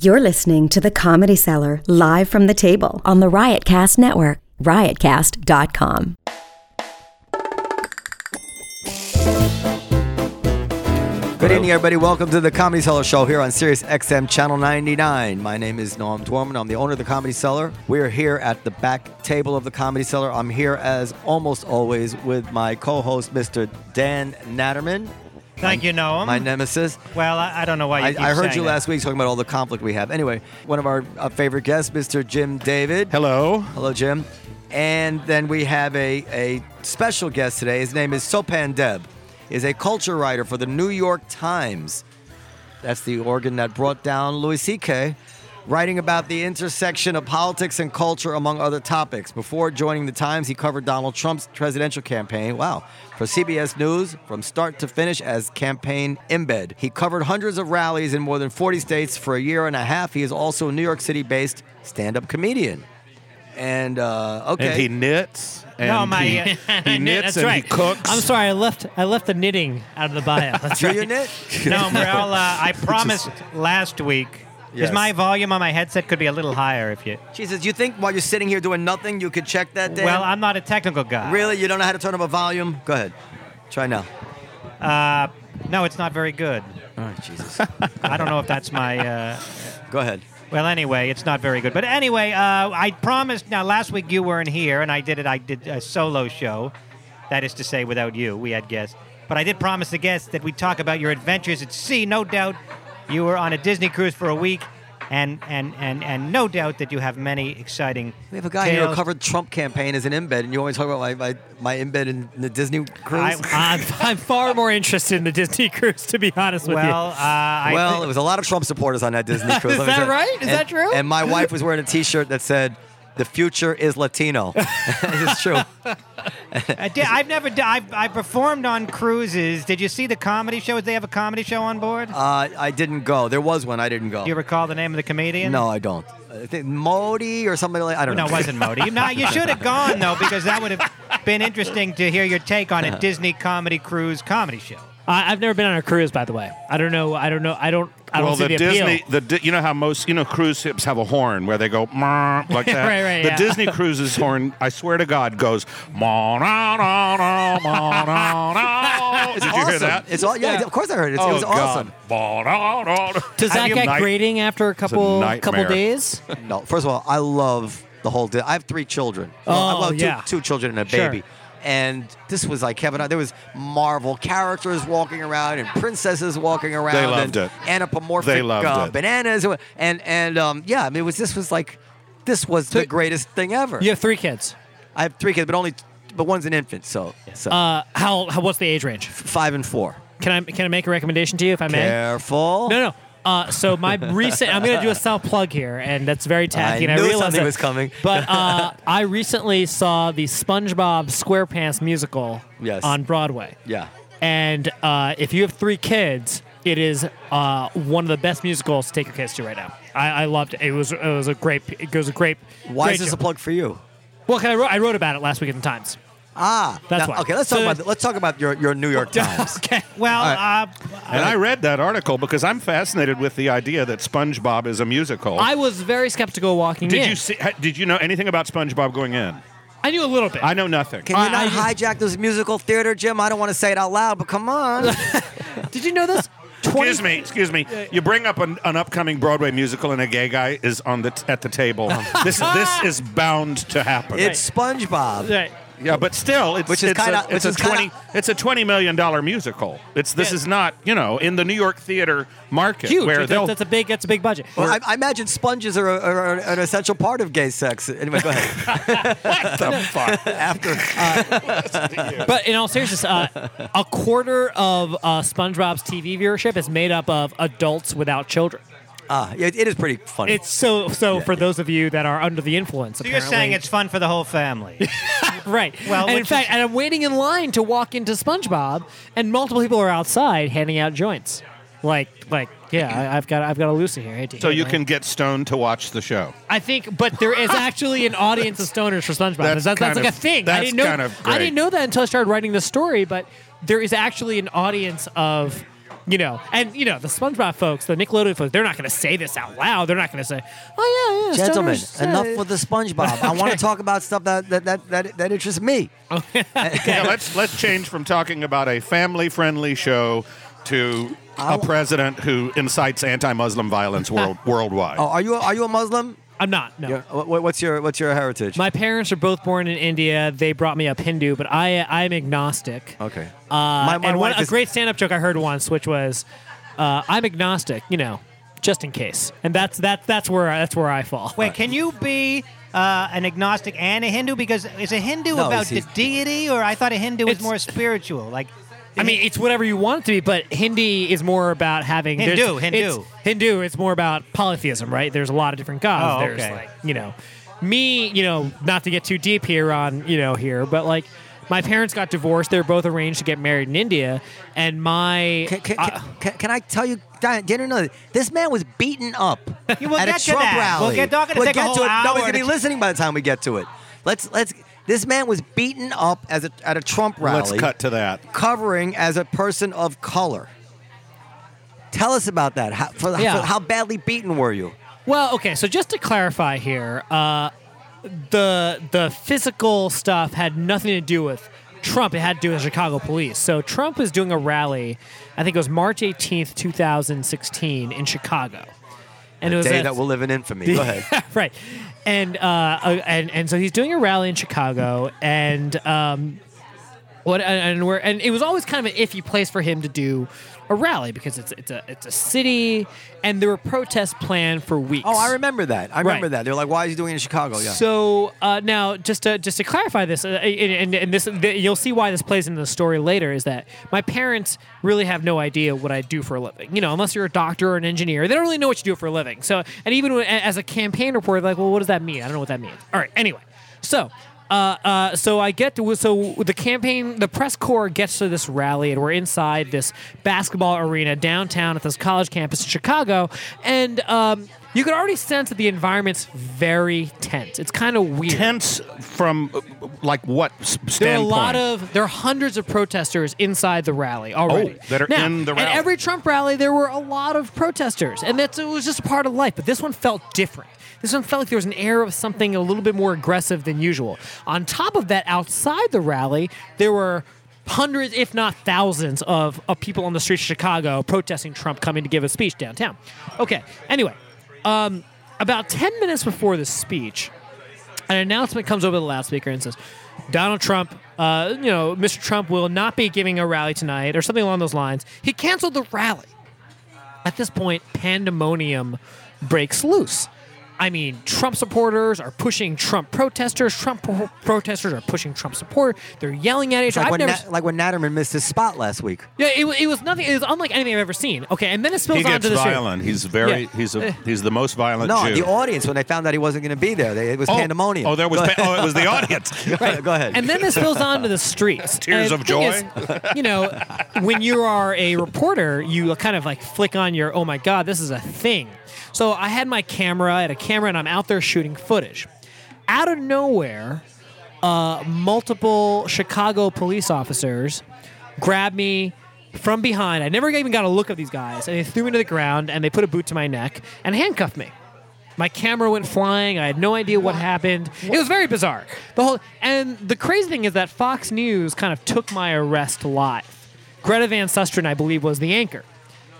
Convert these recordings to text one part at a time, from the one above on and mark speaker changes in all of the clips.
Speaker 1: You're listening to The Comedy Cellar live from the table on the Riotcast Network, riotcast.com.
Speaker 2: Good evening, everybody. Welcome to the Comedy Cellar Show here on Sirius XM Channel 99. My name is Noam Dwarman. I'm the owner of the Comedy Cellar. We are here at the back table of the Comedy Cellar. I'm here, as almost always, with my co-host, Mr. Dan Natterman,
Speaker 3: Thank you, Noam.
Speaker 2: Um, my nemesis.
Speaker 3: well, I, I don't know Um, why you.
Speaker 2: I,
Speaker 3: keep
Speaker 2: I heard
Speaker 3: saying
Speaker 2: you
Speaker 3: that.
Speaker 2: last week talking about all the conflict we have. Anyway, one of our uh, favorite guests, Mr. Jim David.
Speaker 4: Hello.
Speaker 2: Hello, Jim. And then we have a, a special guest today. His name is Sopan Deb. Is a culture writer for the New York Times. That's the organ that brought down Louis C.K. Writing about the intersection of politics and culture, among other topics. Before joining the Times, he covered Donald Trump's presidential campaign. Wow. For CBS News, from start to finish as campaign embed. He covered hundreds of rallies in more than 40 states for a year and a half. He is also a New York City based stand up comedian. And, uh, okay.
Speaker 4: And he knits. And
Speaker 3: No, my
Speaker 4: he,
Speaker 3: uh,
Speaker 4: he knits
Speaker 3: that's
Speaker 4: and
Speaker 3: right.
Speaker 4: he cooks.
Speaker 5: I'm sorry, I left I left the knitting out of the bio. That's
Speaker 2: Do
Speaker 5: right.
Speaker 2: you knit?
Speaker 3: No, well, uh, I promised last week.
Speaker 2: Yes.
Speaker 3: Is my volume on my headset could be a little higher if you.
Speaker 2: Jesus, you think while you're sitting here doing nothing, you could check that, Dan?
Speaker 3: Well, I'm not a technical guy.
Speaker 2: Really? You don't know how to turn up a volume? Go ahead. Try now.
Speaker 3: Uh, no, it's not very good.
Speaker 2: All right, Jesus.
Speaker 3: I don't know if that's my. Uh,
Speaker 2: Go ahead.
Speaker 3: well, anyway, it's not very good. But anyway, uh, I promised. Now, last week you weren't here, and I did it. I did a solo show. That is to say, without you, we had guests. But I did promise the guests that we'd talk about your adventures at sea. No doubt, you were on a Disney cruise for a week, and and and and no doubt that you have many exciting.
Speaker 2: We have a guy here who
Speaker 3: tales.
Speaker 2: covered Trump campaign as an embed, and you always talk about my, my, my embed in the Disney cruise.
Speaker 5: I'm, I'm far more interested in the Disney cruise, to be honest with
Speaker 3: Well, uh, I
Speaker 2: well,
Speaker 3: thi-
Speaker 2: it was a lot of Trump supporters on that Disney cruise.
Speaker 5: Is
Speaker 2: let me
Speaker 5: that
Speaker 2: tell you.
Speaker 5: right? Is
Speaker 2: And-
Speaker 5: that true?
Speaker 2: And my wife was wearing a T-shirt that said, "The future is Latino." it's true. Uh,
Speaker 3: I did- I've never. d- I've, I performed on cruises. Did you see the comedy show? Did they have a comedy show on board?
Speaker 2: Uh, I didn't go. There was one. I didn't go.
Speaker 3: Do you recall the name of the comedian?
Speaker 2: no, I don't. I think Modi or somebody like I don't
Speaker 3: No,
Speaker 2: know.
Speaker 3: it wasn't Modi. No, you should have gone though, because that would have been interesting to hear your take on
Speaker 5: Uh-huh.
Speaker 3: a Disney comedy cruise comedy show.
Speaker 5: you. I, I've never been on a cruise, by the way. I don't know. I don't know. I don't. I don't
Speaker 4: well,
Speaker 5: see
Speaker 4: the,
Speaker 5: the,
Speaker 4: Disney,
Speaker 5: appeal.
Speaker 4: the Di- you know how most you know cruise ships have a horn where they go "Mrrr," like that.
Speaker 5: Right, right,
Speaker 4: the
Speaker 5: yeah.
Speaker 4: Disney cruises horn, I swear to God, goes "Ma, na, na, na, ma, na, na." Did
Speaker 2: It's
Speaker 4: you
Speaker 2: awesome.
Speaker 4: hear that?
Speaker 2: It's all, yeah,
Speaker 5: Yeah.
Speaker 2: Of course, I heard it. It
Speaker 4: oh,
Speaker 2: was
Speaker 4: God.
Speaker 2: awesome.
Speaker 4: Ma, na, na, na.
Speaker 5: Does
Speaker 4: Have
Speaker 5: that
Speaker 4: you-
Speaker 5: get
Speaker 4: Night-
Speaker 5: grading after a couple couple
Speaker 4: nightmare.
Speaker 5: days?
Speaker 2: No, first of all, I love the whole. Di- I have three children. Well, I-
Speaker 5: Oh,
Speaker 2: well, two,
Speaker 5: yeah.
Speaker 2: two children and a
Speaker 5: Sure.
Speaker 2: baby. And this was like heaven. There was Marvel characters walking around and princesses walking around.
Speaker 4: loved
Speaker 2: and
Speaker 4: it.
Speaker 2: Anthropomorphic
Speaker 4: They loved
Speaker 2: uh,
Speaker 4: it.
Speaker 2: bananas and and um, yeah. I mean, it was this was like this was the greatest thing ever.
Speaker 5: You have three kids.
Speaker 2: I have three kids, but only but one's an infant, so so
Speaker 5: Uh, how, how? What's the age range?
Speaker 2: five and four.
Speaker 5: Can I can I make a recommendation to you if I may?
Speaker 2: Careful.
Speaker 5: eh? No, no. Uh, so my recent, I'm going to do a self plug here, and that's very tacky.
Speaker 2: I
Speaker 5: and
Speaker 2: knew
Speaker 5: I realized
Speaker 2: something
Speaker 5: that.
Speaker 2: was coming.
Speaker 5: But uh, I recently saw the SpongeBob SquarePants musical
Speaker 2: Yes.
Speaker 5: on Broadway.
Speaker 2: Yeah.
Speaker 5: And uh, if you have three kids, it is uh, one of the best musicals to take your kids to right now. I, I loved it. It was it was a great it was a great.
Speaker 2: Why
Speaker 5: great
Speaker 2: is this
Speaker 5: show.
Speaker 2: a plug for you?
Speaker 5: well, 'cause I wrote, I wrote about it last week in the Times.
Speaker 2: Ah,
Speaker 5: That's
Speaker 2: now-
Speaker 5: why.
Speaker 2: Okay, let's talk
Speaker 5: So-
Speaker 2: about let's talk about your, your New York Times.
Speaker 5: okay.
Speaker 3: Well,
Speaker 2: right.
Speaker 3: uh,
Speaker 4: And I read that article because I'm fascinated with the idea that SpongeBob is a musical.
Speaker 5: I was very skeptical walking
Speaker 4: did
Speaker 5: in.
Speaker 4: you see? ha- Did you know anything about SpongeBob going in?
Speaker 5: I knew a little bit.
Speaker 4: I know nothing.
Speaker 2: Can you
Speaker 5: I-
Speaker 2: not
Speaker 5: I
Speaker 2: hijack this musical theater, Jim? I don't want to say it out loud, but come on.
Speaker 5: Did you know this? 20
Speaker 4: Excuse me, excuse me. You bring up an, an upcoming Broadway musical, and a gay guy is on the t- at the table. this this is bound to happen.
Speaker 2: it's SpongeBob.
Speaker 5: Right.
Speaker 4: yeah, but still, it's
Speaker 2: Which is
Speaker 4: it's a-
Speaker 2: kinda- which
Speaker 4: it's a
Speaker 2: is kinda-
Speaker 4: twenty it's a twenty million dollar musical. It's this
Speaker 5: Yeah.
Speaker 4: is not you know in the New York theater market
Speaker 5: Huge.
Speaker 4: where
Speaker 5: That's-
Speaker 4: they'll
Speaker 5: that's a big that's a big budget.
Speaker 2: Well, I, I imagine sponges are, a, are an essential part of gay sex. Anyway, go ahead. After
Speaker 5: But in all seriousness, uh, a quarter of uh, SpongeBob's TV viewership is made up of adults without children.
Speaker 2: ah, it, it is pretty funny.
Speaker 5: It's so so for those of you that are under the influence.
Speaker 3: so you're saying it's fun for the whole family.
Speaker 5: right?
Speaker 3: Well,
Speaker 5: Well, and in
Speaker 3: which
Speaker 5: fact,
Speaker 3: is-
Speaker 5: and I'm waiting in line to walk into SpongeBob, and multiple people are outside handing out joints. Like like yeah, I, I've got I've got a Lucy here. Hey,
Speaker 4: so
Speaker 5: hey,
Speaker 4: you
Speaker 5: man.
Speaker 4: can get stoned to watch the show.
Speaker 5: I think, but there is actually an audience of stoners for SpongeBob. That's,
Speaker 4: That's
Speaker 5: that's,
Speaker 4: kind
Speaker 5: like
Speaker 4: of-
Speaker 5: a thing.
Speaker 4: that's
Speaker 5: I didn't know.
Speaker 4: kind of
Speaker 5: I
Speaker 4: great.
Speaker 5: didn't know that until I started writing the story. But there is actually an audience of You know, and you know the SpongeBob folks, the Nickelodeon folks, they're not going to say this out loud. They're not going to say, "Oh yeah, yeah."
Speaker 2: Gentlemen,
Speaker 5: Stoners, uh,
Speaker 2: enough with the SpongeBob. I want to talk about stuff that that that that, that interests me.
Speaker 4: Yeah, let's let's change from talking about a family-friendly show to a president who incites anti-Muslim violence world, worldwide.
Speaker 2: Oh, are you are you a Muslim?
Speaker 5: I'm not. No.
Speaker 2: You're- wha- wha- What's your what's your heritage?
Speaker 5: My parents are both born in India. They brought me up Hindu, but I I'm agnostic.
Speaker 2: okay.
Speaker 5: Uh,
Speaker 2: My- my
Speaker 5: and one,
Speaker 2: wife
Speaker 5: a
Speaker 2: is-
Speaker 5: great stand-up joke I heard once, which was, uh, "I'm agnostic," you know, just in case. And that's that that's where I, that's where I fall.
Speaker 3: Wait, can you be uh, an agnostic and a Hindu? Because is a Hindu
Speaker 2: No,
Speaker 3: about
Speaker 2: he's- he's-
Speaker 3: the deity, or I thought a Hindu was
Speaker 5: It's-
Speaker 3: more spiritual? Like,
Speaker 5: I mean, it's whatever you want it to be, but Hindi is more about having there's-
Speaker 3: Hindu, Hindu.
Speaker 5: It's, Hindu. It's more about polytheism, right? There's a lot of different gods.
Speaker 3: Oh,
Speaker 5: there's
Speaker 3: okay.
Speaker 5: like you know, me, you know, not to get too deep here on you know here, but like. My parents got divorced. They were both arranged to get married in India, and my uh,
Speaker 2: Can, can,
Speaker 5: I-
Speaker 2: can, can, can I tell you, Dan, Dan, no, this man was beaten up
Speaker 3: Yeah, we'll
Speaker 2: at
Speaker 3: get
Speaker 2: a
Speaker 3: to
Speaker 2: Trump
Speaker 3: that.
Speaker 2: rally.
Speaker 3: We'll get- not gonna
Speaker 2: We'll
Speaker 3: take a
Speaker 2: get
Speaker 3: whole
Speaker 2: to it. Nobody's
Speaker 3: hour
Speaker 2: gonna be
Speaker 3: to-
Speaker 2: listening by the time we get to it. Let's let's. This man was beaten up as a, at a Trump rally.
Speaker 4: Let's cut to that.
Speaker 2: Covering as a person of color. Tell us about that. How, for,
Speaker 5: Yeah.
Speaker 2: for- how badly beaten were you?
Speaker 5: Well, okay. So just to clarify here, uh, the the physical stuff had nothing to do with Trump. It had to do with the Chicago police. So Trump was doing a rally. I think it was March 18th, 2016, in Chicago. And it was
Speaker 2: Day
Speaker 5: at-
Speaker 2: that will live in infamy. Go ahead.
Speaker 5: right. And uh, uh, and and so he's doing a rally in Chicago, and um, what and, and we're and it was always kind of an iffy place for him to do a rally because it's it's a it's a city, and there were protests planned for weeks.
Speaker 2: Oh, I remember that. I remember
Speaker 5: Right.
Speaker 2: that. They're like, "Why is he doing it in Chicago?" Yeah.
Speaker 5: So uh, now, just to just to clarify this, uh, and, and, and this, th- you'll see why this plays into the story later. Is that my parents really have no idea what I do for a living? You know, unless you're a doctor or an engineer, they don't really know what you do for a living. So, and even when, as a campaign reporter, like, well, what does that mean? I don't know what that means. All right. Anyway, so. Uh, uh, so I get to so the campaign, the press corps gets to this rally, and we're inside this basketball arena downtown at this college campus in Chicago, and um, you can already sense that the environment's very tense. It's kind of weird.
Speaker 4: Tense from uh, like what s- standpoint?
Speaker 5: There are a lot of there are hundreds of protesters inside the rally already.
Speaker 4: Oh, that are
Speaker 5: Now,
Speaker 4: in the
Speaker 5: At
Speaker 4: rally.
Speaker 5: every Trump rally, there were a lot of protesters, and that's it was just a part of life. But this one felt different. This one felt like there was an air of something a little bit more aggressive than usual. On top of that, outside the rally, there were hundreds, if not thousands, of, of people on the streets of Chicago protesting Trump coming to give a speech downtown. Okay. Anyway, um, about ten minutes before the speech an announcement comes over the loudspeaker and says, Donald Trump, uh, you know, Mr. Trump will not be giving a rally tonight or something along those lines. He canceled the rally. At this point, pandemonium breaks loose. I mean, Trump supporters are pushing Trump protesters. Trump pro- protesters are pushing Trump support. They're yelling at each
Speaker 2: It's
Speaker 5: other.
Speaker 2: like
Speaker 5: I've
Speaker 2: when
Speaker 5: never.
Speaker 2: Nat- like when Natterman missed his spot last week.
Speaker 5: yeah, it, wa- it was nothing. It was unlike anything I've ever seen. Okay, and then it spills
Speaker 4: He gets
Speaker 5: onto the street.
Speaker 4: violent. He's very.
Speaker 5: Yeah.
Speaker 4: He's a. He's the most violent
Speaker 2: No,
Speaker 4: Jew.
Speaker 2: the audience when they found out he wasn't going to be there, they, it was
Speaker 4: oh,
Speaker 2: pandemonium.
Speaker 4: Oh, there was.
Speaker 2: Go
Speaker 4: Pa-
Speaker 2: ahead.
Speaker 4: oh, it was the audience.
Speaker 2: Go ahead.
Speaker 5: And then this spills onto the streets.
Speaker 4: Tears
Speaker 5: And
Speaker 4: of
Speaker 5: the thing
Speaker 4: joy.
Speaker 5: is, you know, when you are a reporter, you kind of like flick on your, oh my God, this is a thing. So I had my camera, I had a camera, and I'm out there shooting footage. Out of nowhere, uh, multiple Chicago police officers grabbed me from behind. I never even got a look at these guys. And they threw me to the ground and they put a boot to my neck and handcuffed me. My camera went flying. I had no idea what, happened. It was very bizarre. The whole and the crazy thing is that Fox News kind of took my arrest live. Greta Van Susteren, I believe, was the anchor.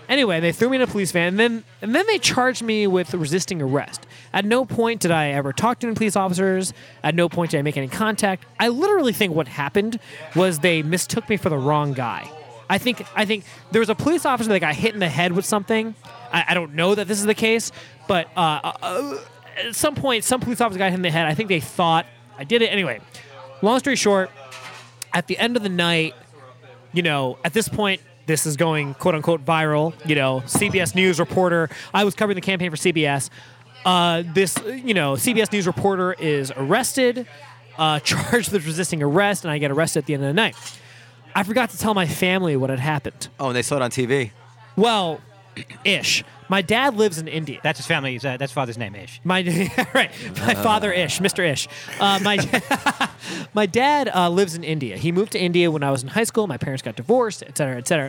Speaker 5: Anyway, they threw me in a police van, and then and then they charged me with resisting arrest. At no point did I ever talk to any police officers. At no point did I make any contact. I literally think what happened was they mistook me for the wrong guy. I think I think there was a police officer that got hit in the head with something. I, I don't know that this is the case, but uh, uh, at some point, some police officer got hit in the head. I think they thought I did it anyway. Long story short, at the end of the night, you know, at this point, this is going quote unquote viral. You know, CBS News reporter. I was covering the campaign for CBS. Uh, this, you know, CBS News reporter is arrested, uh, charged with resisting arrest, and I get arrested at the end of the night. I forgot to tell my family what had happened.
Speaker 2: oh, and they saw it on TV.
Speaker 5: Well, ish. My dad lives in India.
Speaker 3: that's his family. Uh, that's father's name, Ish.
Speaker 5: My right, my father Ish, Mr. Ish. Uh, my my dad uh, lives in India. He moved to India when I was in high school. My parents got divorced, et cetera, et cetera.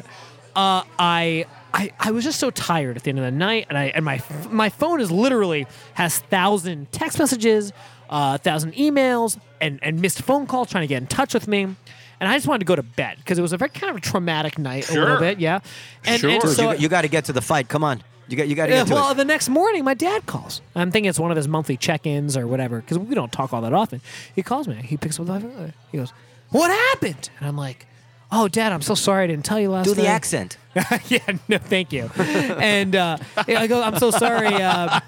Speaker 5: uh, I. I, I was just so tired at the end of the night, and I and my my phone is literally has thousand text messages, uh, thousand emails, and and missed phone calls trying to get in touch with me, and I just wanted to go to bed because it was a very kind of a traumatic night a
Speaker 4: Sure.
Speaker 5: little bit, yeah. And, and
Speaker 4: Sure.
Speaker 5: so
Speaker 2: you, got to get to the fight. Come on. You got you got to
Speaker 5: yeah,
Speaker 2: get to
Speaker 5: well,
Speaker 2: it.
Speaker 5: the next morning, my dad calls. I'm thinking it's one of his monthly check-ins or whatever, because we don't talk all that often. He calls me. He picks up the phone. He goes, "What happened?" And I'm like, "Oh, Dad, I'm so sorry I didn't tell you last."
Speaker 2: Do the
Speaker 5: night."
Speaker 2: accent.
Speaker 5: uh, yeah, no, thank you. and uh, yeah, I go, "I'm so sorry. Uh,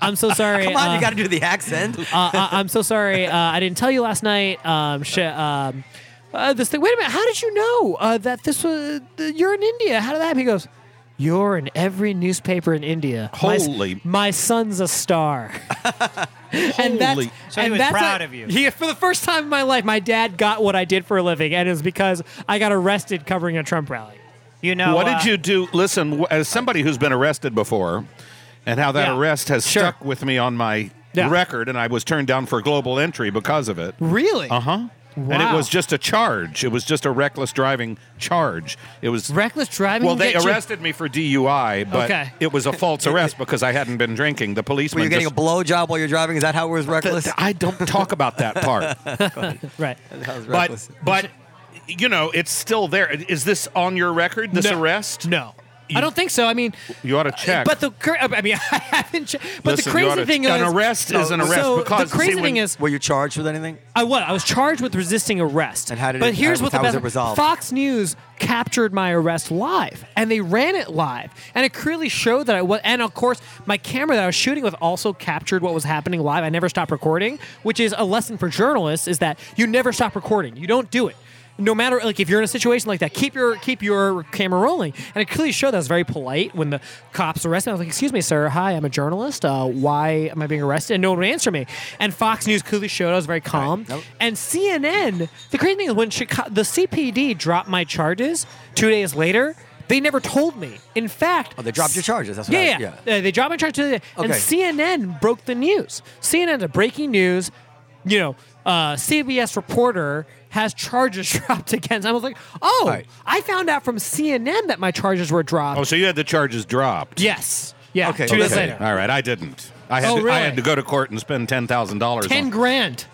Speaker 5: I'm so sorry.
Speaker 2: Come on,
Speaker 5: uh,
Speaker 2: you got to do the accent.
Speaker 5: uh, I, I'm so sorry. Uh, I didn't tell you last night. Um, sh- um, uh, this thing. Wait a minute. How did you know uh, that this was? th- you're in India. How did that happen? He goes. You're in every newspaper in India. My s-
Speaker 4: Holy-
Speaker 5: My, son's a star.
Speaker 4: Holy.
Speaker 5: and that's,
Speaker 3: So he
Speaker 5: and
Speaker 3: was
Speaker 5: that's
Speaker 3: proud
Speaker 5: a-
Speaker 3: of you.
Speaker 5: He, for the first time in my life, my dad got what I did for a living, and it was because I got arrested covering a Trump rally.
Speaker 3: You know
Speaker 4: what
Speaker 3: uh,
Speaker 4: did you do? Listen, w- as somebody who's been arrested before, and how that
Speaker 5: Yeah.
Speaker 4: arrest has
Speaker 5: Sure.
Speaker 4: stuck with me on my
Speaker 5: Yeah.
Speaker 4: record, and I was turned down for global entry because of it.
Speaker 5: Really?
Speaker 4: Uh
Speaker 3: Uh-huh.
Speaker 4: huh. And it
Speaker 5: Wow.
Speaker 4: was just a charge. It was just a reckless driving charge. It was
Speaker 5: Reckless driving.
Speaker 4: Well, they
Speaker 5: gets you-
Speaker 4: arrested me for DUI, but
Speaker 5: Okay.
Speaker 4: it was a false arrest because I hadn't been drinking. The
Speaker 2: Were
Speaker 4: policeman.
Speaker 2: you getting a
Speaker 4: just-
Speaker 2: blowjob while you're driving? Is that how it was reckless?
Speaker 4: I don't talk about that part.
Speaker 5: Right.
Speaker 2: That was
Speaker 4: but
Speaker 2: reckless.
Speaker 4: but you know, it's still there. Is this on your record? This
Speaker 5: No.
Speaker 4: arrest?
Speaker 5: No. I don't think so. I mean,
Speaker 4: You ought to check.
Speaker 5: But the cra- I mean, I haven't. Che- but
Speaker 4: Listen,
Speaker 5: the
Speaker 4: you ought
Speaker 5: crazy
Speaker 4: to-
Speaker 5: thing is, Oh,
Speaker 4: an arrest is an arrest
Speaker 5: So
Speaker 4: because,
Speaker 5: the crazy
Speaker 4: see, when-
Speaker 5: thing is,
Speaker 2: Were you charged with anything?
Speaker 5: I what I was charged with resisting arrest.
Speaker 2: And how did
Speaker 5: but
Speaker 2: it-
Speaker 5: here's
Speaker 2: how-
Speaker 5: what
Speaker 2: how
Speaker 5: the
Speaker 2: was
Speaker 5: best
Speaker 2: it resolved?
Speaker 5: Fox News captured my arrest live, and they ran it live, and it clearly showed that I was. And of course, my camera that I was shooting with also captured what was happening live. I never stopped recording, which is a lesson for journalists: is that you never stop recording. You don't do it. No matter like if you're in a situation like that, keep your keep your camera rolling. And it clearly showed that I was very polite when the cops arrested me. I was like, "Excuse me, sir. Hi, I'm a journalist. Uh, why am I being arrested?" And no one would answer me. And Fox News clearly showed I was very calm.
Speaker 2: Nope.
Speaker 5: And CNN, the crazy thing is when Chica- the CPD dropped my charges two days later, they never told me. In fact,
Speaker 2: Oh, they dropped your charges. That's what I-
Speaker 5: yeah,
Speaker 2: yeah.
Speaker 5: yeah. Uh, they dropped my charges two days, and
Speaker 2: Okay.
Speaker 5: CNN broke the news. CNN, the breaking news, you know, uh, CBS reporter has charges dropped against. I was like, oh,
Speaker 2: Right.
Speaker 5: I found out from CNN that my charges were dropped.
Speaker 4: oh, so you had the charges dropped?
Speaker 5: Yes, yeah,
Speaker 2: Okay,
Speaker 5: two days
Speaker 2: okay.
Speaker 5: later,
Speaker 4: All right, I didn't. I had,
Speaker 5: Oh,
Speaker 4: to, I
Speaker 5: really?
Speaker 4: had to go to court and spend ten thousand dollars.
Speaker 5: ten grand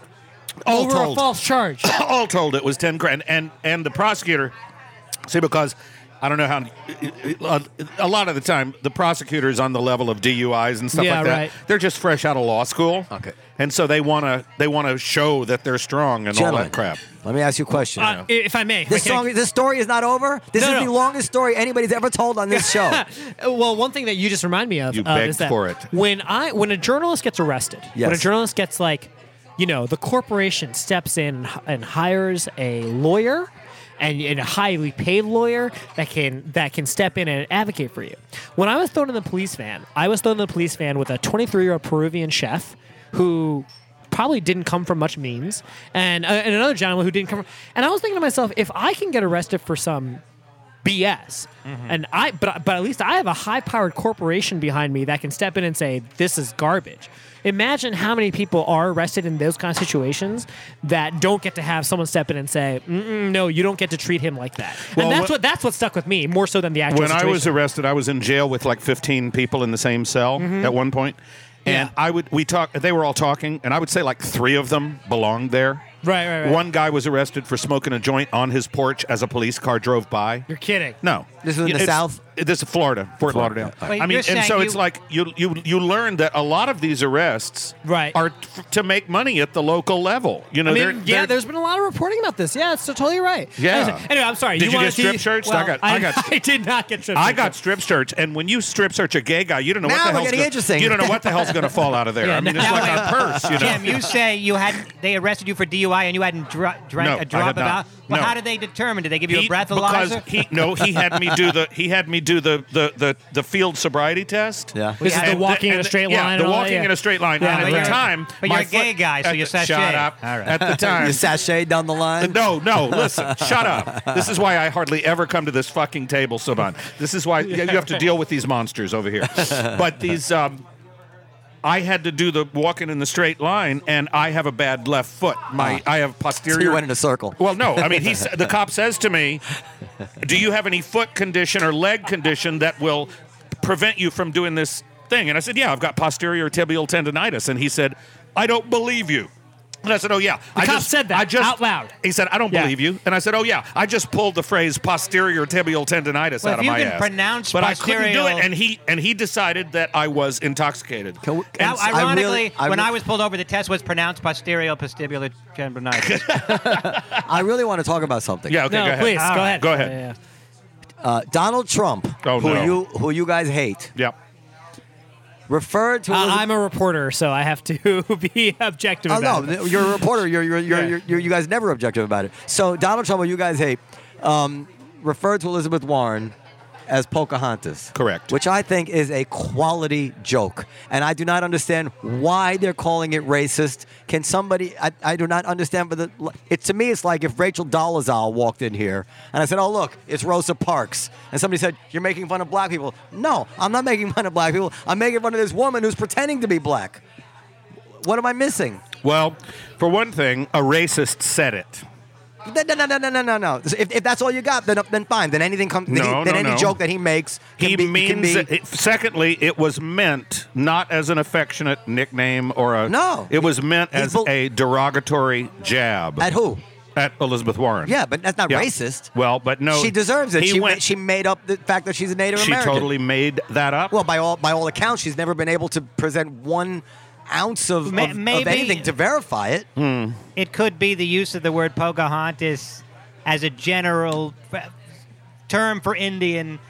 Speaker 4: All
Speaker 5: over a
Speaker 4: told.
Speaker 5: false charge.
Speaker 4: all told it was 10 grand and and the prosecutor see because i don't know how a lot of the time the prosecutors on the level of duis and stuff
Speaker 5: Yeah,
Speaker 4: like that
Speaker 5: right.
Speaker 4: they're just fresh out of law school
Speaker 2: Okay.
Speaker 4: and so they want to they want to show that they're strong and all
Speaker 2: Gentlemen,
Speaker 4: that crap
Speaker 2: Let me ask you a question.
Speaker 5: Uh, if I may,
Speaker 2: this
Speaker 5: wait, can I-
Speaker 2: song, this story is not over. This
Speaker 5: No,
Speaker 2: is
Speaker 5: no.
Speaker 2: the longest story anybody's ever told on this show.
Speaker 5: Uh, Well, one thing that you just remind me of
Speaker 4: You
Speaker 5: uh,
Speaker 4: begged
Speaker 5: is that
Speaker 4: for it.
Speaker 5: when I when a journalist gets arrested, when a
Speaker 2: Yes.
Speaker 5: journalist gets like, you know, the corporation steps in and h- and hires a lawyer. And, and a highly paid lawyer that can that can step in and advocate for you. When I was thrown in the police van, I was thrown in the police van with a 23 year old Peruvian chef who probably didn't come from much means, and uh, and another gentleman who didn't come from. And I was thinking to myself, if I can get arrested for some BS.
Speaker 4: Mm-hmm.
Speaker 5: And I, but but at least I have a high-powered corporation behind me that can step in and say this is garbage. Imagine how many people are arrested in those kind of situations that don't get to have someone step in and say, Mm-mm, "No, you don't get to treat him like that."
Speaker 4: Well,
Speaker 5: and that's
Speaker 4: what-
Speaker 5: what, that's what stuck with me more so than the actual.
Speaker 4: when I was
Speaker 5: situation.
Speaker 4: arrested, I was in jail with like 15 people in the same cell at one point. And
Speaker 5: Mm-hmm. Yeah.
Speaker 4: I would we talk they were all talking and I would say like 3 of them belonged there.
Speaker 5: Right, right, right.
Speaker 4: One guy was arrested for smoking a joint on his porch as a police car drove by.
Speaker 5: you're kidding.
Speaker 4: No.
Speaker 2: This is in the
Speaker 4: It's-
Speaker 2: South?
Speaker 4: This is Florida, Fort
Speaker 2: Florida.
Speaker 4: Lauderdale.
Speaker 3: Wait,
Speaker 4: I mean,
Speaker 3: you're
Speaker 4: and so
Speaker 3: saying
Speaker 4: it's
Speaker 3: you-
Speaker 4: like you you you learn that a lot of these arrests
Speaker 5: Right.
Speaker 4: are t- to make money at the local level. You know,
Speaker 5: I mean,
Speaker 4: they're-
Speaker 5: yeah,
Speaker 4: they're-
Speaker 5: there's been a lot of reporting about this. Yeah, it's totally right.
Speaker 4: Yeah.
Speaker 5: Anyway, I'm sorry.
Speaker 4: Did you get
Speaker 5: wanted to-
Speaker 4: strip shirts? I
Speaker 5: Well,
Speaker 4: got- I got-
Speaker 5: I did not get strip.
Speaker 4: I
Speaker 5: shirts.
Speaker 4: got strip search, and when you strip search a gay guy, you don't know
Speaker 2: Now
Speaker 4: what the
Speaker 2: we're
Speaker 4: hell's
Speaker 2: getting
Speaker 4: gonna,
Speaker 2: interesting.
Speaker 4: You don't know what the hell's going to fall out of there. I mean, it's
Speaker 3: now
Speaker 4: like
Speaker 3: I-
Speaker 4: a purse. You know,
Speaker 3: Jim, uh, you say you hadn't. They arrested you for DUI and you hadn't dr- drank
Speaker 4: No, I
Speaker 3: a drop
Speaker 4: had
Speaker 3: of
Speaker 4: not.
Speaker 3: alcohol. But
Speaker 4: No.
Speaker 3: how did they determine? Did they give you
Speaker 4: He-
Speaker 3: a breathalyzer?
Speaker 4: Because he no, he had me do the he had me do the the the, the field sobriety test.
Speaker 2: Yeah.
Speaker 5: This is
Speaker 4: And
Speaker 5: the walking in a straight
Speaker 4: yeah,
Speaker 5: line and
Speaker 4: The
Speaker 5: all that,
Speaker 4: walking
Speaker 5: yeah.
Speaker 4: in a straight line.
Speaker 5: Yeah,
Speaker 4: and
Speaker 5: but
Speaker 4: at the
Speaker 5: you're-
Speaker 4: time,
Speaker 3: but you're
Speaker 4: my
Speaker 3: a gay
Speaker 4: foot-
Speaker 3: guy, so
Speaker 4: at
Speaker 3: you're
Speaker 4: the-
Speaker 3: sachet.
Speaker 4: Shut up.
Speaker 3: All right.
Speaker 4: At the time.
Speaker 2: you sashay down the line.
Speaker 4: No, no, listen, shut up. This is why I hardly ever come to this fucking table, Saban. This is why you have to deal with these monsters over here. But these, um, I had to do the walking in the straight line, and I have a bad left foot. My I have posterior.
Speaker 2: Ah. you went in a circle.
Speaker 4: Well, no. I mean, he sa- the cop says to me, "Do you have any foot condition or leg condition that will prevent you from doing this thing?" And I said, "Yeah, I've got posterior tibial tendonitis." And he said, "I don't believe you." And I said, "Oh yeah." The I
Speaker 5: cop
Speaker 4: just,
Speaker 5: said that
Speaker 4: I just,
Speaker 5: out loud.
Speaker 4: He said, "I don't
Speaker 5: Yeah.
Speaker 4: believe you." And I said, "Oh yeah." I just pulled the phrase posterior tibial tendonitis
Speaker 3: Well,
Speaker 4: out
Speaker 3: if
Speaker 4: of
Speaker 3: you
Speaker 4: my
Speaker 3: can
Speaker 4: ass.
Speaker 3: pronounce
Speaker 4: but I couldn't do
Speaker 3: posterior-
Speaker 4: it, and he and he decided that I was intoxicated.
Speaker 2: Can we-
Speaker 4: And
Speaker 3: Now,
Speaker 2: s- I really-
Speaker 3: ironically,
Speaker 2: I
Speaker 3: when
Speaker 2: re-
Speaker 3: I was pulled over, the test was pronounced posterior vestibular tendonitis.
Speaker 2: I really want to talk about something.
Speaker 4: yeah, okay,
Speaker 5: no,
Speaker 4: go ahead.
Speaker 5: please,
Speaker 3: All
Speaker 5: go
Speaker 3: right,
Speaker 5: ahead.
Speaker 4: go ahead.
Speaker 5: Yeah, yeah, yeah.
Speaker 2: Uh, Donald Trump,
Speaker 4: Oh,
Speaker 2: who
Speaker 4: no.
Speaker 2: you who you guys hate,
Speaker 4: Yep.
Speaker 2: referred to.
Speaker 5: Uh,
Speaker 2: Elizabeth-
Speaker 5: I'm a reporter, so I have to be objective
Speaker 2: Oh
Speaker 5: about
Speaker 2: no,
Speaker 5: it.
Speaker 2: you're a reporter. You're you're you're,
Speaker 5: Yeah.
Speaker 2: you're, you're you guys never objective about it. So Donald Trump, who you guys hate, um, referred to Elizabeth Warren as Pocahontas.
Speaker 4: Correct.
Speaker 2: Which I think is a quality joke, and I do not understand why they're calling it racist. Can somebody? I, I do not understand. But the, it to me, it's like if Rachel Dolezal walked in here and I said, "Oh look, it's Rosa Parks," and somebody said, "You're making fun of black people." No, I'm not making fun of black people. I'm making fun of this woman who's pretending to be black. What am I missing?
Speaker 4: Well, for one thing, a racist said it.
Speaker 2: No, no, no, no, no, no, no. If, if that's all you got, then then fine. Then anything comes. Then,
Speaker 4: No,
Speaker 2: he, then
Speaker 4: no,
Speaker 2: any
Speaker 4: no.
Speaker 2: joke that he makes, can
Speaker 4: He
Speaker 2: be, can
Speaker 4: means.
Speaker 2: be,
Speaker 4: it- it- secondly, it was meant not as an affectionate nickname or a.
Speaker 2: No.
Speaker 4: It was meant
Speaker 2: He's
Speaker 4: as
Speaker 2: bel-
Speaker 4: a derogatory jab
Speaker 2: at who?
Speaker 4: at Elizabeth Warren.
Speaker 2: Yeah, but that's not
Speaker 4: Yeah.
Speaker 2: racist.
Speaker 4: Well, but no,
Speaker 2: she deserves it.
Speaker 4: he
Speaker 2: She
Speaker 4: went-
Speaker 2: ma- she made up the fact that she's a Native
Speaker 4: She
Speaker 2: American.
Speaker 4: totally made that up.
Speaker 2: Well, by all by all accounts, she's never been able to present one ounce of
Speaker 3: Ma-
Speaker 2: of- of,
Speaker 3: maybe-
Speaker 2: anything to verify it.
Speaker 3: it could be the use of the word Pocahontas as a general f- term for Indian.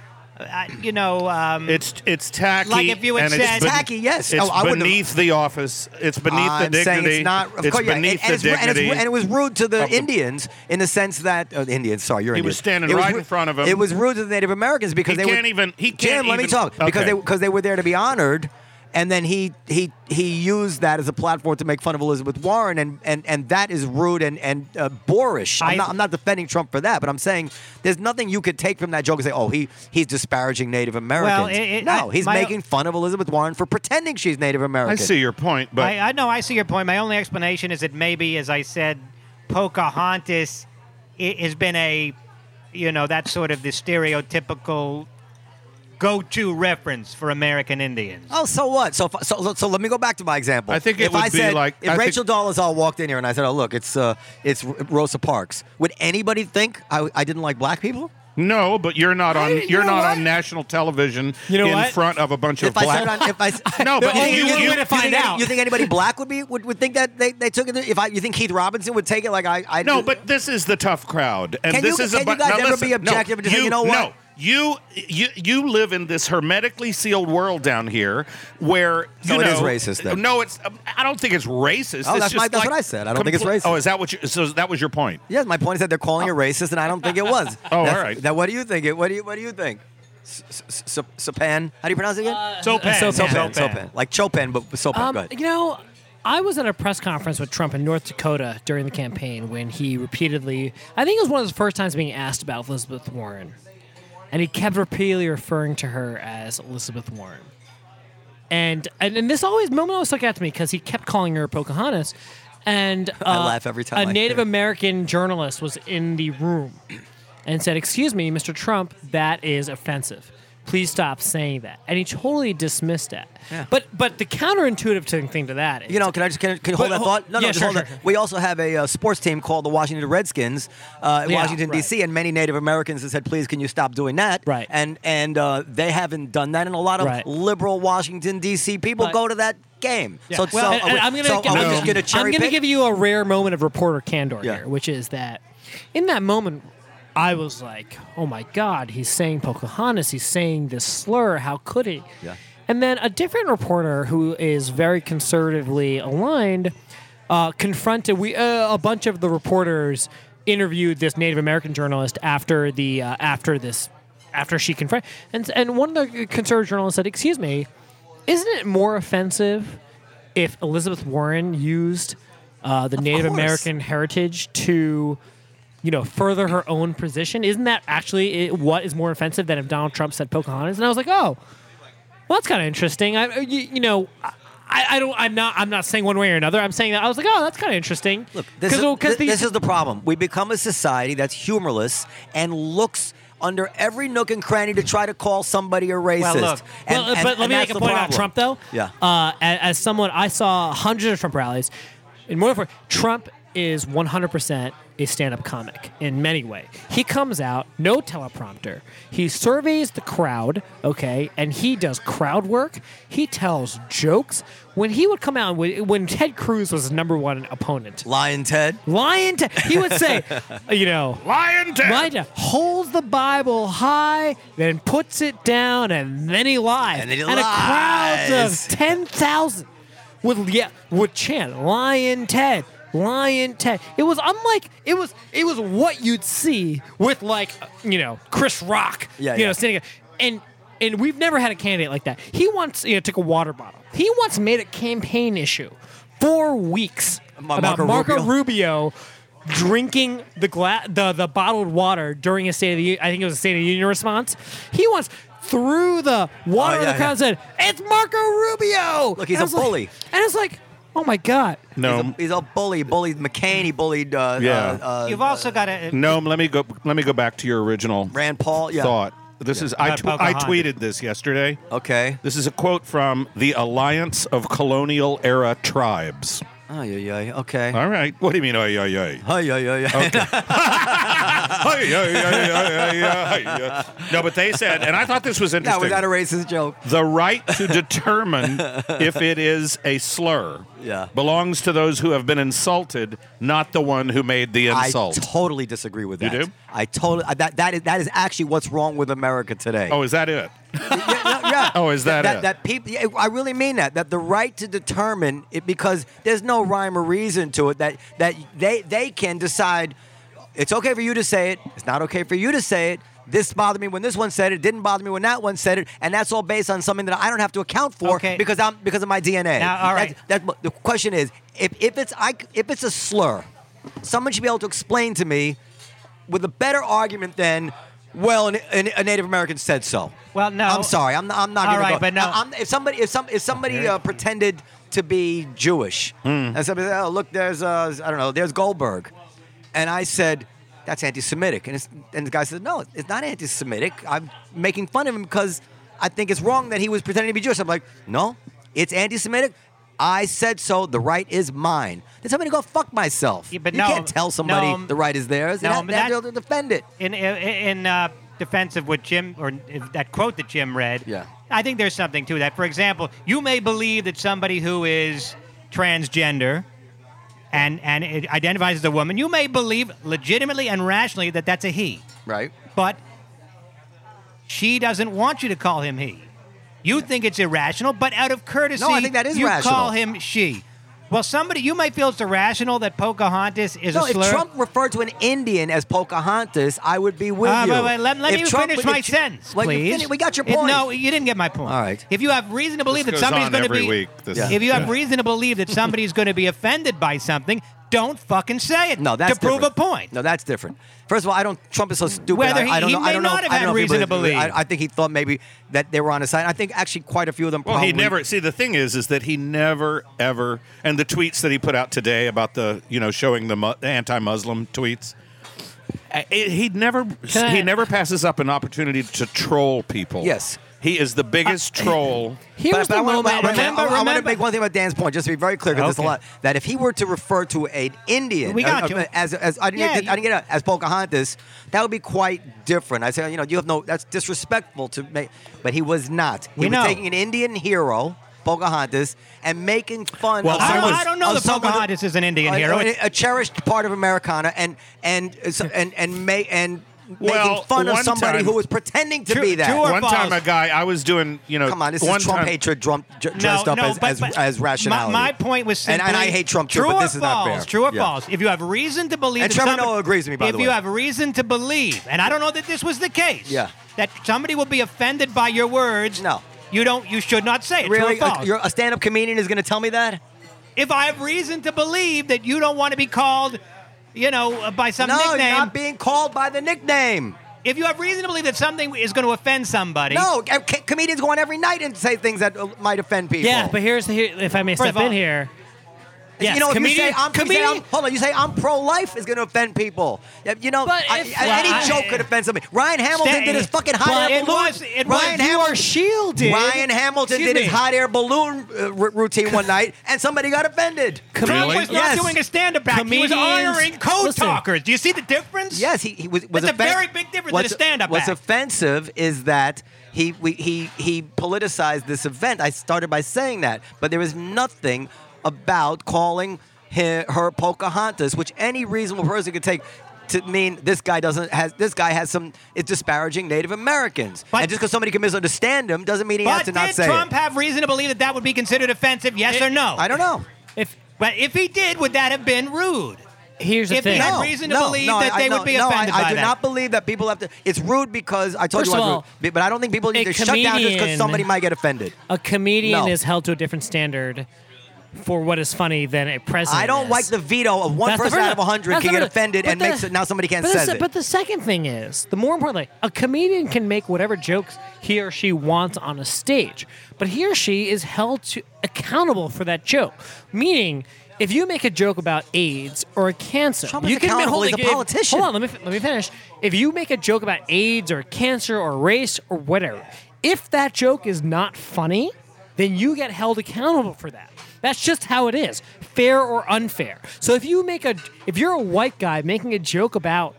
Speaker 3: Uh, you know, um,
Speaker 4: it's it's tacky.
Speaker 3: Like if you had
Speaker 4: and
Speaker 3: said-
Speaker 4: it's ben-
Speaker 2: Tacky, yes.
Speaker 4: It's
Speaker 2: Oh, I wouldn't have-
Speaker 4: beneath the office. It's beneath
Speaker 2: I'm
Speaker 4: the dignity.
Speaker 2: Uh, saying it's not. Of
Speaker 4: it's
Speaker 2: course, yeah, and,
Speaker 4: beneath
Speaker 2: and
Speaker 4: the
Speaker 2: it's ru- and it's ru-
Speaker 4: dignity.
Speaker 2: and it was rude to the
Speaker 4: of the-
Speaker 2: Indians in the sense that uh, the Indians. Sorry, you're
Speaker 4: He
Speaker 2: Indian.
Speaker 4: was standing
Speaker 2: It
Speaker 4: right
Speaker 2: ru-
Speaker 4: in front of him.
Speaker 2: It was rude to the Native Americans because
Speaker 4: He
Speaker 2: they were-
Speaker 4: can't even- he
Speaker 2: Jim,
Speaker 4: can't
Speaker 2: let me
Speaker 4: even-
Speaker 2: talk because
Speaker 4: okay.
Speaker 2: they because they were there to be honored. And then he, he he used that as a platform to make fun of Elizabeth Warren, and, and, and that is rude and and uh, boorish. I'm
Speaker 3: I-
Speaker 2: not, I'm not defending Trump for that, but I'm saying there's nothing you could take from that joke and say, oh, he he's disparaging Native Americans.
Speaker 3: it- it-
Speaker 2: no,
Speaker 3: I-
Speaker 2: he's
Speaker 3: my-
Speaker 2: making fun of Elizabeth Warren for pretending she's Native American.
Speaker 4: I see your point, but
Speaker 3: I, uh, I know I see your point. My only explanation is that maybe, as I said, Pocahontas i- has been a, you know, that sort of the stereotypical go-to reference for American Indians.
Speaker 2: Oh, so what? So, if- so, so let me go back to my example.
Speaker 4: I think it
Speaker 2: if
Speaker 4: would
Speaker 2: I
Speaker 4: be
Speaker 2: said,
Speaker 4: like-
Speaker 2: if
Speaker 4: I think-
Speaker 2: Rachel Dolezal walked in here and I said, "Oh, look, it's uh, it's R- Rosa Parks," would anybody think I, I didn't like black people?
Speaker 4: No, but you're not on.
Speaker 2: Hey, you
Speaker 4: You're
Speaker 2: know
Speaker 4: not
Speaker 2: what?
Speaker 4: on national television.
Speaker 5: You know
Speaker 4: in
Speaker 5: what?
Speaker 4: front of a bunch
Speaker 2: If
Speaker 4: of
Speaker 2: I
Speaker 4: black.
Speaker 2: said, on, if I s-
Speaker 4: No, but
Speaker 2: You
Speaker 4: you-
Speaker 2: think-
Speaker 4: you-
Speaker 2: you-
Speaker 4: you-
Speaker 2: you
Speaker 4: way to
Speaker 2: think
Speaker 5: find
Speaker 2: any-
Speaker 5: out.
Speaker 2: You think anybody black would be would, would think that they, they took it? If I, you think Keith Robinson would take it like I? I
Speaker 4: no, but this is the tough crowd, and
Speaker 2: Can
Speaker 4: this
Speaker 2: you-
Speaker 4: is
Speaker 2: can
Speaker 4: a
Speaker 2: you
Speaker 4: bu-
Speaker 2: guys
Speaker 4: now
Speaker 2: ever
Speaker 4: listen,
Speaker 2: be objective
Speaker 4: no,
Speaker 2: and just say,
Speaker 4: you,
Speaker 2: "You know what?"
Speaker 4: No, you you you live in this hermetically sealed world down here where
Speaker 2: So
Speaker 4: you
Speaker 2: it
Speaker 4: know,
Speaker 2: is racist, then.
Speaker 4: No, it's. um, I don't think it's racist.
Speaker 2: Oh, that's
Speaker 4: it's just
Speaker 2: my- that's
Speaker 4: like
Speaker 2: what I said. I don't think it's racist.
Speaker 4: Oh, is that what? you So that was your point.
Speaker 2: yes, my point is that they're calling it racist, and I don't think it was.
Speaker 4: Oh. all
Speaker 2: That's-
Speaker 4: right.
Speaker 2: Now, what do you think? It. What do you What do you think? S- s- s- Sopan? How do you pronounce it again?
Speaker 4: Sopan.
Speaker 5: Sopan.
Speaker 2: Sopan.
Speaker 5: Sopan.
Speaker 2: Sopan. Like Chopin, but Sopan.
Speaker 5: Um,
Speaker 2: go ahead.
Speaker 5: you know, I was at a press conference with Trump in North Dakota during the campaign when he repeatedly, I think it was one of the first times being asked about Elizabeth Warren, and he kept repeatedly referring to her as Elizabeth Warren. And and, and this always moment always stuck out to me because he kept calling her Pocahontas. And uh,
Speaker 2: I laugh every time
Speaker 5: A
Speaker 2: I
Speaker 5: Native
Speaker 2: hear it.
Speaker 5: American journalist was in the room and said, "Excuse me, Mr. Trump, that is offensive. Please stop saying that." And he totally dismissed that. But but the counterintuitive thing- thing to that is,
Speaker 2: You know, can I just can, I- can you hold
Speaker 5: Wait,
Speaker 2: that
Speaker 5: hold-
Speaker 2: thought? No, no,
Speaker 5: yeah,
Speaker 2: just
Speaker 5: sure,
Speaker 2: hold
Speaker 5: sure,
Speaker 2: that.
Speaker 5: sure.
Speaker 2: We also have a uh, sports team called the Washington Redskins, uh, in
Speaker 5: Yeah,
Speaker 2: Washington
Speaker 5: right.
Speaker 2: D.C., and many Native Americans have said, "Please, can you stop doing that?"
Speaker 5: Right.
Speaker 2: And and uh, they haven't done that, and a lot of
Speaker 5: Right.
Speaker 2: liberal Washington D.C. people
Speaker 5: But-
Speaker 2: go to that game. So, so,
Speaker 5: and-
Speaker 2: are
Speaker 5: and
Speaker 2: we-
Speaker 5: I'm gonna,
Speaker 2: so
Speaker 5: give,
Speaker 2: are we
Speaker 5: I'm
Speaker 2: just gonna
Speaker 5: I'm
Speaker 2: cherry
Speaker 5: gonna
Speaker 2: pick?
Speaker 5: give you a rare moment of reporter candor
Speaker 2: Yeah.
Speaker 5: here, which is that in that moment, I was like, "Oh my God, he's saying Pocahontas. He's saying this slur. How could he?"
Speaker 2: Yeah.
Speaker 5: And then a different reporter who is very conservatively aligned uh, confronted we uh, a bunch of the reporters interviewed this Native American journalist after the uh, after this after she confronted and and one of the conservative journalists said, "Excuse me, isn't it more offensive if Elizabeth Warren used uh, the Native
Speaker 2: course.
Speaker 5: American heritage to, you know, further her own position? Isn't that actually i what is more offensive than if Donald Trump said Pocahontas? And I was like, oh, well, that's kind of interesting. I, uh, you, you know, I, I, I don't. I'm not. I'm not saying one way or another. I'm saying that I was like, oh, that's kind of interesting.
Speaker 2: Look, this is,
Speaker 5: well,
Speaker 2: thi- this is the problem. We become a society that's humorless and looks under every nook and cranny to try to call somebody a racist.
Speaker 3: look,
Speaker 2: And-
Speaker 5: well, uh,
Speaker 2: and-
Speaker 5: but let
Speaker 2: and
Speaker 5: me
Speaker 2: that's
Speaker 5: make a
Speaker 2: the
Speaker 5: point about
Speaker 2: problem.
Speaker 5: Trump, though.
Speaker 2: Yeah.
Speaker 5: Uh, as, as someone, I saw hundreds of Trump rallies, and more than four, Trump is 100% a stand-up comic in many ways. He comes out, no teleprompter. He surveys the crowd, okay, and he does crowd work. He tells jokes. When he would come out, when when Ted Cruz was his number one opponent,
Speaker 2: Lion Ted.
Speaker 5: Lion Ted, he would say, you know,
Speaker 4: Lion Ted.
Speaker 5: Elijah holds the Bible high, then puts it down, and then he lies.
Speaker 2: And then he
Speaker 5: a crowd
Speaker 2: lies.
Speaker 5: of ten thousand would yeah would chant "Lion Ted." Lion Ted. It was unlike it was it was what you'd see with like you know Chris Rock.
Speaker 2: Yeah,
Speaker 5: you
Speaker 2: yeah.
Speaker 5: know standing and and we've never had a candidate like that. He once you know took a water bottle. He once made a campaign issue for weeks
Speaker 2: Ma-
Speaker 5: about
Speaker 2: Marco
Speaker 5: Marco
Speaker 2: Rubio.
Speaker 5: Rubio drinking the gla- the the bottled water during a state of the U- I think it was a state of the union response. He once threw the water
Speaker 2: Oh,
Speaker 5: in
Speaker 2: yeah,
Speaker 5: the crowd and said, "It's Marco Rubio."
Speaker 2: Look, he's
Speaker 5: And I
Speaker 2: a
Speaker 5: was like-
Speaker 2: bully.
Speaker 5: and it's like, "Oh my god."
Speaker 4: no,
Speaker 2: He's a, he's a bully. He bullied McCain. He bullied. Uh,
Speaker 4: Yeah.
Speaker 2: Uh, uh,
Speaker 3: You've also got to.
Speaker 4: No, let me go. Let me go back to your original
Speaker 2: Rand Paul. Yeah.
Speaker 4: thought. This is I.
Speaker 3: About
Speaker 4: Tw- I
Speaker 3: Pocahontas.
Speaker 4: tweeted this yesterday.
Speaker 2: Okay.
Speaker 4: This is a quote from the Alliance of Colonial Era Tribes.
Speaker 2: Oh yeah yeah. Okay.
Speaker 4: All right. What do you mean? Ay, ay, ay.
Speaker 2: Oh yeah yeah yeah.
Speaker 4: Ay, ay, ay, ay, ay, ay, ay. No, but they said, and I thought this was
Speaker 2: that
Speaker 4: interesting.
Speaker 2: was not a racist joke.
Speaker 4: the right to determine if it is a slur
Speaker 2: Yeah.
Speaker 4: belongs to those who have been insulted, not the one who made the insult.
Speaker 2: I totally disagree with
Speaker 4: You
Speaker 2: that.
Speaker 4: do?
Speaker 2: I totally I- that that is that is actually what's wrong with America today.
Speaker 4: oh, is that it?
Speaker 2: yeah, no, yeah.
Speaker 4: Oh, is that
Speaker 2: that,
Speaker 4: it?
Speaker 2: that people? yeah, I really mean that. That the right to determine it because there's no rhyme or reason to it. That that they they can decide. It's okay for you to say it. It's not okay for you to say it. This bothered me when this one said it. Didn't bother me when that one said it. And that's all based on something that I don't have to account for
Speaker 3: Okay.
Speaker 2: because I'm because of my DNA.
Speaker 3: Now, all right.
Speaker 2: That's, that's, the question is, if, if it's I, if it's a slur, someone should be able to explain to me with a better argument than, well, an, an, a Native American said so.
Speaker 3: Well, no.
Speaker 2: I'm sorry. I'm not. I'm not
Speaker 3: All
Speaker 2: gonna
Speaker 3: right,
Speaker 2: go.
Speaker 3: but no.
Speaker 2: I, am if somebody, if some, if somebody uh, pretended to be Jewish,
Speaker 3: Hmm.
Speaker 2: and somebody said, "Oh, look, there's, uh, I don't know, there's Goldberg," and I said, "That's anti-Semitic," and, it's, and the guy said, "No, it's not anti-Semitic. I'm making fun of him because I think it's wrong that he was pretending to be Jewish." I'm like, "No, it's anti-Semitic." I said so. The right is mine. Then somebody go fuck myself.
Speaker 3: Yeah, but
Speaker 2: you
Speaker 3: no,
Speaker 2: can't tell somebody
Speaker 3: no,
Speaker 2: the right is theirs.
Speaker 3: no,
Speaker 2: and
Speaker 3: but
Speaker 2: that,
Speaker 3: that-
Speaker 2: that, to defend it.
Speaker 3: in in, in uh, defense of what Jim or if that quote that Jim read.
Speaker 2: Yeah.
Speaker 3: I think there's something to that. For example, you may believe that somebody who is transgender and and it identifies as a woman, you may believe legitimately and rationally that that's a he,
Speaker 2: Right.
Speaker 3: but she doesn't want you to call him he. You think it's irrational, but out of courtesy,
Speaker 2: No, I think that is
Speaker 3: you
Speaker 2: rational.
Speaker 3: call him she. Well, somebody you might feel it's irrational that Pocahontas is
Speaker 2: No,
Speaker 3: a slur.
Speaker 2: if Trump referred to an Indian as Pocahontas, I would be with
Speaker 3: Uh,
Speaker 2: you.
Speaker 3: wait, wait, let, let
Speaker 2: If
Speaker 3: me
Speaker 2: Trump-
Speaker 3: finish
Speaker 2: if
Speaker 3: my
Speaker 2: Tr-
Speaker 3: sentence,
Speaker 2: Well, you
Speaker 3: please.
Speaker 2: fini- we got your
Speaker 3: It-
Speaker 2: point.
Speaker 3: no, you didn't get my point.
Speaker 2: All right.
Speaker 3: If you have reason to believe that
Speaker 4: This goes
Speaker 3: somebody's
Speaker 4: on
Speaker 3: going to
Speaker 4: every
Speaker 3: be,
Speaker 4: week. This-
Speaker 2: Yeah.
Speaker 3: if you have reason to believe that somebody's going to be offended by something, don't fucking say it.
Speaker 2: no, that's
Speaker 3: to prove
Speaker 2: different.
Speaker 3: a point.
Speaker 2: No, that's different. First of all, I don't. Trump is so stupid.
Speaker 3: Whether
Speaker 2: I-
Speaker 3: he-
Speaker 2: I don't
Speaker 3: he
Speaker 2: know. I
Speaker 3: may
Speaker 2: don't know.
Speaker 3: not have
Speaker 2: I don't
Speaker 3: had
Speaker 2: know if he
Speaker 3: reason to
Speaker 2: believed-
Speaker 3: believe.
Speaker 2: I, I think he thought maybe that they were on his side. I think actually quite a few of them.
Speaker 4: Well, he
Speaker 2: probably,
Speaker 4: never. See, the thing is, is that he never ever. And the tweets that he put out today about the, you know, showing the mu- anti-Muslim tweets. I- It, he never.
Speaker 5: Can
Speaker 4: he
Speaker 5: I-
Speaker 4: never passes up an opportunity to troll people.
Speaker 2: Yes.
Speaker 4: he is the biggest troll.
Speaker 5: Here's
Speaker 2: but, but
Speaker 5: the
Speaker 2: I wanna- I
Speaker 5: moment.
Speaker 2: wanna- I
Speaker 3: remember-
Speaker 2: wanna- I want to
Speaker 3: remember-
Speaker 2: make one thing about Dan's point, just to be very clear, because there's a
Speaker 3: Okay.
Speaker 2: lot that if he were to refer to an Indian,
Speaker 3: We got
Speaker 2: uh,
Speaker 3: you.
Speaker 2: uh, as as I didn't,
Speaker 3: Yeah,
Speaker 2: get, I
Speaker 3: you-
Speaker 2: didn't get it, as Pocahontas, that would be quite different. I say, you know, you have no. That's disrespectful to make, but he was not. He
Speaker 3: We
Speaker 2: was
Speaker 3: know.
Speaker 2: taking an Indian hero. Pocahontas and making fun
Speaker 4: Well,
Speaker 2: of
Speaker 3: I,
Speaker 2: someone-
Speaker 3: don't, I don't know
Speaker 2: of
Speaker 3: that
Speaker 2: someone who-
Speaker 3: Pocahontas is an Indian
Speaker 2: a-
Speaker 3: hero.
Speaker 2: a-
Speaker 3: It's-
Speaker 2: a cherished part of Americana, and and uh, and and may and
Speaker 4: Well,
Speaker 2: making fun of
Speaker 4: one
Speaker 2: somebody
Speaker 4: time-
Speaker 2: who was pretending to
Speaker 3: True-
Speaker 2: be that.
Speaker 3: true or
Speaker 4: One time,
Speaker 3: false?
Speaker 4: a guy I was doing, you know,
Speaker 2: Come on, this
Speaker 4: one
Speaker 2: is Trump
Speaker 4: time-
Speaker 2: hatred drum, j-
Speaker 3: no,
Speaker 2: dressed up
Speaker 3: no,
Speaker 2: as,
Speaker 3: but,
Speaker 2: as,
Speaker 3: but
Speaker 2: as rationality.
Speaker 3: My, my point was
Speaker 2: And,
Speaker 3: simply,
Speaker 2: and I hate Trump too,
Speaker 3: True
Speaker 2: but
Speaker 3: or
Speaker 2: this is
Speaker 3: false?
Speaker 2: not fair.
Speaker 3: True or
Speaker 2: Yeah.
Speaker 3: false? If you have reason to believe,
Speaker 2: And
Speaker 3: that
Speaker 2: Trevor
Speaker 3: somebody-
Speaker 2: Noah agrees with me, by
Speaker 3: if
Speaker 2: the way.
Speaker 3: you have reason to believe, and I don't know that this was the case,
Speaker 2: Yeah.
Speaker 3: that somebody will be offended by your words,
Speaker 2: No.
Speaker 3: you don't, you should not say it.
Speaker 2: Really?
Speaker 3: True or
Speaker 2: A,
Speaker 3: false?
Speaker 2: you're- a stand-up comedian is going to tell me that?
Speaker 3: if I have reason to believe that you don't want to be called, you know, uh, by some
Speaker 2: no, you're
Speaker 3: nickname,
Speaker 2: not being called by the nickname.
Speaker 3: If you have reason to believe that something is going to offend somebody,
Speaker 2: No, c- c- comedians go on every night and say things that uh, might offend people.
Speaker 5: Yeah, but here's the here, if I may
Speaker 3: First
Speaker 5: step
Speaker 3: of all-
Speaker 5: in here. Yes,
Speaker 2: you know, if
Speaker 5: comedian,
Speaker 2: you say I'm, you say
Speaker 5: comedian,
Speaker 2: I'm- hold on, you say I'm pro-life is going to offend people. Yeah, You know,
Speaker 5: But
Speaker 2: I-
Speaker 5: if-
Speaker 2: I-
Speaker 5: well,
Speaker 2: any
Speaker 5: I-
Speaker 2: joke could offend somebody. Ryan Hamilton
Speaker 3: Sta-
Speaker 2: did his fucking
Speaker 3: Well,
Speaker 2: hot air
Speaker 3: it
Speaker 2: balloon.
Speaker 3: was- it was-
Speaker 2: Ryan
Speaker 3: you
Speaker 5: you
Speaker 2: Hamilton.
Speaker 5: are shielded.
Speaker 2: Ryan Hamilton
Speaker 5: Excuse
Speaker 2: did his
Speaker 5: me.
Speaker 2: hot air balloon uh, r- routine one night, and somebody got offended.
Speaker 3: Trump
Speaker 4: Really?
Speaker 3: was not
Speaker 2: Yes.
Speaker 3: doing a stand-up back. He was
Speaker 5: Comedians-
Speaker 3: honoring code
Speaker 5: Listen.
Speaker 3: talkers. Do you see the difference?
Speaker 2: Yes, he, he was. was
Speaker 3: That's a
Speaker 2: offen-
Speaker 3: very big difference in
Speaker 2: what's-
Speaker 3: a stand-up
Speaker 2: What's
Speaker 3: act.
Speaker 2: offensive is that he we, he he politicized this event. I started by saying that, but there was nothing about calling her, her Pocahontas, which any reasonable person could take. To mean this guy doesn't has this guy has some it's disparaging Native Americans,
Speaker 3: But-
Speaker 2: and just because somebody can misunderstand him doesn't mean he
Speaker 3: But
Speaker 2: has to
Speaker 3: did
Speaker 2: not say
Speaker 3: Trump
Speaker 2: it.
Speaker 3: have reason to believe that that would be considered offensive? Yes or no?
Speaker 2: I don't know.
Speaker 5: If
Speaker 3: But if he did, would that have been rude?
Speaker 5: here's the
Speaker 3: If he
Speaker 5: thing.
Speaker 3: had
Speaker 2: no,
Speaker 3: reason to
Speaker 2: no,
Speaker 3: believe
Speaker 2: no,
Speaker 3: that
Speaker 2: I-
Speaker 3: they
Speaker 2: no,
Speaker 3: would be
Speaker 2: no,
Speaker 3: offended
Speaker 2: I, I
Speaker 3: by
Speaker 2: do
Speaker 3: that.
Speaker 2: not believe that people have to. It's rude because I told
Speaker 5: First
Speaker 2: you
Speaker 5: of
Speaker 2: I'm
Speaker 5: all,
Speaker 2: rude, but I don't think people need to
Speaker 5: a
Speaker 2: shut down just because
Speaker 5: comedian-
Speaker 2: somebody might get offended.
Speaker 5: a comedian
Speaker 2: No.
Speaker 5: is held to a different standard for what is funny than a president.
Speaker 2: I don't
Speaker 5: is.
Speaker 2: like the veto of one
Speaker 5: That's the
Speaker 2: person
Speaker 5: first-
Speaker 2: out of a hundred
Speaker 5: that's
Speaker 2: can
Speaker 5: the
Speaker 2: get
Speaker 5: first-
Speaker 2: offended
Speaker 5: but
Speaker 2: and
Speaker 5: the-
Speaker 2: makes it now somebody can't
Speaker 5: but the
Speaker 2: say
Speaker 5: se-
Speaker 2: it.
Speaker 5: But the second thing is, the more importantly, a comedian can make whatever jokes he or she wants on a stage, but he or she is held to accountable for that joke. Meaning, if you make a joke about AIDS or cancer,
Speaker 2: Trump is
Speaker 5: you can
Speaker 2: accountable.
Speaker 5: hold
Speaker 2: He's a politician.
Speaker 5: Hold on, let me fi- let me finish. If you make a joke about AIDS or cancer or race or whatever, if that joke is not funny, then you get held accountable for that. That's just how it is, fair or unfair. So if you make a if you're a white guy making a joke about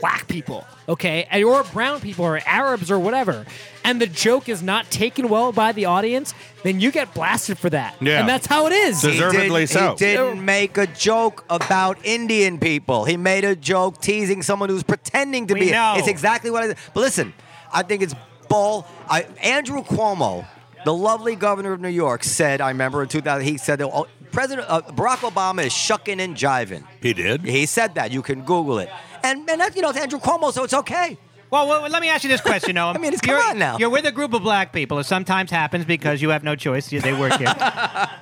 Speaker 5: black people, okay, and- or brown people or Arabs or whatever, and the joke is not taken well by the audience, then you get blasted for that.
Speaker 4: Yeah.
Speaker 5: And that's how it is.
Speaker 4: Does- Deservedly
Speaker 2: he did,
Speaker 4: so.
Speaker 2: He didn't make a joke about Indian people. He made a joke teasing someone who's pretending to
Speaker 3: We
Speaker 2: be.
Speaker 3: know.
Speaker 2: It's exactly what I. But listen, I think it's bull. I, Andrew Cuomo, the lovely governor of New York, said. I remember in 2000, he said, that, oh, "President uh, Barack Obama is shucking and jiving."
Speaker 4: He did?
Speaker 2: He said that. You can Google it. And and that, you know it's Andrew Cuomo, so it's okay.
Speaker 3: Well, well, let me ask you this question, Noam.
Speaker 2: I mean, it's- come
Speaker 3: you're,
Speaker 2: on now.
Speaker 3: You're with a group of black people. It sometimes happens because you have no choice. you- They work here,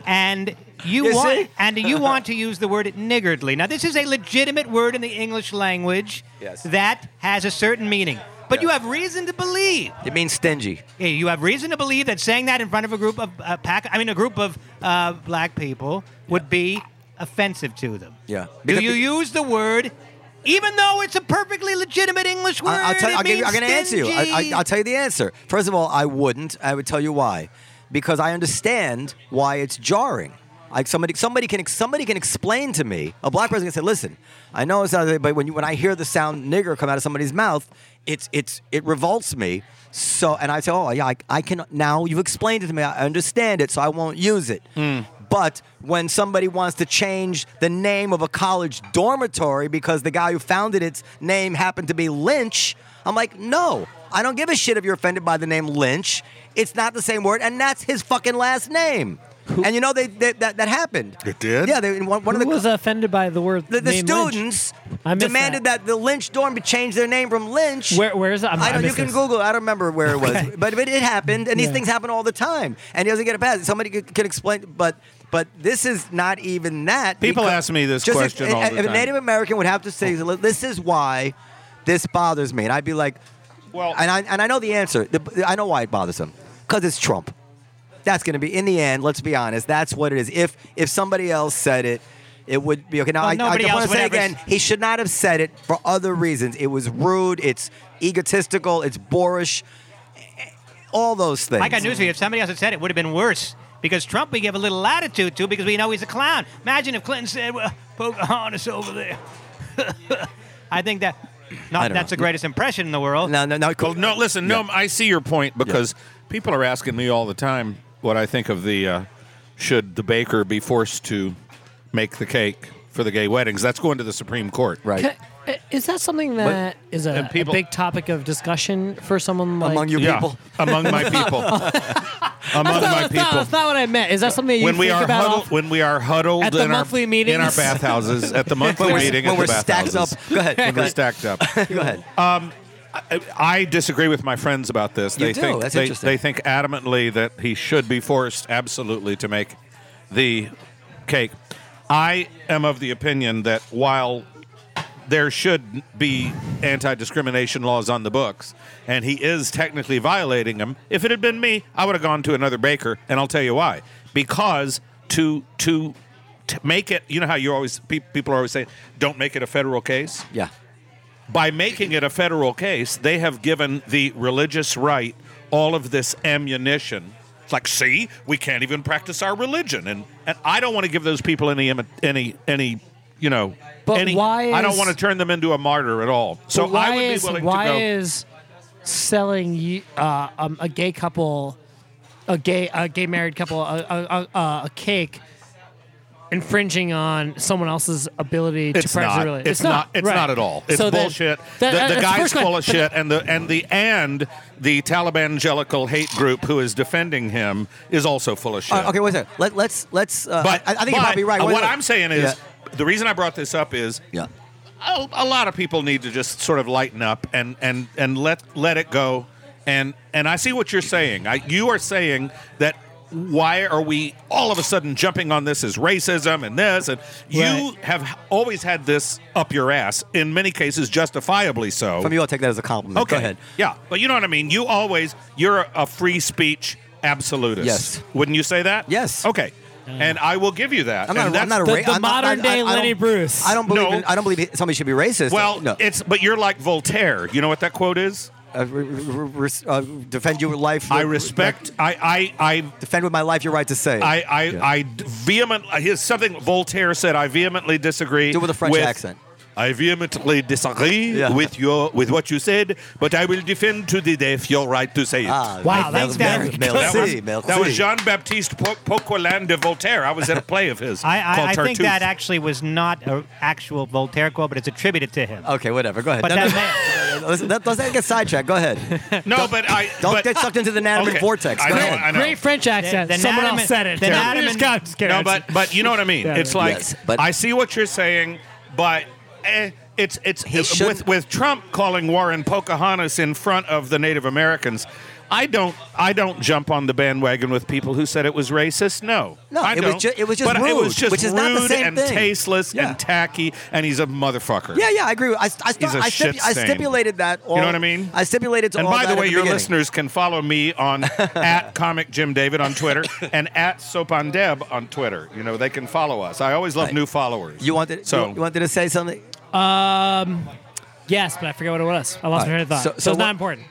Speaker 3: and you,
Speaker 2: You
Speaker 3: want
Speaker 2: see?
Speaker 3: and you want to use the word niggardly. Now, this is a legitimate word in the English language
Speaker 2: Yes.
Speaker 3: that has a certain meaning. But you have reason to believe.
Speaker 2: It means stingy.
Speaker 3: Yeah, You have reason to believe that saying that in front of a group of uh, pack. I mean, a group of uh, black people would be offensive to them.
Speaker 2: Yeah.
Speaker 3: Do
Speaker 2: Because-
Speaker 3: you use the word? Even though it's a perfectly legitimate English word,
Speaker 2: I, will tell,
Speaker 3: it
Speaker 2: I'll give you, I'm
Speaker 3: means
Speaker 2: going to answer you. I, I,
Speaker 3: stingy.
Speaker 2: I'll tell you the answer. First of all, I wouldn't. I would tell you why, because I understand why it's jarring. Like somebody, somebody can somebody can explain to me. A black person can say, "Listen, I know it's not, but when you, when I hear the sound nigger come out of somebody's mouth, it's it's it revolts me." So, and I say, "Oh, yeah, I, I can now. You've explained it to me. I understand it, so I won't use it."
Speaker 3: Hmm.
Speaker 2: But when somebody wants to change the name of a college dormitory because the guy who founded its name happened to be Lynch, I'm like, no, I don't give a shit if you're offended by the name Lynch. It's not the same word, and that's his fucking last name. And you know they, they, that that happened.
Speaker 4: It did?
Speaker 2: Yeah, they, in one, one of
Speaker 5: Who
Speaker 2: the
Speaker 5: was offended by the word
Speaker 2: the, the
Speaker 5: named Lynch?
Speaker 2: students
Speaker 5: I missed
Speaker 2: demanded
Speaker 5: that.
Speaker 2: that. the Lynch dorm be changed their name from Lynch.
Speaker 5: Where- where is that? I'm-
Speaker 2: I
Speaker 5: I
Speaker 2: don't, you
Speaker 5: missed
Speaker 2: can
Speaker 5: this.
Speaker 2: Google. it. I don't remember where it was, but, but it happened, and these
Speaker 5: Yeah.
Speaker 2: things happen all the time, and he doesn't get a pass. Somebody c- can explain, but. But this is not even that.
Speaker 4: People
Speaker 2: because-
Speaker 4: ask me this
Speaker 2: just if-
Speaker 4: question all
Speaker 2: if,
Speaker 4: the
Speaker 2: if a
Speaker 4: time.
Speaker 2: Native American would have to say, "This is why this bothers me," and I'd be like,
Speaker 4: Well-
Speaker 2: and I and I know the answer. The- I know why it bothers him, because it's Trump. That's going to be in the end. Let's be honest. That's what it is. If if somebody else said it, it would be okay. Now
Speaker 3: Well,
Speaker 2: I, I
Speaker 3: nobody
Speaker 2: just want
Speaker 3: else
Speaker 2: to
Speaker 3: would
Speaker 2: say
Speaker 3: ever s-
Speaker 2: again, he should not have said it for other reasons. It was rude. It's egotistical. It's boorish. All those things.
Speaker 3: I got news for you. If somebody else had said it, it would have been worse. Because Trump, we give a little latitude to because we know he's a clown. Imagine if Clinton said, well, Pocahontas over there. I think that
Speaker 2: I
Speaker 3: not
Speaker 2: don't
Speaker 3: that's
Speaker 2: know.
Speaker 3: the greatest impression in the world.
Speaker 2: No, no, no.
Speaker 4: Well, no, listen, no, I see your point because people are asking me all the time what I think of the uh, should the baker be forced to make the cake for the gay weddings. That's going to the Supreme Court.
Speaker 2: Right.
Speaker 5: Ca- i- uh, Is that something that is a,
Speaker 4: and
Speaker 5: a
Speaker 4: people-
Speaker 5: big topic of discussion for someone like
Speaker 2: Among your
Speaker 4: Yeah,
Speaker 2: people.
Speaker 4: among my people. among
Speaker 5: That's not,
Speaker 4: my
Speaker 5: that's not-
Speaker 4: people.
Speaker 5: that's not what I meant. Is that something you
Speaker 4: When we
Speaker 5: think
Speaker 4: are
Speaker 5: about?
Speaker 4: huddled,
Speaker 5: off-
Speaker 4: when we are huddled
Speaker 5: At the
Speaker 4: in our-
Speaker 5: monthly
Speaker 4: in our
Speaker 5: meetings?
Speaker 4: bathhouses at the monthly
Speaker 2: When we're-
Speaker 4: meeting
Speaker 2: when
Speaker 4: at the
Speaker 2: we're stacked
Speaker 4: bathhouses.
Speaker 2: up. Go ahead,
Speaker 4: When
Speaker 2: go
Speaker 4: we're
Speaker 2: ahead.
Speaker 4: stacked up.
Speaker 2: Go ahead.
Speaker 4: Uh, I- I disagree with my friends about this.
Speaker 2: You
Speaker 4: they
Speaker 2: do?
Speaker 4: think
Speaker 2: That's
Speaker 4: they,
Speaker 2: interesting.
Speaker 4: they think adamantly that he should be forced absolutely to make the cake. I am of the opinion that while there should be anti discrimination laws on the books, and he is technically violating them. If it had been me, I would have gone to another baker, and I'll tell you why. Because to to, to make it, you know how you always pe- people are always saying, don't make it a federal case.
Speaker 2: Yeah.
Speaker 4: By making it a federal case, they have given the religious right all of this ammunition. It's like, see, we can't even practice our religion, and and I don't want to give those people any imi- any any you know.
Speaker 5: But
Speaker 4: any-
Speaker 5: why
Speaker 4: I don't
Speaker 5: is-
Speaker 4: want to turn them into a martyr at all. So
Speaker 5: But why
Speaker 4: I would
Speaker 5: is,
Speaker 4: be willing
Speaker 5: why
Speaker 4: to go.
Speaker 5: is selling you- uh, um, a gay couple, a gay a gay married couple, a, a, a, a cake infringing on someone else's ability to
Speaker 4: it's
Speaker 5: practice
Speaker 4: not.
Speaker 5: a religion?
Speaker 4: It's, not. It's
Speaker 5: right.
Speaker 4: not at all. It's
Speaker 5: So then-
Speaker 4: bullshit.
Speaker 5: that-
Speaker 4: the, the
Speaker 5: that's
Speaker 4: guy's
Speaker 5: first
Speaker 4: full
Speaker 5: question.
Speaker 4: of shit, and the and the and the Talibangelical hate group who is defending him is also full of shit.
Speaker 5: Uh,
Speaker 2: All right, Uh, okay, wait a second. Let, let's let's. Uh,
Speaker 4: But
Speaker 2: I, I think you
Speaker 4: but
Speaker 2: might be right. Wait,
Speaker 4: what
Speaker 2: wait.
Speaker 4: I'm saying is
Speaker 2: Yeah.
Speaker 4: the reason I brought this up is
Speaker 2: yeah.
Speaker 4: a, a lot of people need to just sort of lighten up and and and let let it go. And and I see what you're saying. I, you are saying that why are we all of a sudden jumping on this as racism and this and you
Speaker 5: Right.
Speaker 4: have always had this up your ass in many cases justifiably so.
Speaker 2: From you, I'll take that as a compliment.
Speaker 4: Okay.
Speaker 2: Go ahead.
Speaker 4: Yeah, but you know what I mean. You always you're a, a free speech absolutist.
Speaker 2: Yes.
Speaker 4: Wouldn't you say that?
Speaker 2: Yes.
Speaker 4: Okay. And I will give you that.
Speaker 2: I'm
Speaker 4: And
Speaker 2: not. I'm
Speaker 4: that's-
Speaker 2: not a
Speaker 5: The-
Speaker 2: ra-
Speaker 5: the
Speaker 2: I'm not-
Speaker 5: modern day Lenny
Speaker 2: don't-
Speaker 5: Bruce.
Speaker 2: I don't believe.
Speaker 4: No.
Speaker 2: In, I don't believe somebody should be racist.
Speaker 4: Well,
Speaker 2: no.
Speaker 4: it's but you're like Voltaire. You know what that quote is?
Speaker 2: uh, re- re- re- uh, defend your life.
Speaker 4: I respect. I I
Speaker 2: Defend with my life your right to say.
Speaker 4: I I I,
Speaker 2: Yeah.
Speaker 4: I vehement. Here's something Voltaire said. I vehemently disagree.
Speaker 2: Do it with a French accent.
Speaker 4: I vehemently disagree
Speaker 2: Yeah.
Speaker 4: with your with what you said, but I will defend to the death your right to say it.
Speaker 2: Ah,
Speaker 3: Wow,
Speaker 2: that
Speaker 3: I
Speaker 2: was
Speaker 3: think that-
Speaker 2: Mel-
Speaker 4: That
Speaker 2: Mel C,
Speaker 4: was,
Speaker 2: Mel
Speaker 4: that was
Speaker 2: C.
Speaker 4: Jean Baptiste po- Poquelin de Voltaire. I was at a play of his
Speaker 3: I, I,
Speaker 4: called
Speaker 3: I think
Speaker 4: Tartuffe.
Speaker 3: that actually was not an actual Voltaire quote, but it's attributed to him.
Speaker 2: Okay, whatever. Go ahead.
Speaker 3: But
Speaker 2: Oh, No,
Speaker 3: that
Speaker 2: no,
Speaker 3: may-
Speaker 2: no, no, Let's, let, let's not get sidetracked. Go ahead.
Speaker 4: no, but I
Speaker 2: Don't
Speaker 4: but,
Speaker 2: get sucked into the Nanaman
Speaker 4: Okay.
Speaker 2: vortex.
Speaker 4: I
Speaker 2: Go
Speaker 4: know,
Speaker 2: ahead.
Speaker 4: I know.
Speaker 5: Great French accent.
Speaker 3: the
Speaker 5: Someone
Speaker 3: Natterman-
Speaker 5: else said it.
Speaker 3: the
Speaker 5: Terrible.
Speaker 3: Natterman-
Speaker 5: Just got scared.
Speaker 4: No, but but you know what I mean.
Speaker 5: Yeah,
Speaker 4: it's
Speaker 5: yeah.
Speaker 4: like
Speaker 2: Yes, but-
Speaker 4: I see what you're saying, but eh, it's it's
Speaker 2: shouldn't-
Speaker 4: with with Trump calling Warren Pocahontas in front of the Native Americans. I don't I don't jump on the bandwagon with people who said it was racist. No,
Speaker 2: No,
Speaker 4: I
Speaker 2: it was
Speaker 4: don't.
Speaker 2: ju- it was just
Speaker 4: but It
Speaker 2: rude,
Speaker 4: was just
Speaker 2: which is not the
Speaker 4: rude
Speaker 2: same
Speaker 4: and
Speaker 2: thing.
Speaker 4: tasteless
Speaker 2: Yeah.
Speaker 4: and tacky, and he's a motherfucker.
Speaker 2: Yeah, yeah, I agree. I, I, I,
Speaker 4: He's a
Speaker 2: I,
Speaker 4: shit
Speaker 2: I
Speaker 4: stain.
Speaker 2: stipulated that. All,
Speaker 4: You know what I mean?
Speaker 2: I stipulated
Speaker 4: And
Speaker 2: all
Speaker 4: by
Speaker 2: that
Speaker 4: the
Speaker 2: at
Speaker 4: way, your
Speaker 2: beginning.
Speaker 4: listeners can follow me on at comic Jim David on Twitter and at Soap on Deb on Twitter. You know they can follow us. I always love new followers.
Speaker 2: You wanted,
Speaker 4: so
Speaker 2: you, you wanted to say something?
Speaker 5: Um, yes, but I forgot what it was. I lost
Speaker 2: All
Speaker 5: my
Speaker 2: right.
Speaker 5: train of thought.
Speaker 2: So-
Speaker 5: So,
Speaker 2: so
Speaker 5: it's
Speaker 2: what-
Speaker 5: not important.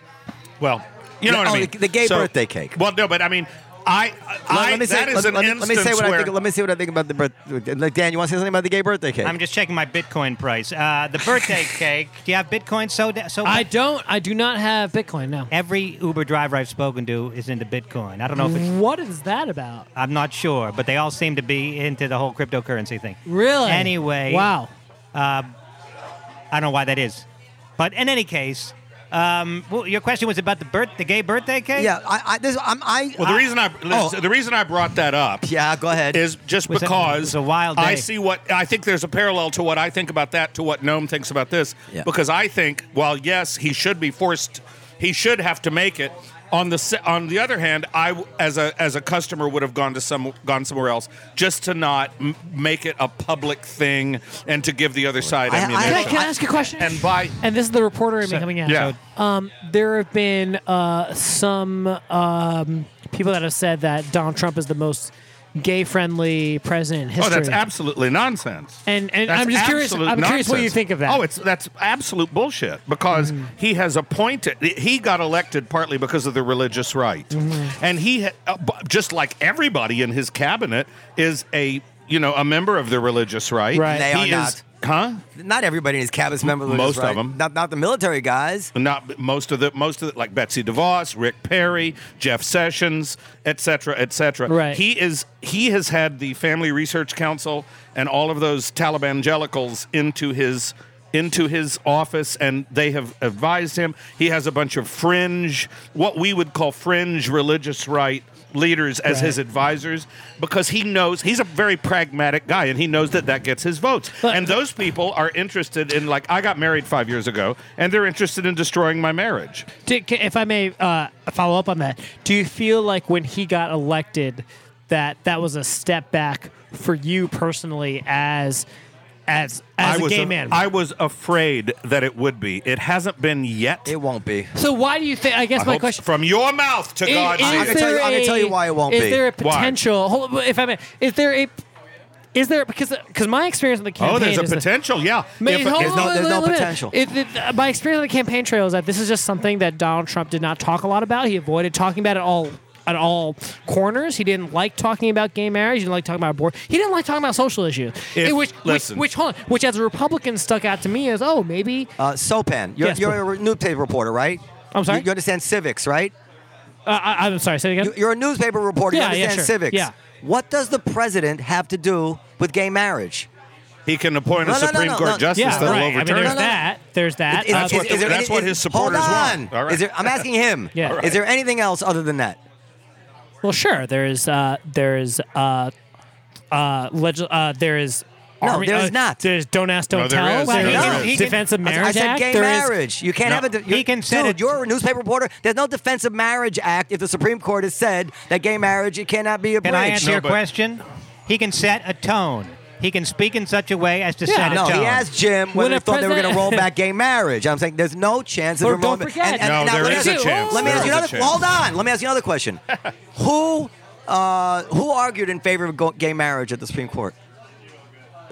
Speaker 4: Well, you know
Speaker 2: The-
Speaker 4: what
Speaker 2: oh,
Speaker 4: I mean.
Speaker 2: the- the gay birthday cake.
Speaker 4: Well, no, but I mean, I, I
Speaker 2: Let, let me say,
Speaker 4: that is
Speaker 2: let,
Speaker 4: an
Speaker 2: let me- let
Speaker 4: instance
Speaker 2: me say what
Speaker 4: where
Speaker 2: I think. Let me see what I think about the birth. Like, Dan, you want to say something about the gay birthday cake?
Speaker 3: I'm just checking my Bitcoin price. Uh, the birthday cake. Do you have Bitcoin? So so
Speaker 5: I don't. I do not have Bitcoin now.
Speaker 3: every Uber driver I've spoken to is into Bitcoin. I don't know if it's.
Speaker 5: What is that about?
Speaker 3: I'm not sure, but they all seem to be into the whole cryptocurrency thing.
Speaker 5: Really?
Speaker 3: Anyway.
Speaker 5: Wow.
Speaker 3: I don't know why that is, but in any case, um, well, your question was about the birth, the gay birthday cake.
Speaker 2: yeah, I, I, this, I'm, I.
Speaker 4: well, the reason I
Speaker 2: Oh.
Speaker 4: the reason I brought that up
Speaker 2: Yeah, go ahead.
Speaker 4: is just
Speaker 3: Was that- it
Speaker 4: because
Speaker 3: was a wild
Speaker 4: I
Speaker 3: day.
Speaker 4: see what I think there's a parallel to what I think about that to what Gnome thinks about this
Speaker 2: Yeah.
Speaker 4: because I think while yes he should be forced he should have to make it on the se- on the other hand I w- as a as a customer would have gone to some gone somewhere else just to not m- make it a public thing and to give the other side
Speaker 2: I- I-
Speaker 5: Can
Speaker 4: ammunition.
Speaker 5: I, can I ask you a question?
Speaker 4: And by-
Speaker 5: and this is the reporter in me coming out.
Speaker 4: yeah.
Speaker 5: Um, there have been uh, some um, people that have said that Donald Trump is the most gay-friendly president in
Speaker 4: Oh,
Speaker 5: history.
Speaker 4: that's absolutely nonsense.
Speaker 5: And- and
Speaker 4: That's
Speaker 5: I'm just curious-
Speaker 4: absolute
Speaker 5: I'm curious what you think of that. Mm.
Speaker 4: Oh, it's that's absolute bullshit because he has appointed. He got elected partly because of the religious right,
Speaker 5: Mm-hmm.
Speaker 4: and he ha- uh, bu- just like everybody in his cabinet is a you know a member of the religious right.
Speaker 5: Right. They
Speaker 2: are
Speaker 4: He is- Huh?
Speaker 2: not everybody in his cabinet's member.
Speaker 4: Most
Speaker 2: is right.
Speaker 4: of 'em.
Speaker 2: Not, not the military guys.
Speaker 4: Not most of the most of the, like Betsy DeVos, Rick Perry, Jeff Sessions, et cetera, et cetera.
Speaker 5: Right.
Speaker 4: He is he has had the Family Research Council and all of those Talibangelicals into his into his office, and they have advised him. He has a bunch of fringe, what we would call fringe religious right leaders as his advisors because he knows he's a very pragmatic guy and he knows that that gets his votes and those people are interested in like i got married five years ago and they're interested in destroying my marriage
Speaker 5: Do- ca- if I may uh, follow up on that, do you feel like when he got elected that that was a step back for you personally as as as
Speaker 4: I
Speaker 5: a
Speaker 4: was
Speaker 5: gay
Speaker 4: a-
Speaker 5: man.
Speaker 4: I was afraid that it would be. It hasn't been yet.
Speaker 2: It won't be.
Speaker 5: so why do you think? I guess
Speaker 4: I
Speaker 5: my
Speaker 4: hope-
Speaker 5: question.
Speaker 4: From your mouth to
Speaker 5: I-
Speaker 4: God's
Speaker 5: is
Speaker 2: I
Speaker 4: ear.
Speaker 2: can tell you- I
Speaker 5: there
Speaker 2: can tell you
Speaker 5: a-
Speaker 2: why it won't
Speaker 5: is
Speaker 2: be.
Speaker 5: there a
Speaker 4: Why?
Speaker 5: potential? Hold, if I may, is there a is there because because my experience on the campaign
Speaker 4: Oh, there's a
Speaker 5: is that-
Speaker 4: potential. Yeah.
Speaker 5: Man,
Speaker 4: If-
Speaker 5: hold
Speaker 2: there's
Speaker 5: on,
Speaker 2: no-
Speaker 5: wait,
Speaker 2: there's
Speaker 5: wait,
Speaker 2: no
Speaker 5: wait a minute.
Speaker 2: potential.
Speaker 5: It, it, uh, my experience on the campaign trail is that this is just something that Donald Trump did not talk a lot about. He avoided talking about it all at all corners. He didn't like talking about gay marriage. He didn't like talking about abortion. He didn't like talking about social issues.
Speaker 4: If-
Speaker 5: It- which, which,
Speaker 4: listen.
Speaker 5: which, hold on, which as a Republican stuck out to me as, oh, maybe.
Speaker 2: Uh, Sopan, you're,
Speaker 5: Yes,
Speaker 2: you're
Speaker 5: but-
Speaker 2: a re- newspaper reporter, right?
Speaker 5: I'm sorry?
Speaker 2: You, you understand civics, right?
Speaker 5: Uh, I, I'm sorry, say it again.
Speaker 2: You- You're a newspaper reporter. you
Speaker 5: Yeah, yeah,
Speaker 2: understand
Speaker 5: sure.
Speaker 2: civics.
Speaker 5: Yeah.
Speaker 2: What does the president have to do with gay marriage?
Speaker 4: He can appoint
Speaker 2: No, no,
Speaker 4: a
Speaker 2: no,
Speaker 4: Supreme
Speaker 2: no,
Speaker 4: Court
Speaker 2: no.
Speaker 4: justice
Speaker 5: yeah,
Speaker 4: that'll
Speaker 5: right. I mean,
Speaker 4: overturn
Speaker 5: there's
Speaker 2: No,
Speaker 4: it.
Speaker 2: no.
Speaker 5: that. There's that.
Speaker 2: Is-
Speaker 5: Uh,
Speaker 2: is-
Speaker 4: what-
Speaker 2: is there
Speaker 4: that's
Speaker 2: any-
Speaker 4: what
Speaker 2: is-
Speaker 4: his supporters
Speaker 2: hold
Speaker 4: want.
Speaker 2: on.
Speaker 4: All right.
Speaker 2: Is there, I'm asking him.
Speaker 5: Yeah. All right.
Speaker 2: Is there anything else other than that?
Speaker 5: well, sure. There's, uh, there's, uh, uh, legis- uh, there is.
Speaker 2: No,
Speaker 5: Army-
Speaker 2: there
Speaker 5: uh,
Speaker 2: is not.
Speaker 5: There's don't ask, don't
Speaker 4: No, there
Speaker 5: tell.
Speaker 4: is,
Speaker 5: There's
Speaker 3: there
Speaker 2: is. No.
Speaker 3: He can-
Speaker 5: defense of marriage
Speaker 2: I said
Speaker 5: act.
Speaker 2: gay
Speaker 5: There is-
Speaker 2: marriage. you can't
Speaker 4: No.
Speaker 2: have a.
Speaker 3: He
Speaker 2: you-
Speaker 3: can set
Speaker 2: dude,
Speaker 3: it-
Speaker 2: You're a newspaper reporter. There's no Defense of Marriage Act if the Supreme Court has said that gay marriage it cannot be abridged.
Speaker 3: Can I answer
Speaker 4: No,
Speaker 3: your
Speaker 4: but-
Speaker 3: question? He can set a tone. He can speak in such a way as to set a
Speaker 2: No,
Speaker 3: tone.
Speaker 2: he asked Jim
Speaker 5: When
Speaker 2: whether
Speaker 5: a
Speaker 2: he thought they were going to
Speaker 5: president-
Speaker 2: roll back gay marriage. I'm saying there's no chance of
Speaker 5: Or
Speaker 2: a
Speaker 5: don't
Speaker 2: roll-
Speaker 5: forget.
Speaker 4: No,
Speaker 2: now
Speaker 4: there
Speaker 2: let me
Speaker 4: is
Speaker 5: a
Speaker 2: ask you-
Speaker 5: chance.
Speaker 2: Let me
Speaker 5: There
Speaker 2: ask you
Speaker 4: is a
Speaker 2: another.
Speaker 4: chance.
Speaker 2: Hold on. Let me ask you another question. who, uh, who argued in favor of go- gay marriage at the Supreme Court?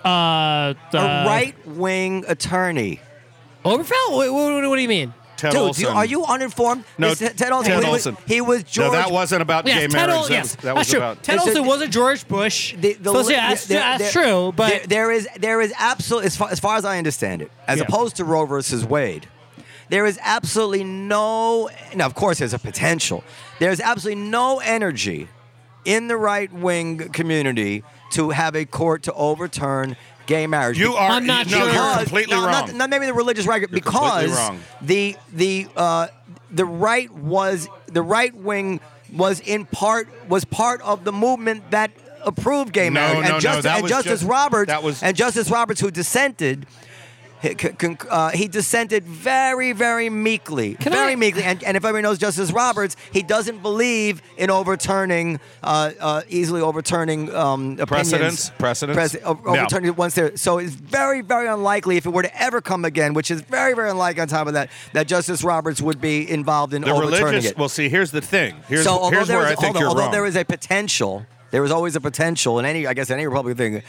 Speaker 5: Uh, the
Speaker 2: a right-wing attorney.
Speaker 5: Oberfell? What, what, what do you mean?
Speaker 4: Ted
Speaker 2: Dude, do
Speaker 4: Olson.
Speaker 2: you, are you uninformed?
Speaker 4: No,
Speaker 2: This- Ted Olson.
Speaker 4: Ted
Speaker 2: he, was-
Speaker 4: Olson.
Speaker 2: he was George.
Speaker 4: No, that wasn't about
Speaker 5: Yes,
Speaker 4: gay
Speaker 5: Ted
Speaker 4: marriage.
Speaker 5: Ol-
Speaker 4: that
Speaker 5: yes,
Speaker 4: was, that
Speaker 5: that's
Speaker 4: was
Speaker 5: true.
Speaker 4: about.
Speaker 5: Ted
Speaker 2: It's
Speaker 5: Olson
Speaker 2: a-
Speaker 5: wasn't George Bush.
Speaker 2: The- the
Speaker 5: so,
Speaker 2: li-
Speaker 5: yeah, that's,
Speaker 2: there-
Speaker 5: that's
Speaker 2: there-
Speaker 5: true, but
Speaker 2: there, there is there is absolute as far, as far as I understand it, as
Speaker 5: Yeah.
Speaker 2: opposed to Roe versus Wade, there is absolutely no. Now, of course, there's a potential. There's absolutely no energy in the right wing community to have a court to overturn gay marriage.
Speaker 4: You are.
Speaker 5: I'm not
Speaker 4: no,
Speaker 5: sure.
Speaker 4: you're
Speaker 2: Because-
Speaker 4: completely
Speaker 2: no,
Speaker 4: wrong.
Speaker 2: Not, not maybe the religious right
Speaker 4: completely
Speaker 2: because
Speaker 4: wrong.
Speaker 2: the the uh, the right was the right wing was in part was part of the movement that approved gay
Speaker 4: No,
Speaker 2: marriage
Speaker 4: no,
Speaker 2: and,
Speaker 4: no,
Speaker 2: Justice,
Speaker 4: that
Speaker 2: and
Speaker 4: was
Speaker 2: Justice
Speaker 4: just-
Speaker 2: Roberts
Speaker 4: that was-
Speaker 2: and Justice Roberts who dissented. He, con- con- uh, he dissented very, very meekly,
Speaker 5: Can
Speaker 2: very
Speaker 5: I-
Speaker 2: meekly, and, and if everybody knows Justice Roberts, he doesn't believe in overturning, uh, uh, easily overturning um,
Speaker 4: Precedents,
Speaker 2: opinions.
Speaker 4: precedents.
Speaker 2: Prece- o-
Speaker 4: No.
Speaker 2: overturning it once there. So it's very, very unlikely if it were to ever come again, which is very, very unlikely. On top of that, that Justice Roberts would be involved in
Speaker 4: the
Speaker 2: overturning
Speaker 4: religious.
Speaker 2: it.
Speaker 4: Well, see, here's the thing. Here's,
Speaker 2: so although
Speaker 4: here's
Speaker 2: there
Speaker 4: where
Speaker 2: is-
Speaker 4: I think
Speaker 2: although,
Speaker 4: you're
Speaker 2: although
Speaker 4: wrong.
Speaker 2: there is a potential, there is always a potential in any, I guess, in any Republican thing.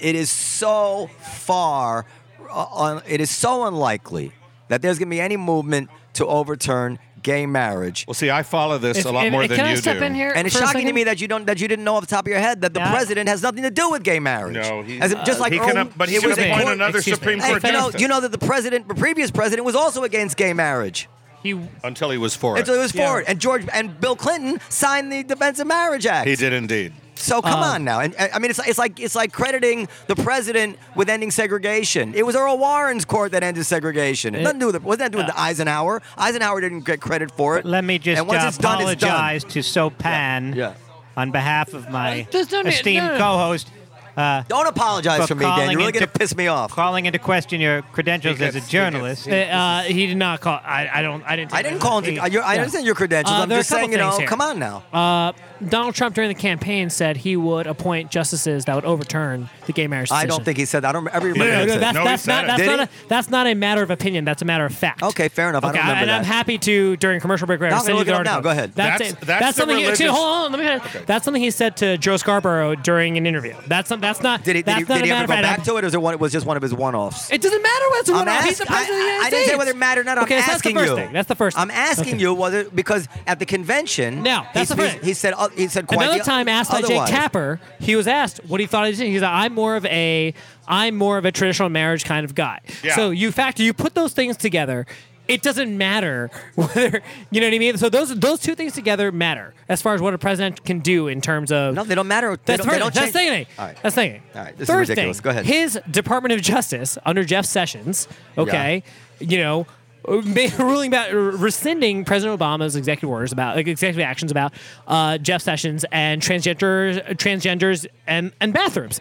Speaker 2: It is so far, uh, un, it is so unlikely that there's going to be any movement to overturn gay marriage.
Speaker 4: well, see, I follow this
Speaker 5: If-
Speaker 4: a lot
Speaker 5: if-
Speaker 4: more
Speaker 5: if-
Speaker 4: than
Speaker 5: can
Speaker 4: you
Speaker 5: I step
Speaker 4: do.
Speaker 5: in here
Speaker 2: And it's
Speaker 5: for a
Speaker 2: shocking to
Speaker 5: second?
Speaker 2: me that you don't that you didn't know off the top of your head that the
Speaker 5: Yeah.
Speaker 2: president has nothing to do with gay marriage.
Speaker 4: No, he, Uh,
Speaker 2: As if- just like
Speaker 4: he
Speaker 2: Earl-
Speaker 4: can, up- but he
Speaker 2: it
Speaker 4: can
Speaker 2: was a
Speaker 5: me.
Speaker 4: appoint
Speaker 2: court-
Speaker 4: another
Speaker 5: Excuse me.
Speaker 4: Supreme
Speaker 5: Hey,
Speaker 4: Court
Speaker 2: you know,
Speaker 4: justice
Speaker 2: you know that the president, the previous president, was also against gay marriage
Speaker 5: he
Speaker 4: until he was for it.
Speaker 2: until he was
Speaker 5: Yeah.
Speaker 2: for it. And George and Bill Clinton signed the Defense of Marriage Act.
Speaker 4: He did indeed.
Speaker 2: So come
Speaker 5: Uh-huh.
Speaker 2: on now, and I mean it's it's like it's like crediting the president with ending segregation. It was Earl Warren's court that ended segregation. It, nothing to do with it. Wasn't that to do
Speaker 5: Uh.
Speaker 2: with Eisenhower? Eisenhower didn't get credit for it.
Speaker 3: Let me just
Speaker 2: and once
Speaker 3: uh,
Speaker 2: it's done, it's done.
Speaker 3: apologize to Sopan
Speaker 2: Yeah.
Speaker 3: on behalf of my
Speaker 5: Uh, There's no need-
Speaker 3: esteemed
Speaker 5: no, no, no.
Speaker 3: co-host
Speaker 2: Don't apologize
Speaker 3: For
Speaker 2: for me, Dan.
Speaker 3: calling
Speaker 2: You're really
Speaker 3: into-
Speaker 2: gonna piss me off.
Speaker 3: calling into question your credentials
Speaker 4: He gets-
Speaker 3: as a
Speaker 4: he
Speaker 3: journalist.
Speaker 5: uh, he did not call. I, I don't. I didn't.
Speaker 2: I
Speaker 5: take
Speaker 2: didn't
Speaker 5: that
Speaker 2: call
Speaker 5: as a-
Speaker 2: into. Your, I
Speaker 5: Yeah.
Speaker 2: understand your credentials.
Speaker 5: Uh,
Speaker 2: I'm
Speaker 5: there are a
Speaker 2: just saying,
Speaker 5: couple
Speaker 2: you know,
Speaker 5: things here. Uh,
Speaker 2: come on now.
Speaker 5: Donald Trump during the campaign said he would appoint justices that would overturn the gay marriage.
Speaker 2: I
Speaker 5: Decision.
Speaker 2: don't think he said. That. I don't ever remember.
Speaker 5: No,
Speaker 2: him
Speaker 5: no, no,
Speaker 2: saying
Speaker 5: that's,
Speaker 4: No, he
Speaker 5: that's
Speaker 4: said
Speaker 5: not
Speaker 4: it.
Speaker 5: that's
Speaker 2: Did
Speaker 5: not,
Speaker 2: he?
Speaker 5: a, that's not a matter of opinion. That's a matter of fact.
Speaker 2: Okay, fair enough. I
Speaker 5: Okay,
Speaker 2: don't remember
Speaker 5: and I'm
Speaker 2: that.
Speaker 5: happy to during commercial break. Right,
Speaker 2: No,
Speaker 5: I'll
Speaker 2: I'm
Speaker 5: send
Speaker 2: gonna
Speaker 5: you the
Speaker 2: look it up
Speaker 5: article.
Speaker 2: now. Go ahead.
Speaker 5: That's
Speaker 4: That's-
Speaker 5: it.
Speaker 4: that's the
Speaker 5: something. you- Excuse,
Speaker 4: religious-
Speaker 5: hold on, let me. That's something he said to Joe Scarborough during an interview. That's some, that's not.
Speaker 2: Did he, did
Speaker 5: that's
Speaker 2: he,
Speaker 5: not
Speaker 2: did
Speaker 5: a
Speaker 2: he ever
Speaker 5: matter
Speaker 2: go
Speaker 5: of fact.
Speaker 2: back to it, or is it one, it was just one of his one-offs?
Speaker 5: It doesn't matter whether it's one off.
Speaker 2: I'm
Speaker 5: He's the
Speaker 2: ask-
Speaker 5: president of the
Speaker 2: I-
Speaker 5: United
Speaker 2: I, I didn't say
Speaker 5: States.
Speaker 2: whether it mattered or not. I'm
Speaker 5: okay, so
Speaker 2: asking
Speaker 5: that's the first
Speaker 2: you.
Speaker 5: Thing. That's the first.
Speaker 2: I'm
Speaker 5: thing.
Speaker 2: asking you whether because at the convention.
Speaker 5: No, that's
Speaker 2: he,
Speaker 5: the
Speaker 2: he,
Speaker 5: first.
Speaker 2: he said uh, he said quite
Speaker 5: Another
Speaker 2: the-
Speaker 5: time asked by Jake
Speaker 2: otherwise.
Speaker 5: Tapper, he was asked what he thought of it. He's like, I'm more of a I'm more of a traditional marriage kind of guy.
Speaker 4: Yeah.
Speaker 5: So you factor you put those things together, it doesn't matter whether you know what I mean? So those those two things together matter as far as what a president can do in terms of
Speaker 2: No, they don't matter. They don't,
Speaker 5: that's
Speaker 2: they
Speaker 5: first
Speaker 2: don't
Speaker 5: thing. That's
Speaker 2: change.
Speaker 5: second thing.
Speaker 2: All right.
Speaker 5: That's second thing.
Speaker 2: All right, this is
Speaker 5: Third
Speaker 2: ridiculous.
Speaker 5: thing,
Speaker 2: Go ahead.
Speaker 5: His Department of Justice under Jeff Sessions, okay, you know, made a ruling about rescinding President Obama's executive orders about like executive actions about uh, Jeff Sessions and transgender transgenders and and bathrooms.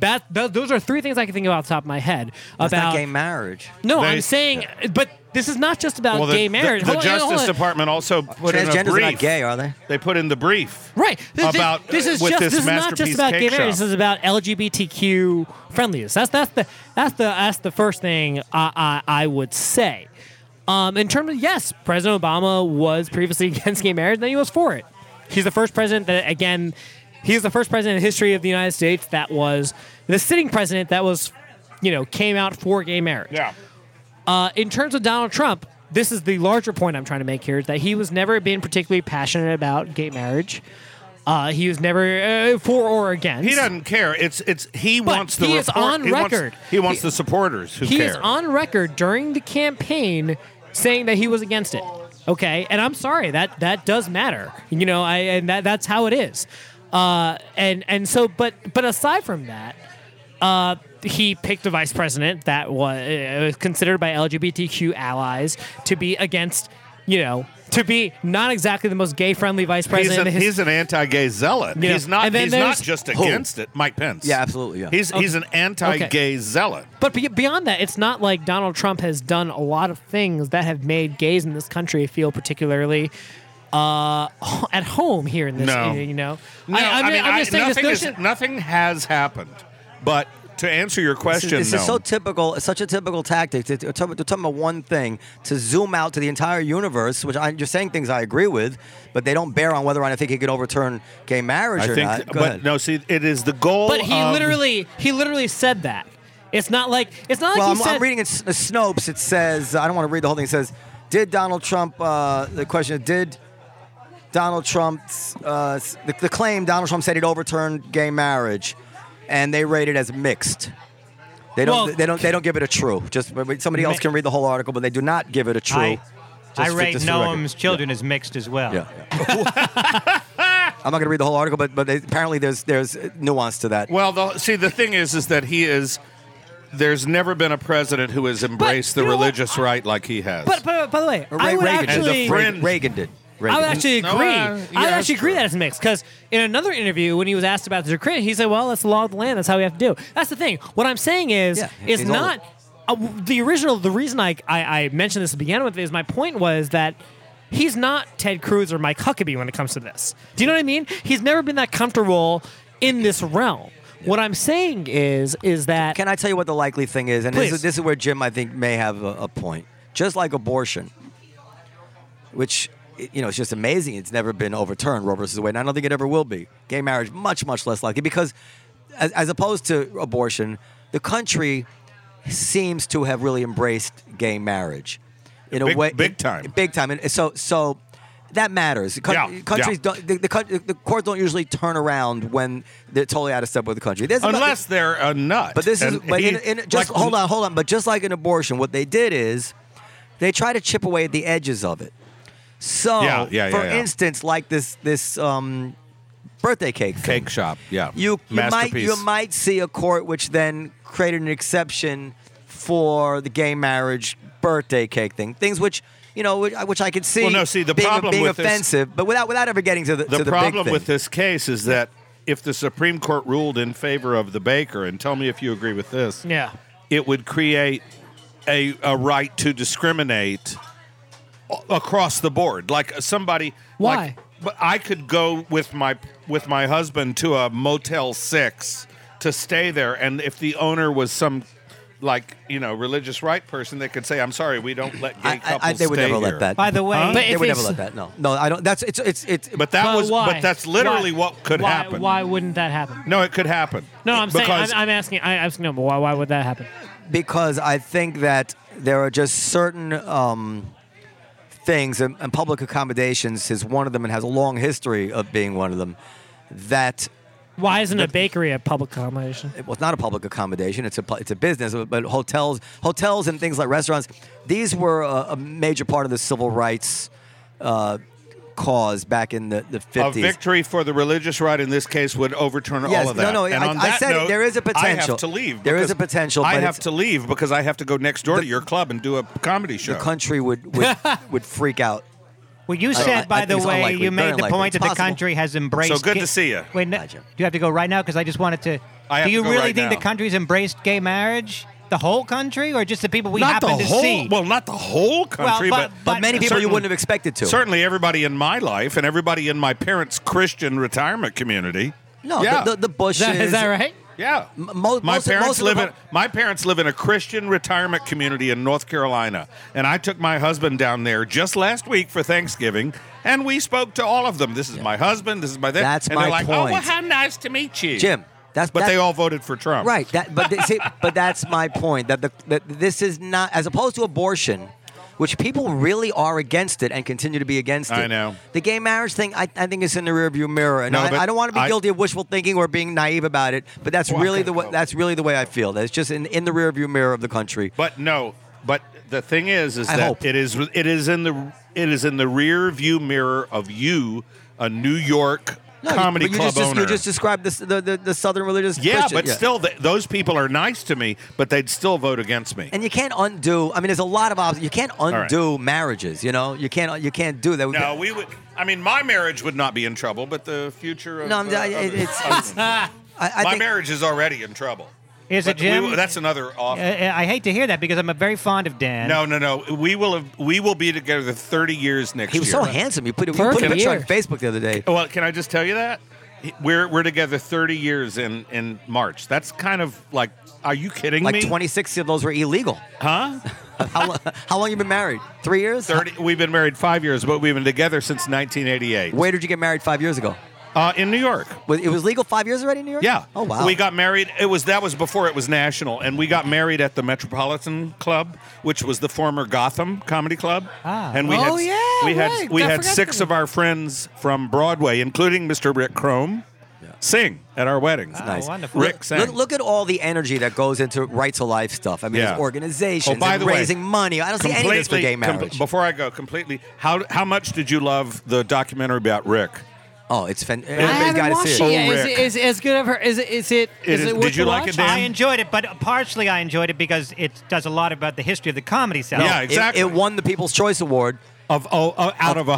Speaker 5: That, th- those are three things I can think of off the top of my head
Speaker 2: It's
Speaker 5: about
Speaker 2: not gay marriage.
Speaker 5: No,
Speaker 4: They-
Speaker 5: I'm saying, but this is not just about
Speaker 4: Well, the,
Speaker 5: gay marriage.
Speaker 4: The, the
Speaker 5: Hold on, hold
Speaker 4: Justice
Speaker 5: on.
Speaker 4: Department also put in a
Speaker 2: Transgenders are
Speaker 4: brief.
Speaker 2: not gay, are they?
Speaker 4: They put in the brief.
Speaker 5: Right. This, this-
Speaker 4: about uh,
Speaker 5: this, is
Speaker 4: with
Speaker 5: just
Speaker 4: this
Speaker 5: this is not just
Speaker 4: masterpiece
Speaker 5: about gay
Speaker 4: cake
Speaker 5: marriage. This
Speaker 4: shop.
Speaker 5: is about LGBTQ friendliness. That's that's the that's the that's the first thing I I, I would say. Um, in terms of yes, President Obama was previously against gay marriage, then he was for it. He's the first president that again, he's the first president in the history of the United States that was the sitting president that was, you know, came out for gay marriage.
Speaker 4: Yeah.
Speaker 5: Uh, in terms of Donald Trump, this is the larger point I'm trying to make here is that he was never been particularly passionate about gay marriage. Uh, he was never uh, for or against.
Speaker 4: He doesn't care. It's it's he
Speaker 5: But
Speaker 4: wants the
Speaker 5: he is
Speaker 4: report-
Speaker 5: on
Speaker 4: he wants-
Speaker 5: record.
Speaker 4: he wants the supporters who
Speaker 5: He
Speaker 4: care.
Speaker 5: is on record during the campaign saying that he was against it. Okay, and I'm sorry that that does matter. You know, I and that that's how it is. Uh, and and so, but but aside from that, uh, he picked a vice president that was, uh, was considered by LGBTQ allies to be against. You know, to be not exactly the most gay-friendly vice
Speaker 4: He's,
Speaker 5: president.
Speaker 4: an-
Speaker 5: in his-
Speaker 4: he's an anti-gay zealot.
Speaker 5: Yeah.
Speaker 4: He's not.
Speaker 5: And then
Speaker 4: He's not
Speaker 5: there's-
Speaker 4: just
Speaker 2: Who?
Speaker 4: against it. Mike Pence.
Speaker 2: Yeah, absolutely, yeah.
Speaker 4: He's he's an anti-gay zealot.
Speaker 5: But be- beyond that, it's not like Donald Trump has done a lot of things that have made gays in this country feel particularly uh, at home here in this.
Speaker 4: No.
Speaker 5: You know,
Speaker 4: No, I,
Speaker 5: I'm-
Speaker 4: mean,
Speaker 5: I'm
Speaker 4: I-
Speaker 5: just saying this
Speaker 4: nothing, is-
Speaker 5: notion-
Speaker 4: nothing has happened. But to answer your
Speaker 2: This
Speaker 4: question,
Speaker 2: is, this is
Speaker 4: no.
Speaker 2: so typical. It's such a typical tactic. To, to, talk- to talk about one thing, to zoom out to the entire universe, which I, you're saying things I agree with, but they don't bear on whether or not I think he could overturn gay marriage
Speaker 4: I
Speaker 2: or
Speaker 4: think,
Speaker 2: not. Go
Speaker 4: but
Speaker 2: ahead.
Speaker 4: no. See, it is the goal.
Speaker 5: But he
Speaker 4: of-
Speaker 5: literally, he literally said that. It's not like it's not like
Speaker 2: well,
Speaker 5: he
Speaker 2: I'm,
Speaker 5: said.
Speaker 2: I'm reading it, the Snopes. It says, uh, I don't want to read the whole thing. It says, did Donald Trump, uh, the question, is, did Donald Trump's, uh, s- the, the claim Donald Trump said he'd overturned gay marriage, and they rate it as mixed. They don't,
Speaker 5: Well-
Speaker 2: they don't, they don't give it a true. Just somebody else can read the whole article, but they do not give it a true.
Speaker 3: I, I
Speaker 2: Just for-
Speaker 3: rate
Speaker 2: just for the record.
Speaker 3: Noam's children as mixed as well.
Speaker 2: Yeah. I'm not going to read the whole article, but but they, apparently there's there's nuance to that.
Speaker 4: Well, the, see, the thing is, is that he is. There's never been a president who has embraced the
Speaker 5: you know what?
Speaker 4: religious right like he has.
Speaker 5: but, but by the way,
Speaker 2: Or
Speaker 5: I
Speaker 2: Ray-
Speaker 5: would
Speaker 2: Reagan
Speaker 4: And the
Speaker 5: actually.
Speaker 4: French-
Speaker 2: Reagan, Reagan did. Reagan
Speaker 5: I would
Speaker 2: did.
Speaker 5: actually
Speaker 4: No,
Speaker 5: agree.
Speaker 4: uh, yeah,
Speaker 5: I would
Speaker 4: that's
Speaker 5: actually agree
Speaker 4: true.
Speaker 5: that it's mixed because in another interview, when he was asked about the decree, he said, "Well, that's the law of the land. That's how we have to do." it." That's the thing. What I'm saying is,
Speaker 2: Yeah,
Speaker 5: it's
Speaker 2: he's
Speaker 5: not uh, w- the original. The reason I, I I mentioned this to begin with is my point was that. He's not Ted Cruz or Mike Huckabee when it comes to this. Do you know what I mean? He's never been that comfortable in this realm. What I'm saying is, is that
Speaker 2: Can I tell you what the likely thing is? And this
Speaker 5: Please.
Speaker 2: is, this is where Jim, I think, may have a, a point. Just like abortion, which, i- you know, it's just amazing. It's never been overturned, Roe versus Wade, and I don't think it ever will be. Gay marriage, much, much less likely because, as, as opposed to abortion, the country seems to have really embraced gay marriage in a
Speaker 4: Big-
Speaker 2: way.
Speaker 4: big time.
Speaker 2: Big time. And so, so that matters. Coun-
Speaker 4: Yeah,
Speaker 2: countries
Speaker 4: yeah.
Speaker 2: Don't, the, the, coun- the courts don't usually turn around when they're totally out of step with the country. There's about-
Speaker 4: unless they're a nut.
Speaker 2: but this is
Speaker 4: And
Speaker 2: but
Speaker 4: he-
Speaker 2: in, in, just
Speaker 4: like-
Speaker 2: hold on, hold on. But just like an abortion, what they did is they try to chip away at the edges of it. So,
Speaker 4: Yeah, yeah, yeah,
Speaker 2: for
Speaker 4: yeah.
Speaker 2: instance, like this this um, birthday cake thing,
Speaker 4: cake shop. Yeah,
Speaker 2: you you might
Speaker 4: Masterpiece.
Speaker 2: you might see a court which then created an exception for the gay marriage birthday cake thing, things which. You know, which, I- which I could see,
Speaker 4: Well, no, see, the
Speaker 2: being,
Speaker 4: problem
Speaker 2: being
Speaker 4: with this-
Speaker 2: offensive, but without without ever getting to the, to
Speaker 4: The
Speaker 2: the big
Speaker 4: problem
Speaker 2: thing.
Speaker 4: with this case is that if the Supreme Court ruled in favor of the baker, and tell me if you agree with this,
Speaker 5: yeah,
Speaker 4: it would create a, a right to discriminate a- across the board. Like uh, somebody,
Speaker 5: Why?
Speaker 4: like- but I could go with my with my husband to a Motel Six to stay there, and if the owner was some like you know religious right person, they could say, "I'm sorry, we don't let gay
Speaker 2: I, I,
Speaker 4: couples
Speaker 2: I, they would
Speaker 4: stay
Speaker 2: never
Speaker 4: here."
Speaker 2: let that.
Speaker 3: By the way,
Speaker 5: But
Speaker 2: they
Speaker 5: if
Speaker 2: would never let
Speaker 5: it's-
Speaker 2: that. No, no, I don't. That's it's it's it's.
Speaker 4: But that
Speaker 5: But
Speaker 4: was,
Speaker 5: why?
Speaker 4: but that's literally
Speaker 5: Why?
Speaker 4: what could
Speaker 5: Why-
Speaker 4: happen.
Speaker 5: Why wouldn't that happen?
Speaker 4: No, it could happen.
Speaker 5: No, I'm saying
Speaker 4: because
Speaker 5: I'm, I'm asking. I, I'm asking him why. Why would that happen?
Speaker 2: because I think that there are just certain um, things, and, and public accommodations is one of them, and has a long history of being one of them. That
Speaker 5: Why isn't a bakery a public accommodation?
Speaker 2: well, it's not a public accommodation; it's a pu- it's a business. But hotels, hotels, and things like restaurants, these were a, a major part of the civil rights uh, cause back in the the
Speaker 4: a
Speaker 2: fifties.
Speaker 4: victory for the religious right in this case would overturn
Speaker 2: Yes,
Speaker 4: all of
Speaker 2: no,
Speaker 4: that.
Speaker 2: no,
Speaker 4: and
Speaker 2: I-
Speaker 4: on
Speaker 2: I
Speaker 4: that
Speaker 2: said it,
Speaker 4: note,
Speaker 2: there is a
Speaker 4: I
Speaker 2: potential.
Speaker 4: have to leave.
Speaker 2: There is
Speaker 4: because
Speaker 2: a potential,
Speaker 4: I
Speaker 2: but
Speaker 4: have
Speaker 2: it's-
Speaker 4: to leave because I have to go next door
Speaker 2: The-
Speaker 4: to your club and do a comedy show.
Speaker 2: The country would would, would freak out.
Speaker 3: Well, you
Speaker 2: I- I-
Speaker 3: said, by
Speaker 2: I think
Speaker 3: the
Speaker 2: it's
Speaker 3: way,
Speaker 2: unlikely, very
Speaker 3: you made the
Speaker 2: unlikely.
Speaker 3: point
Speaker 2: It's
Speaker 3: that the
Speaker 2: possible.
Speaker 3: country has embraced.
Speaker 4: So good
Speaker 3: ga-
Speaker 4: to see ya.
Speaker 3: Wait, no, do
Speaker 2: Gotcha.
Speaker 3: you have to go right now? Because I just wanted to.
Speaker 4: I have
Speaker 3: do
Speaker 4: to
Speaker 3: you
Speaker 4: go
Speaker 3: really
Speaker 4: right
Speaker 3: think the
Speaker 4: now.
Speaker 3: country's embraced gay marriage? The whole country, or just the people we
Speaker 4: not the
Speaker 3: happen to
Speaker 4: whole.
Speaker 3: see?
Speaker 4: Well, not the whole country,
Speaker 3: but-
Speaker 4: but,
Speaker 2: But many people you
Speaker 4: Certain-
Speaker 2: wouldn't have expected to.
Speaker 4: certainly everybody in my life and everybody in my parents' Christian retirement community.
Speaker 2: No,
Speaker 4: yeah,
Speaker 2: the, the, the
Speaker 5: Is
Speaker 2: Bushes.
Speaker 5: that, is that right?
Speaker 4: yeah.
Speaker 2: M- mo-
Speaker 4: my
Speaker 2: most-
Speaker 4: parents
Speaker 2: most of the
Speaker 4: live
Speaker 2: po-
Speaker 4: in my parents live in a Christian retirement community in North Carolina, and I took my husband down there just last week for Thanksgiving, and we spoke to all of them. This is my husband. This is my. This.
Speaker 2: That's
Speaker 4: and they're
Speaker 2: my
Speaker 4: like, Oh,
Speaker 2: point.
Speaker 4: well, how nice to meet you,
Speaker 2: Jim, that's-
Speaker 4: but
Speaker 2: that-
Speaker 4: they all voted for Trump,
Speaker 2: Right. That, but th- see, but that's my point. That the that this is not as opposed to abortion, which people really are against it and continue to be against it.
Speaker 4: I know.
Speaker 2: the gay marriage thing. I, I think it's in the rearview mirror, and
Speaker 4: No, but
Speaker 2: I, I don't want to be
Speaker 4: I-
Speaker 2: guilty of wishful thinking or being naive about it. But that's
Speaker 4: Well, I
Speaker 2: really
Speaker 4: gotta
Speaker 2: the way,
Speaker 4: go.
Speaker 2: that's really the way I feel. That's just in in the rearview mirror of the country.
Speaker 4: But no, but the thing is, is
Speaker 2: I
Speaker 4: that
Speaker 2: hope.
Speaker 4: it is it is in the it is in the rear view mirror of you, a New York
Speaker 2: No,
Speaker 4: comedy
Speaker 2: but you
Speaker 4: club
Speaker 2: just,
Speaker 4: owner.
Speaker 2: You just described this, the, the the Southern religious.
Speaker 4: yeah,
Speaker 2: Christian-
Speaker 4: but still, th- those people are nice to me, but they'd still vote against me.
Speaker 2: And you can't undo. I mean, there's a lot of obstacles. You can't
Speaker 4: right.
Speaker 2: undo marriages. You know, you can't. You can't do that.
Speaker 4: no, we would. I mean, my marriage would not be in trouble, but the future of
Speaker 2: No, I'm-
Speaker 4: uh,
Speaker 2: I-
Speaker 4: of-
Speaker 2: it's-
Speaker 4: of-
Speaker 2: it's-
Speaker 5: Ah,
Speaker 2: I, I
Speaker 4: my
Speaker 2: think,
Speaker 4: marriage is already in trouble.
Speaker 3: Is it
Speaker 4: But we
Speaker 3: Jim?
Speaker 4: will- that's another off.
Speaker 3: Uh, I hate to hear that because I'm a very fond of Dan.
Speaker 4: no, no, no. We will have. We will be together thirty years next
Speaker 2: He was
Speaker 4: year.
Speaker 2: so handsome. You put, you put a
Speaker 5: Perfect.
Speaker 2: picture on
Speaker 5: Years.
Speaker 2: Facebook the other day.
Speaker 4: Well, can I just tell you that we're we're together 30 years in in March. That's kind of like, are you kidding
Speaker 2: Like
Speaker 4: me?
Speaker 2: 26 of those were illegal.
Speaker 4: huh?
Speaker 2: How, lo- how long you been married? Three years?
Speaker 4: 30. We've been married five years, but we've been together since 1988.
Speaker 2: Where did you get married five years ago?
Speaker 4: Uh, in New York.
Speaker 2: Was- It was legal five years already in New York?
Speaker 4: Yeah.
Speaker 2: Oh, wow.
Speaker 4: We got married. It was that was before it was national, and we got married at the Metropolitan Club, which was the former Gotham Comedy Club. Ah. And we
Speaker 5: Oh,
Speaker 4: had
Speaker 5: yeah,
Speaker 4: we had
Speaker 5: right.
Speaker 4: we
Speaker 5: I
Speaker 4: had
Speaker 5: forgot
Speaker 4: six
Speaker 5: that.
Speaker 4: of our friends from Broadway, including Mr. Rick Chrome, sing at our wedding.
Speaker 5: Ah,
Speaker 2: Nice.
Speaker 3: wonderful.
Speaker 4: Rick
Speaker 2: Look,
Speaker 4: sang.
Speaker 2: look, look at all the energy that goes into right to life stuff. I mean,
Speaker 4: Yeah.
Speaker 2: there's organizations
Speaker 4: Oh, by
Speaker 2: and
Speaker 4: the way,
Speaker 2: raising money. I don't see any of this for gay
Speaker 4: com-
Speaker 2: marriage.
Speaker 4: before I go, completely. How how much did you love the documentary about Rick?
Speaker 2: oh, it's fantastic.
Speaker 5: I
Speaker 2: Everybody's
Speaker 5: haven't
Speaker 2: got to
Speaker 5: watched
Speaker 2: see
Speaker 5: it
Speaker 2: it.
Speaker 5: yet. Is
Speaker 4: Rick.
Speaker 5: it, is, it as good of her? Is it? Is it?
Speaker 4: It
Speaker 5: Is
Speaker 4: is-
Speaker 5: it worth
Speaker 4: did you
Speaker 5: the
Speaker 4: like
Speaker 5: watch?
Speaker 4: it, Dan?
Speaker 3: I enjoyed it, but partially I enjoyed it because it does a lot about the history of the comedy South.
Speaker 4: Yeah,
Speaker 2: It-
Speaker 4: exactly.
Speaker 2: It, won the People's Choice Award.
Speaker 4: Of oh, oh, out of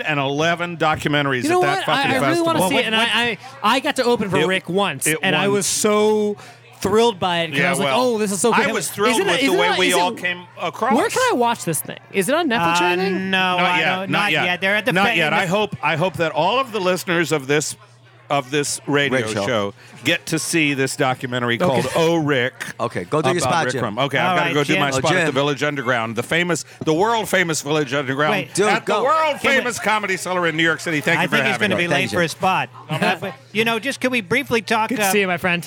Speaker 4: 111 documentaries
Speaker 5: You know
Speaker 4: at that
Speaker 5: what?
Speaker 4: fucking
Speaker 5: I, I really
Speaker 4: festival.
Speaker 5: want to see
Speaker 3: what-
Speaker 5: it, and
Speaker 3: what-
Speaker 5: I, I I got to open for
Speaker 4: It-
Speaker 5: Rick once,
Speaker 4: it
Speaker 5: and I was
Speaker 4: once.
Speaker 5: so thrilled by it. 'cause
Speaker 4: Yeah,
Speaker 5: I was like,
Speaker 4: well,
Speaker 5: oh, this is so.
Speaker 4: I
Speaker 5: good.
Speaker 4: was thrilled
Speaker 5: Is it-
Speaker 4: with the
Speaker 5: is it
Speaker 4: way
Speaker 5: on-
Speaker 4: we
Speaker 5: is it-
Speaker 4: all came across.
Speaker 5: Where can I watch this thing? Is it on Netflix or
Speaker 3: Uh, no,
Speaker 5: anything?
Speaker 4: not
Speaker 3: I
Speaker 4: yet.
Speaker 3: don't-
Speaker 4: Oh, not, yet.
Speaker 3: They're at the
Speaker 4: not
Speaker 3: fa-
Speaker 4: yet.
Speaker 3: in the-
Speaker 4: I hope. I hope that all of the listeners of this of this radio
Speaker 2: Rick show.
Speaker 4: show. get to see this documentary called
Speaker 5: Okay.
Speaker 4: "Oh Rick."
Speaker 2: Okay, go do your
Speaker 4: about
Speaker 2: spot,
Speaker 4: Rick
Speaker 2: Jim.
Speaker 4: Crum. Okay, I've
Speaker 3: All
Speaker 4: got
Speaker 3: right,
Speaker 4: to go do
Speaker 3: Jim.
Speaker 4: my
Speaker 3: Oh,
Speaker 4: spot at the
Speaker 2: Jim.
Speaker 4: Village Underground, the famous, the world famous Village Underground
Speaker 3: Wait.
Speaker 2: Dude,
Speaker 4: at
Speaker 2: go.
Speaker 4: the world
Speaker 3: Can we-
Speaker 4: famous comedy cellar in New York City. Thank
Speaker 3: I
Speaker 4: you for
Speaker 3: think he's
Speaker 4: having
Speaker 3: going to
Speaker 4: me.
Speaker 3: be
Speaker 2: Thank
Speaker 3: late
Speaker 2: you.
Speaker 3: for his spot. Uh, but, you know, just could we briefly talk?
Speaker 5: Good to
Speaker 3: uh,
Speaker 5: see you, my friend.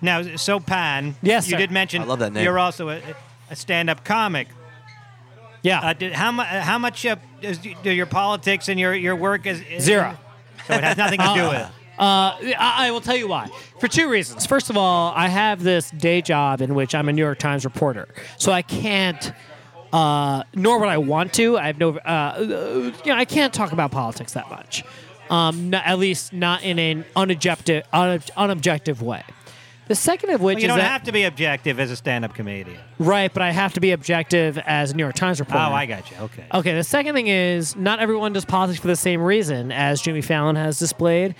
Speaker 3: Now, so Pan,
Speaker 5: Yes,
Speaker 3: you
Speaker 5: sir.
Speaker 3: did mention
Speaker 2: I love that name.
Speaker 3: you're also a, a stand-up comic.
Speaker 5: Yeah.
Speaker 3: Uh, did, how, mu- uh, how much uh, is, do your politics and your, your work is, is
Speaker 5: Zero.
Speaker 3: So it has nothing to do with it.
Speaker 5: Uh, I, I will tell you why. For two reasons. First of all, I have this day job in which I'm a New York Times reporter, so I can't. Uh, nor would I want to. I have no. Uh, you know, I can't talk about politics that much. Um, no- at least not in an unobjective, unob- unobjective way. The second of which
Speaker 3: Well, you
Speaker 5: is
Speaker 3: don't
Speaker 5: that,
Speaker 3: have to be objective as a stand-up comedian.
Speaker 5: right, but I have to be objective as a New York Times reporter.
Speaker 3: Oh, I got you. Okay.
Speaker 5: Okay, the second thing is not everyone does politics for the same reason as Jimmy Fallon has displayed.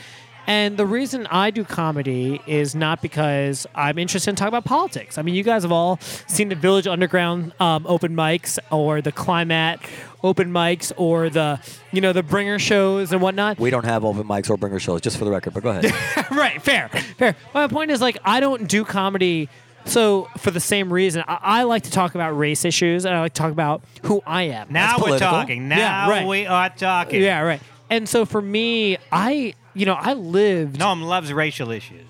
Speaker 5: And the reason I do comedy is not because I'm interested in talking about politics. I mean, you guys have all seen the Village Underground um, open mics or the Climat open mics or the, you know, the Bringer shows and whatnot.
Speaker 2: We don't have open mics or bringer shows, just for the record, but go ahead.
Speaker 5: right, fair, fair. My point is like I don't do comedy. So for the same reason, I, I like to talk about race issues and I like to talk about who I am.
Speaker 3: Now
Speaker 2: That's
Speaker 3: we're
Speaker 2: political.
Speaker 3: talking. Now
Speaker 5: Yeah, right.
Speaker 3: we are talking.
Speaker 5: Yeah, right. And so for me, I, you know, I lived
Speaker 3: Noam loves racial issues.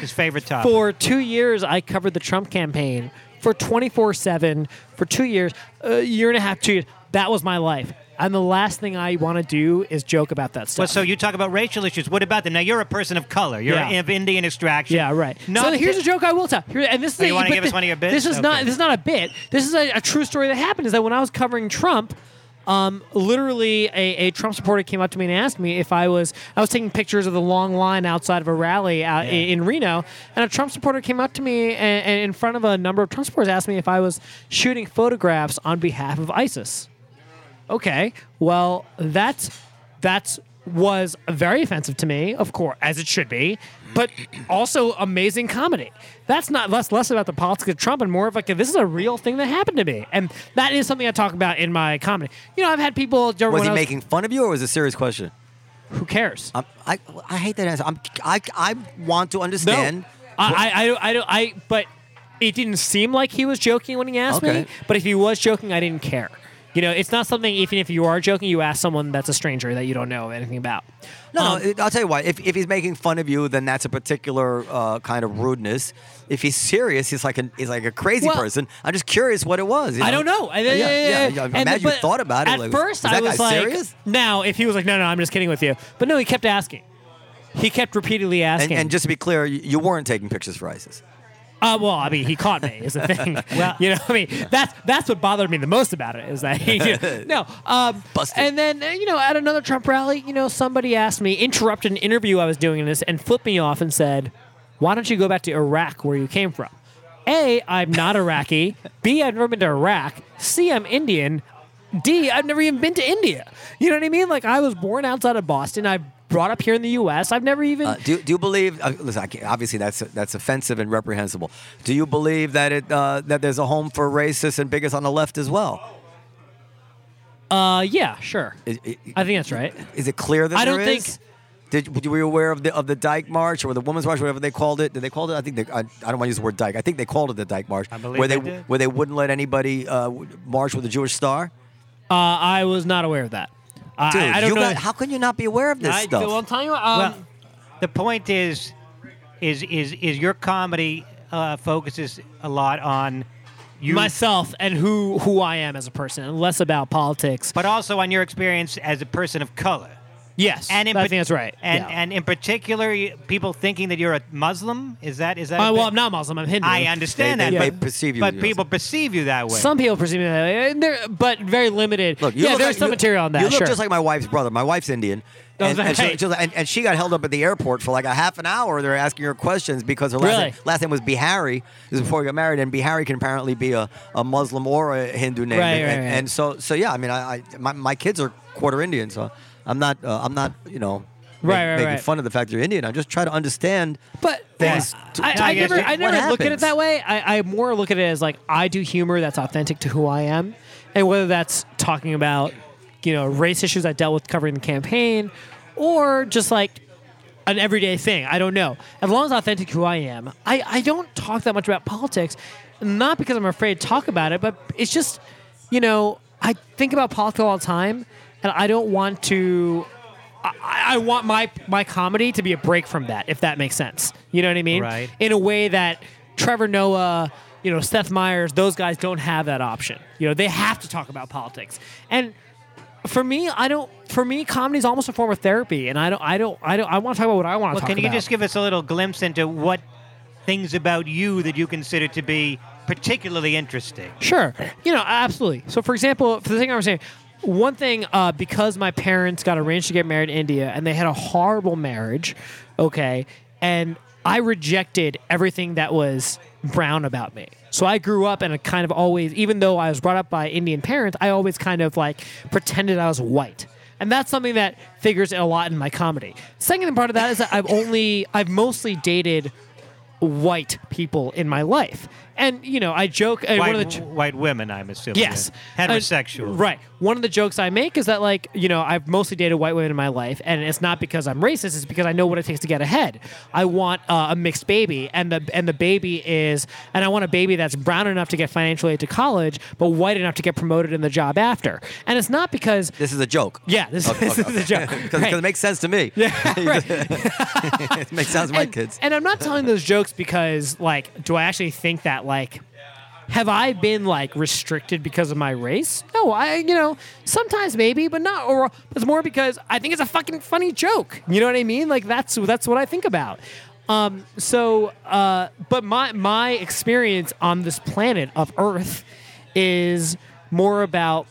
Speaker 3: His favorite topic.
Speaker 5: for two years. I covered the Trump campaign for 24 7 for two years, a year and a half, two years. That was my life. And the last thing I want to do is joke about that stuff.
Speaker 3: Well, so you talk about racial issues. What about them? Now you're a person of color. You're
Speaker 5: Yeah.
Speaker 3: of Indian extraction.
Speaker 5: yeah, right.
Speaker 3: No,
Speaker 5: so here's a joke I will tell. Here, and this is
Speaker 3: Oh, you
Speaker 5: a-
Speaker 3: wanna
Speaker 5: but
Speaker 3: give us
Speaker 5: thi-
Speaker 3: one of your bits?
Speaker 5: This is not.
Speaker 3: Okay.
Speaker 5: This is not a bit. This is a, a true story that happened. Is that when I was covering Trump, um, literally a, a Trump supporter came up to me and asked me if I was. I was taking pictures of the long line outside of a rally out i- in, Reno, and a Trump supporter came up to me and, and in front of a number of Trump supporters asked me if I was shooting photographs on behalf of ISIS. Okay. Well, that's that's was very offensive to me, of course, as it should be, but also amazing comedy. That's not less less about the politics of Trump and more of like this is a real thing that happened to me, and that is something I talk about in my comedy. You know, I've had people.
Speaker 2: Was he making fun of you, or was it a serious question?
Speaker 5: Who cares?
Speaker 2: I'm, I I hate that answer. I'm, I I want to understand.
Speaker 5: I, I, I, don't- I, don't- I, but it didn't seem like he was joking when he asked
Speaker 2: Okay.
Speaker 5: me. But if he was joking, I didn't care. You know, it's not something. Even if you are joking, you ask someone that's a stranger that you don't know anything about. Um,
Speaker 2: No, no, I'll tell you why. If, if he's making fun of you, then that's a particular uh, kind of rudeness. If he's serious, he's like an, he's like a crazy
Speaker 5: Well-
Speaker 2: person. I'm just curious what it was. you
Speaker 5: I don't know. I,
Speaker 2: yeah,
Speaker 5: yeah,
Speaker 2: yeah. yeah.
Speaker 5: And
Speaker 2: Imagine you
Speaker 5: but
Speaker 2: thought about it.
Speaker 5: At
Speaker 2: like,
Speaker 5: first,
Speaker 2: that
Speaker 5: I was
Speaker 2: guy
Speaker 5: like,
Speaker 2: serious?
Speaker 5: now if he was like, no, no, I'm just kidding with you. But no, he kept asking. He kept repeatedly
Speaker 2: And,
Speaker 5: asking.
Speaker 2: and just to be clear, you, you weren't taking pictures for ISIS.
Speaker 5: Uh, well, I mean, he caught me is the thing. well, you know, what I mean, that's that's what bothered me the most about it is that he, no, um,
Speaker 2: Busted.
Speaker 5: And then uh, you know, at another Trump rally, you know, somebody asked me, interrupted an interview I was doing in this, and flipped me off and said, "Why don't you go back to Iraq where you came from?" A, I'm not Iraqi. B, I've never been to Iraq. C, I'm Indian. D, I've never even been to India. You know what I mean? Like I was born outside of Boston. I brought up here in the U.S. I've never even
Speaker 2: Uh, do, you- do you believe? Uh, listen, I can't, obviously that's that's offensive and reprehensible. Do you believe that it uh, that there's a home for racists and bigots on the left as well?
Speaker 5: Uh, yeah, sure.
Speaker 2: Is, is-
Speaker 5: I think that's right.
Speaker 2: is it clear that
Speaker 5: I don't
Speaker 2: there
Speaker 5: think-
Speaker 2: is? Did were you aware of the of the Dyke March or the Women's March, whatever they called it? Did they call it? I think they, I, I don't want to use the word Dyke. I think they called it the Dyke March,
Speaker 3: I believe
Speaker 2: where
Speaker 3: they
Speaker 2: they,
Speaker 3: did.
Speaker 2: where they wouldn't let anybody uh, w- march with a Jewish star.
Speaker 5: Uh, I was not aware of that. I-
Speaker 2: Dude,
Speaker 5: I, don't
Speaker 2: you
Speaker 5: know.
Speaker 2: got- how can you not be aware of this
Speaker 5: I,
Speaker 2: stuff?
Speaker 5: Well, I'm telling you. Um,
Speaker 3: well, the point is, is is is your comedy uh, focuses a lot on you,
Speaker 5: myself and who who I am as a person, and less about politics.
Speaker 3: but also on your experience as a person of color.
Speaker 5: Yes,
Speaker 3: And in
Speaker 5: I
Speaker 3: par-
Speaker 5: think that's right.
Speaker 3: And
Speaker 5: yeah.
Speaker 3: and in particular, you- people thinking that you're a Muslim is that is that? a
Speaker 5: Uh, well,
Speaker 3: bit-
Speaker 5: I'm not Muslim. I'm Hindu.
Speaker 3: I understand
Speaker 2: They-
Speaker 3: that,
Speaker 2: they-
Speaker 3: but
Speaker 2: they perceive you
Speaker 3: but
Speaker 2: as-
Speaker 3: people perceive you that way.
Speaker 5: Some people perceive me that way, and they're- but very limited.
Speaker 2: Look, you
Speaker 5: yeah,
Speaker 2: look
Speaker 5: there's
Speaker 2: like-
Speaker 5: some
Speaker 2: you-
Speaker 5: material on that.
Speaker 2: You look
Speaker 5: sure.
Speaker 2: just like my wife's brother. My wife's Indian.
Speaker 5: Oh,
Speaker 2: And, and, she,
Speaker 5: right.
Speaker 2: she was- and- and she got held up at the airport for like a half an hour. They're asking her questions because her last,
Speaker 5: Really?
Speaker 2: name, last name was Bihari. This is before we got married, and Bihari can apparently be a, a Muslim or a Hindu name.
Speaker 5: Right,
Speaker 2: and,
Speaker 5: right,
Speaker 2: and-
Speaker 5: right.
Speaker 2: and so, so yeah, I mean, I, I my, my kids are quarter Indian, so I'm not, uh, I'm not, you know, make-
Speaker 5: Right, right,
Speaker 2: making
Speaker 5: right.
Speaker 2: fun of the fact that you're Indian. I just try to understand.
Speaker 5: But
Speaker 2: things
Speaker 5: I-
Speaker 2: to-
Speaker 5: I,
Speaker 2: to
Speaker 5: I
Speaker 3: guess
Speaker 5: never,
Speaker 3: it-
Speaker 5: I
Speaker 2: what
Speaker 5: never look at it
Speaker 2: happens.
Speaker 5: that way. I, I more look at it as like I do humor that's authentic to who I am, and whether that's talking about you know race issues I dealt with covering the campaign, or just like an everyday thing. I don't know. As long as I'm authentic who I am, I, I don't talk that much about politics, not because I'm afraid to talk about it, but it's just you know I think about politics all the time, and I don't want to I, I want my my comedy to be a break from that, if that makes sense. You know what I mean?
Speaker 3: Right.
Speaker 5: In a way that Trevor Noah, you know, Seth Meyers, those guys don't have that option. You know, they have to talk about politics. And for me, I don't. For me, comedy is almost a form of therapy, and I don't. I don't. I don't. I want to talk about what I want to
Speaker 3: Well,
Speaker 5: talk
Speaker 3: can you
Speaker 5: about.
Speaker 3: just give us a little glimpse into what things about you that you consider to be particularly interesting?
Speaker 5: Sure. You know, absolutely. So, for example, for the thing I was saying, one thing, uh, because my parents got arranged to get married in India and they had a horrible marriage, okay, and I rejected everything that was brown about me. So I grew up and I kind of always, even though I was brought up by Indian parents, I always kind of like pretended I was white. And that's something that figures a lot in my comedy. Second part of that is that I've only, I've mostly dated white people in my life. And, you know, I joke. And
Speaker 3: White,
Speaker 5: one of the,
Speaker 3: white women, I'm assuming.
Speaker 5: Yes.
Speaker 3: yeah.
Speaker 5: And-
Speaker 3: Heterosexual.
Speaker 5: right. One of the jokes I make is that, like, you know, I've mostly dated white women in my life, and it's not because I'm racist, it's because I know what it takes to get ahead. I want uh, a mixed baby, and the, and the baby is, and I want a baby that's brown enough to get financial aid to college, but white enough to get promoted in the job after. And it's not because.
Speaker 2: This is a joke.
Speaker 5: Yeah, this,
Speaker 2: Okay,
Speaker 5: this
Speaker 2: okay,
Speaker 5: is a joke.
Speaker 2: Because
Speaker 5: Right.
Speaker 2: it makes sense to me. Yeah, it makes sense to my
Speaker 5: and,
Speaker 2: kids.
Speaker 5: and I'm not telling those jokes because, like, do I actually think that, like, have I been like restricted because of my race? No, I, you know, sometimes maybe, but not. Or it's more because I think it's a fucking funny joke. You know what I mean? Like that's that's what I think about. Um, so, uh, but my my experience on this planet of Earth is more about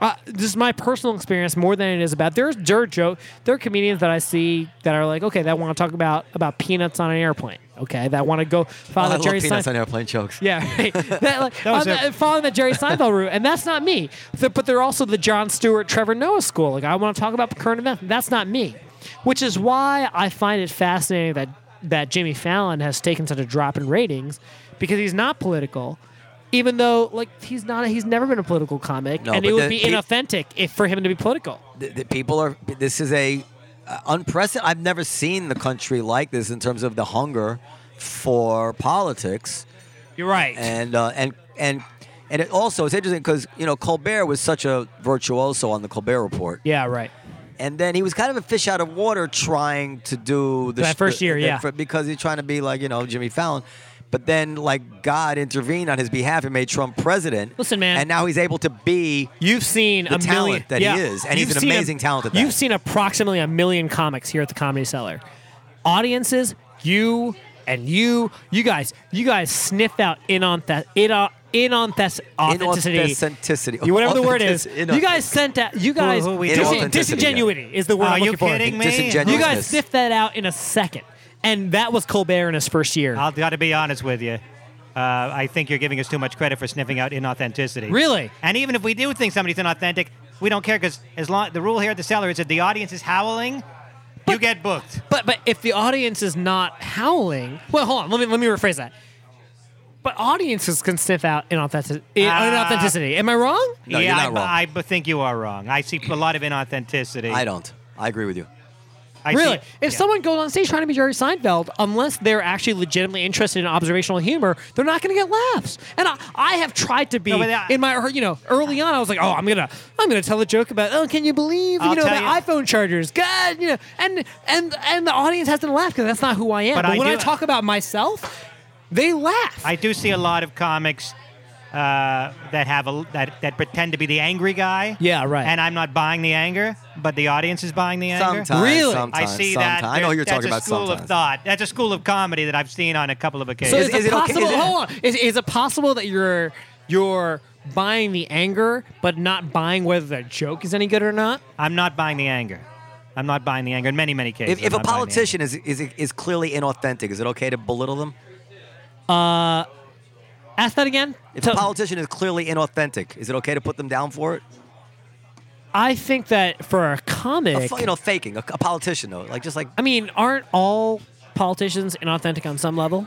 Speaker 5: Uh, this is my personal experience more than it is about. There's dirt joke. There are comedians that I see that are like, okay, that want to talk about about peanuts on an airplane. Okay, that want to go
Speaker 2: Oh, I
Speaker 5: follow the
Speaker 2: love
Speaker 5: Jerry
Speaker 2: peanuts
Speaker 5: Seinfeld.
Speaker 2: on airplane jokes.
Speaker 5: Yeah, right. That, like,
Speaker 3: That was
Speaker 5: I'm
Speaker 3: it.
Speaker 5: not following the Jerry Seinfeld route, and that's not me. The- but they're also the John Stewart, Trevor Noah school. Like I want to talk about current events. That's not me, which is why I find it fascinating that that Jimmy Fallon has taken such a drop in ratings because he's not political. Even though, like, he's not, he's never been a political comic,
Speaker 2: No,
Speaker 5: and
Speaker 2: but
Speaker 5: it would
Speaker 2: then
Speaker 5: be
Speaker 2: he-
Speaker 5: inauthentic if for him to be political.
Speaker 2: the, the people are this is a uh, unprecedented i've never seen the country like this in terms of the hunger for politics
Speaker 5: You're right.
Speaker 2: and uh, and and and it also it's interesting because you know colbert was such a virtuoso on the colbert report
Speaker 5: yeah, right.
Speaker 2: and then he was kind of a fish out of water trying to do the
Speaker 5: That
Speaker 2: sh-
Speaker 5: first year,
Speaker 2: the-
Speaker 5: yeah.
Speaker 2: for- because he's trying to be like you know Jimmy Fallon, but then like God intervened on his behalf and made Trump president.
Speaker 5: Listen, man.
Speaker 2: and now he's able to be
Speaker 5: You've seen
Speaker 2: The
Speaker 5: a million,
Speaker 2: talent that he is, and he's
Speaker 5: You've
Speaker 2: an
Speaker 5: seen a-
Speaker 2: amazing talent at that.
Speaker 5: You've seen approximately a million comics here at the Comedy Cellar. Audiences, you and you, you guys, you guys sniff out in on that in on in on that authenticity.
Speaker 2: Inauthenticity.
Speaker 5: You- Whatever the word is,
Speaker 2: Authentic-
Speaker 5: you guys sent out. You guys,
Speaker 3: who we
Speaker 5: dis-
Speaker 2: talking?
Speaker 5: disingenuity is the word.
Speaker 3: Are
Speaker 5: I'm
Speaker 3: you
Speaker 5: looking for.
Speaker 3: kidding me?
Speaker 2: Disingenuous.
Speaker 5: You guys
Speaker 2: Yes.
Speaker 5: sniffed that out in a second, and that was Colbert in his first year.
Speaker 3: I've got to be honest with you. Uh, I think you're giving us too much credit for sniffing out inauthenticity.
Speaker 5: Really?
Speaker 3: And even if we do think somebody's inauthentic, we don't care because as long the rule here at the cellar is that the audience is howling, you get booked.
Speaker 5: But but if the audience is not howling, well, hold on. Let me let me rephrase that. But audiences can sniff out inauthentic,
Speaker 3: Ah.
Speaker 5: inauthenticity. Am I wrong?
Speaker 2: No,
Speaker 3: yeah,
Speaker 2: you're
Speaker 3: I,
Speaker 2: not wrong.
Speaker 3: I b- think you are wrong. I see a lot of inauthenticity.
Speaker 2: I don't. I agree with you.
Speaker 3: I see-
Speaker 5: really? if
Speaker 3: yeah.
Speaker 5: someone goes on stage trying to be Jerry Seinfeld, unless they're actually legitimately interested in observational humor, they're not going to get laughs. And I, I have tried to be
Speaker 3: No, but I-
Speaker 5: in my er, you know early on. I was like, oh, I'm gonna I'm gonna tell a joke about oh, can you believe you
Speaker 3: I'll
Speaker 5: know the
Speaker 3: tell you-
Speaker 5: iPhone chargers? God, you know, and and and the audience has to laugh because that's not who I am. But,
Speaker 3: But I
Speaker 5: when
Speaker 3: do-
Speaker 5: I talk about myself, they laugh.
Speaker 3: I do see a lot of comics uh, that have a that that pretend to be the angry guy.
Speaker 5: Yeah, right.
Speaker 3: And I'm not buying the anger, but the audience is buying the anger.
Speaker 2: Sometimes,
Speaker 5: Really?
Speaker 2: sometimes,
Speaker 3: I see
Speaker 2: sometimes.
Speaker 3: that.
Speaker 2: I know
Speaker 3: There-
Speaker 2: who you're
Speaker 3: that's
Speaker 2: talking
Speaker 3: a
Speaker 2: about.
Speaker 3: school
Speaker 2: Sometimes.
Speaker 3: of thought. That's a school of comedy that I've seen on a couple of
Speaker 5: So
Speaker 3: occasions.
Speaker 5: is,
Speaker 2: Is- is
Speaker 5: it
Speaker 2: it okay-
Speaker 5: possible?
Speaker 2: is it-
Speaker 5: hold on. Is, is it possible that you're you're buying the anger, but not buying whether the joke is any good or not?
Speaker 3: I'm not buying the anger. I'm not buying the anger in many many cases.
Speaker 2: If, if a
Speaker 3: I'm not buying the anger.
Speaker 2: politician is, is is clearly inauthentic, is it okay to belittle them?
Speaker 5: Ask that again.
Speaker 2: If
Speaker 5: Tell-
Speaker 2: a politician is clearly inauthentic, is it okay to put them down for it?
Speaker 5: I think that for a
Speaker 2: A
Speaker 5: comic,
Speaker 2: fu- you know, faking a, a politician though, like just like
Speaker 5: I mean, aren't all politicians inauthentic on some level?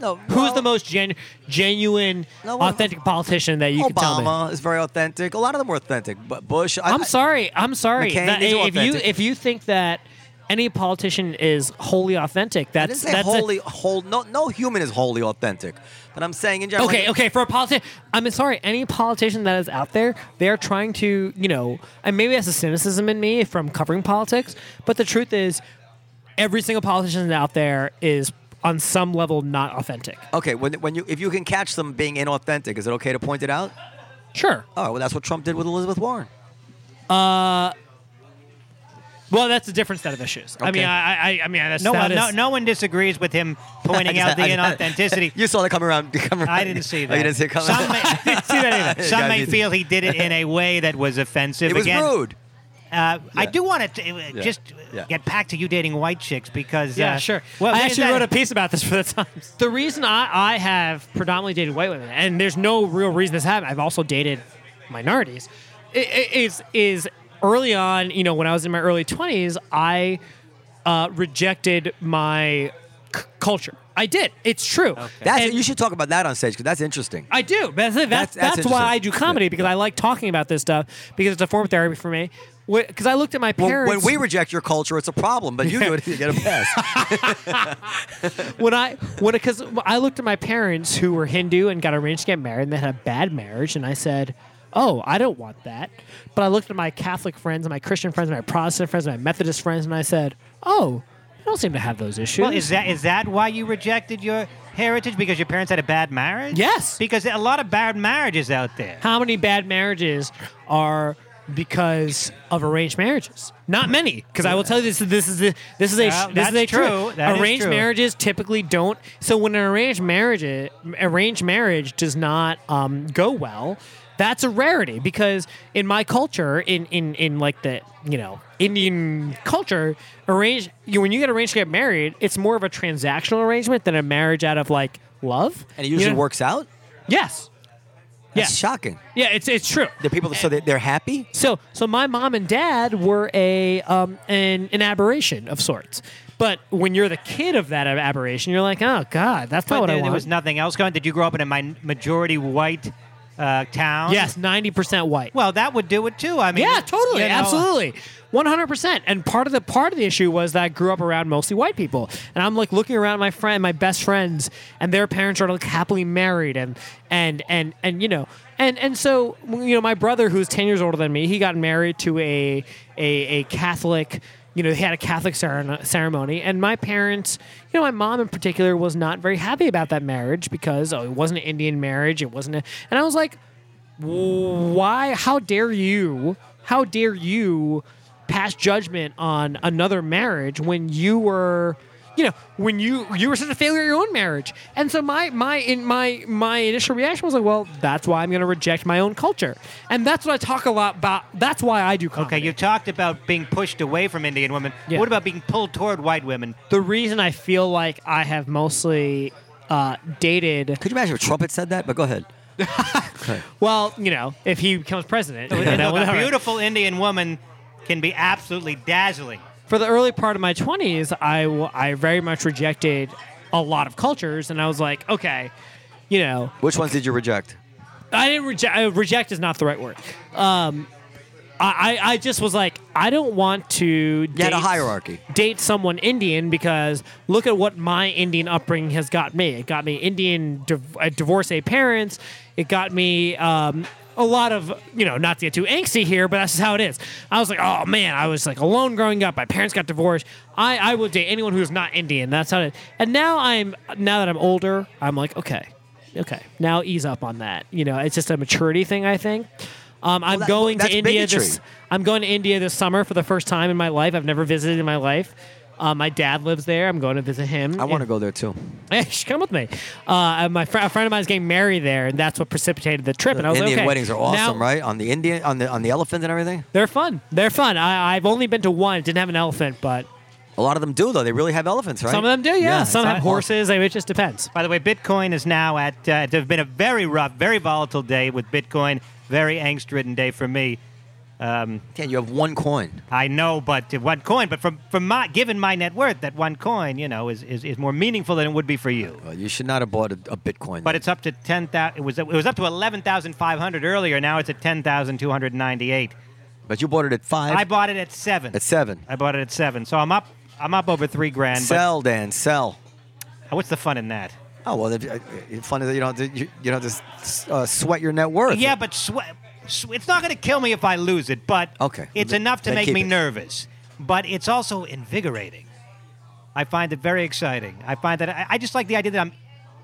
Speaker 2: no.
Speaker 5: Who's the most gen- genuine,
Speaker 2: No, well,
Speaker 5: authentic politician that you could tell me?
Speaker 2: Obama is very authentic. A lot of them were authentic, but Bush. I,
Speaker 5: I'm
Speaker 2: I-
Speaker 5: sorry. I'm sorry.
Speaker 2: McCain,
Speaker 5: That-
Speaker 2: these are
Speaker 5: if you
Speaker 2: authentic.
Speaker 5: if you think that any politician is wholly authentic,
Speaker 2: I didn't
Speaker 5: that's
Speaker 2: say
Speaker 5: that's a-
Speaker 2: wholly whole. No, no human is wholly authentic. But I'm saying in general.
Speaker 5: Okay, okay. For a politician, I'm sorry. Any politician that is out there, they are trying to, you know, and maybe that's a cynicism in me from covering politics. But the truth is, every single politician out there is on some level not authentic.
Speaker 2: Okay, when when you if you can catch them being inauthentic, is it okay to point it out?
Speaker 5: Sure.
Speaker 2: Oh, well, that's what Trump did with Elizabeth Warren.
Speaker 5: Well, that's a different set of issues. I mean,
Speaker 2: Okay.
Speaker 5: I, I, I mean, that's
Speaker 3: No
Speaker 5: that
Speaker 3: one,
Speaker 5: is-
Speaker 3: no, no one disagrees with him pointing out the inauthenticity.
Speaker 2: you saw that come around. Come around.
Speaker 3: I didn't see
Speaker 2: Oh,
Speaker 3: that.
Speaker 2: you didn't see it coming.
Speaker 3: Some may, some
Speaker 2: guys
Speaker 3: may
Speaker 2: need to-
Speaker 3: feel he did it in a way that was offensive.
Speaker 2: it was
Speaker 3: Again,
Speaker 2: rude.
Speaker 3: Uh, I
Speaker 2: Yeah.
Speaker 3: do want to uh, just
Speaker 2: Yeah.
Speaker 3: get back to you dating white chicks because
Speaker 5: Yeah,
Speaker 3: uh,
Speaker 5: sure.
Speaker 3: Well,
Speaker 5: I
Speaker 3: man,
Speaker 5: actually
Speaker 3: that-
Speaker 5: wrote a piece about this for the Times. The reason I, I have predominantly dated white women, and there's no real reason this happened. I've also dated minorities. i- i- Is is early on, you know, when I was in my early 20s, I uh, rejected my c- culture. I did. It's true.
Speaker 2: That's
Speaker 5: And-
Speaker 2: you should talk about that on stage because that's interesting.
Speaker 5: I do. but That's, that's, that's,
Speaker 2: That's- that's
Speaker 5: why I do
Speaker 2: interesting.
Speaker 5: comedy
Speaker 2: Yeah.
Speaker 5: because I like talking about this stuff because it's a form of therapy for me. Because I looked at my
Speaker 2: Well,
Speaker 5: parents.
Speaker 2: when we reject your culture, it's a problem, but you do it, you get a pass.
Speaker 5: when I when because I looked at my parents who were Hindu and got arranged to get married and they had a bad marriage, and I said, "Oh, I don't want that." But I looked at my Catholic friends, and my Christian friends, and my Protestant friends, and my Methodist friends, and I said, "Oh, they don't seem to have those issues."
Speaker 3: Well, is that is that why you rejected your heritage because your parents had a bad marriage?
Speaker 5: Yes.
Speaker 3: Because there are a lot of bad marriages out there.
Speaker 5: How many bad marriages are because of arranged marriages? Not many, because I will tell you this: this is a, this is a
Speaker 3: Well,
Speaker 5: this is a
Speaker 3: that's true.
Speaker 5: truth.
Speaker 3: That is
Speaker 5: arranged
Speaker 3: true.
Speaker 5: marriages typically don't. So when an arranged marriage arranged marriage does not um, go well. That's a rarity because in my culture, in in in like the you know Indian culture, arrange you when you get arranged to get married, it's more of a transactional arrangement than a marriage out of like love.
Speaker 2: And it
Speaker 5: You
Speaker 2: usually
Speaker 5: know?
Speaker 2: works out.
Speaker 5: Yes.
Speaker 2: That's
Speaker 5: yes.
Speaker 2: shocking.
Speaker 5: Yeah, it's it's true.
Speaker 2: The people, so they- they're happy.
Speaker 5: So, so my mom and dad were a um, an, an aberration of sorts. But when you're the kid of that aberration, you're like, oh god, that's not
Speaker 3: But
Speaker 5: what
Speaker 3: there,
Speaker 5: I
Speaker 3: there
Speaker 5: want.
Speaker 3: was nothing else going. Did you grow up in a min- majority white uh, town?
Speaker 5: yes, ninety percent white.
Speaker 3: Well, that would do it too. I mean,
Speaker 5: yeah, totally,
Speaker 3: you know,
Speaker 5: absolutely, one hundred percent. And part of the part of the issue was that I grew up around mostly white people, and I'm like looking around at my friend, my best friends, and their parents are like happily married, and and and and you know, and and so you know, my brother who's ten years older than me, he got married to a a, a Catholic. You know, he had a Catholic cere- ceremony, and my parents, you know, my mom in particular was not very happy about that marriage because oh, it wasn't an Indian marriage, it wasn't, a, and I was like, why how dare you how dare you pass judgment on another marriage when you were you know when you you were such a failure at your own marriage and so my my in my my initial reaction was like well that's why i'm going to reject my own culture and that's what i talk a lot about that's why i do comedy.
Speaker 3: Okay, you talked about being pushed away from Indian women.
Speaker 5: Yeah.
Speaker 3: What about being pulled toward white women?
Speaker 5: the reason i feel like i have mostly uh, dated
Speaker 2: Could you imagine if Trump had said that? But go ahead.
Speaker 5: well you know if he becomes president you know,
Speaker 3: Look, a
Speaker 5: whatever.
Speaker 3: beautiful Indian woman can be absolutely dazzling.
Speaker 5: for the early part of my 20s, I, w- I very much rejected a lot of cultures, and I was like, okay, you know,
Speaker 2: Which ones did you reject?
Speaker 5: I didn't reject. Reject is not the right word. Um, I, I I just was like, I don't want to.
Speaker 2: You
Speaker 5: date,
Speaker 2: had a hierarchy.
Speaker 5: Date someone Indian because look at what my Indian upbringing has got me. It got me Indian div- uh, divorcee parents. It got me. Um, a lot of you know, not to get too angsty here, but that's just how it is. I was like, oh man, I was like alone growing up. My parents got divorced. I I would date anyone who's not Indian. That's how it. And now I'm now that I'm older, I'm like, okay, okay, now ease up on that. You know, it's just a maturity thing, I think. Um, I'm
Speaker 2: that-
Speaker 5: going to
Speaker 2: that's
Speaker 5: India this.
Speaker 2: bigotry.
Speaker 5: I'm going to India this summer for the first time in my life. I've never visited in my life. Uh, my dad lives there. I'm going to visit him.
Speaker 2: I want to go there too.
Speaker 5: Hey, you should come with me. Uh, my fr- a friend of mine is getting married there, and that's what precipitated the trip. And I was
Speaker 2: Indian
Speaker 5: like, okay,
Speaker 2: weddings are
Speaker 5: now-
Speaker 2: awesome, right? On the Indian, on the on the elephants and everything.
Speaker 5: They're fun. They're fun. I, I've only been to one. It didn't have an elephant, but
Speaker 2: A lot of them do though. They really have elephants, right?
Speaker 5: some of them do. Yeah, some
Speaker 2: it's
Speaker 5: have
Speaker 2: awesome.
Speaker 5: horses. I mean, it just depends.
Speaker 3: By the way, Bitcoin is now at. Uh, it's been a very rough, very volatile day with Bitcoin. Very angst-ridden day for me.
Speaker 2: Yeah, you have one coin.
Speaker 3: I know, but one coin. But from from my given my net worth, that one coin, you know, is is, is more meaningful than it would be for you.
Speaker 2: Well, you should not have bought a, a Bitcoin.
Speaker 3: But it's up to ten thousand. It was it was up to eleven thousand five hundred earlier. Now it's at ten thousand two hundred ninety-eight.
Speaker 2: but you bought it at five.
Speaker 3: I bought it at seven.
Speaker 2: at seven.
Speaker 3: I bought it at seven, so I'm up. I'm up over three grand. but-
Speaker 2: Sell, Dan. Sell.
Speaker 3: What's the fun in that?
Speaker 2: Oh well, if, uh, it's funny that you don't have to, you, you don't have to uh, sweat your net worth.
Speaker 3: Yeah, but swe- sw- it's not going to kill me if I lose it, but
Speaker 2: Okay.
Speaker 3: it's
Speaker 2: Then-
Speaker 3: enough to
Speaker 2: then
Speaker 3: make
Speaker 2: keep
Speaker 3: me
Speaker 2: it.
Speaker 3: nervous. But it's also invigorating. I find it very exciting. I find that I, I just like the idea that I'm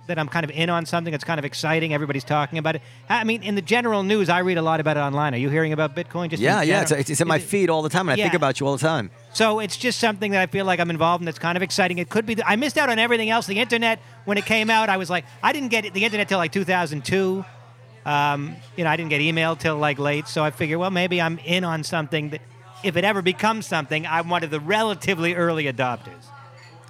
Speaker 3: that I'm kind of in on something. It's kind of exciting. Everybody's talking about it. I mean, in the general news, I read a lot about it online. Are you hearing about Bitcoin? Just in
Speaker 2: yeah, yeah.
Speaker 3: general?
Speaker 2: It's, it's it's in my
Speaker 3: Is it-
Speaker 2: feed all the time, and I think
Speaker 3: Yeah.
Speaker 2: about you all the time.
Speaker 3: So it's just something that I feel like I'm involved in that's kind of exciting. It could be. I missed out on everything else. The internet, when it came out, I was like, I didn't get the internet till like 2002. Um, you know, I didn't get email till like late. So I figured, well, maybe I'm in on something that, if it ever becomes something, I'm one of the relatively early adopters.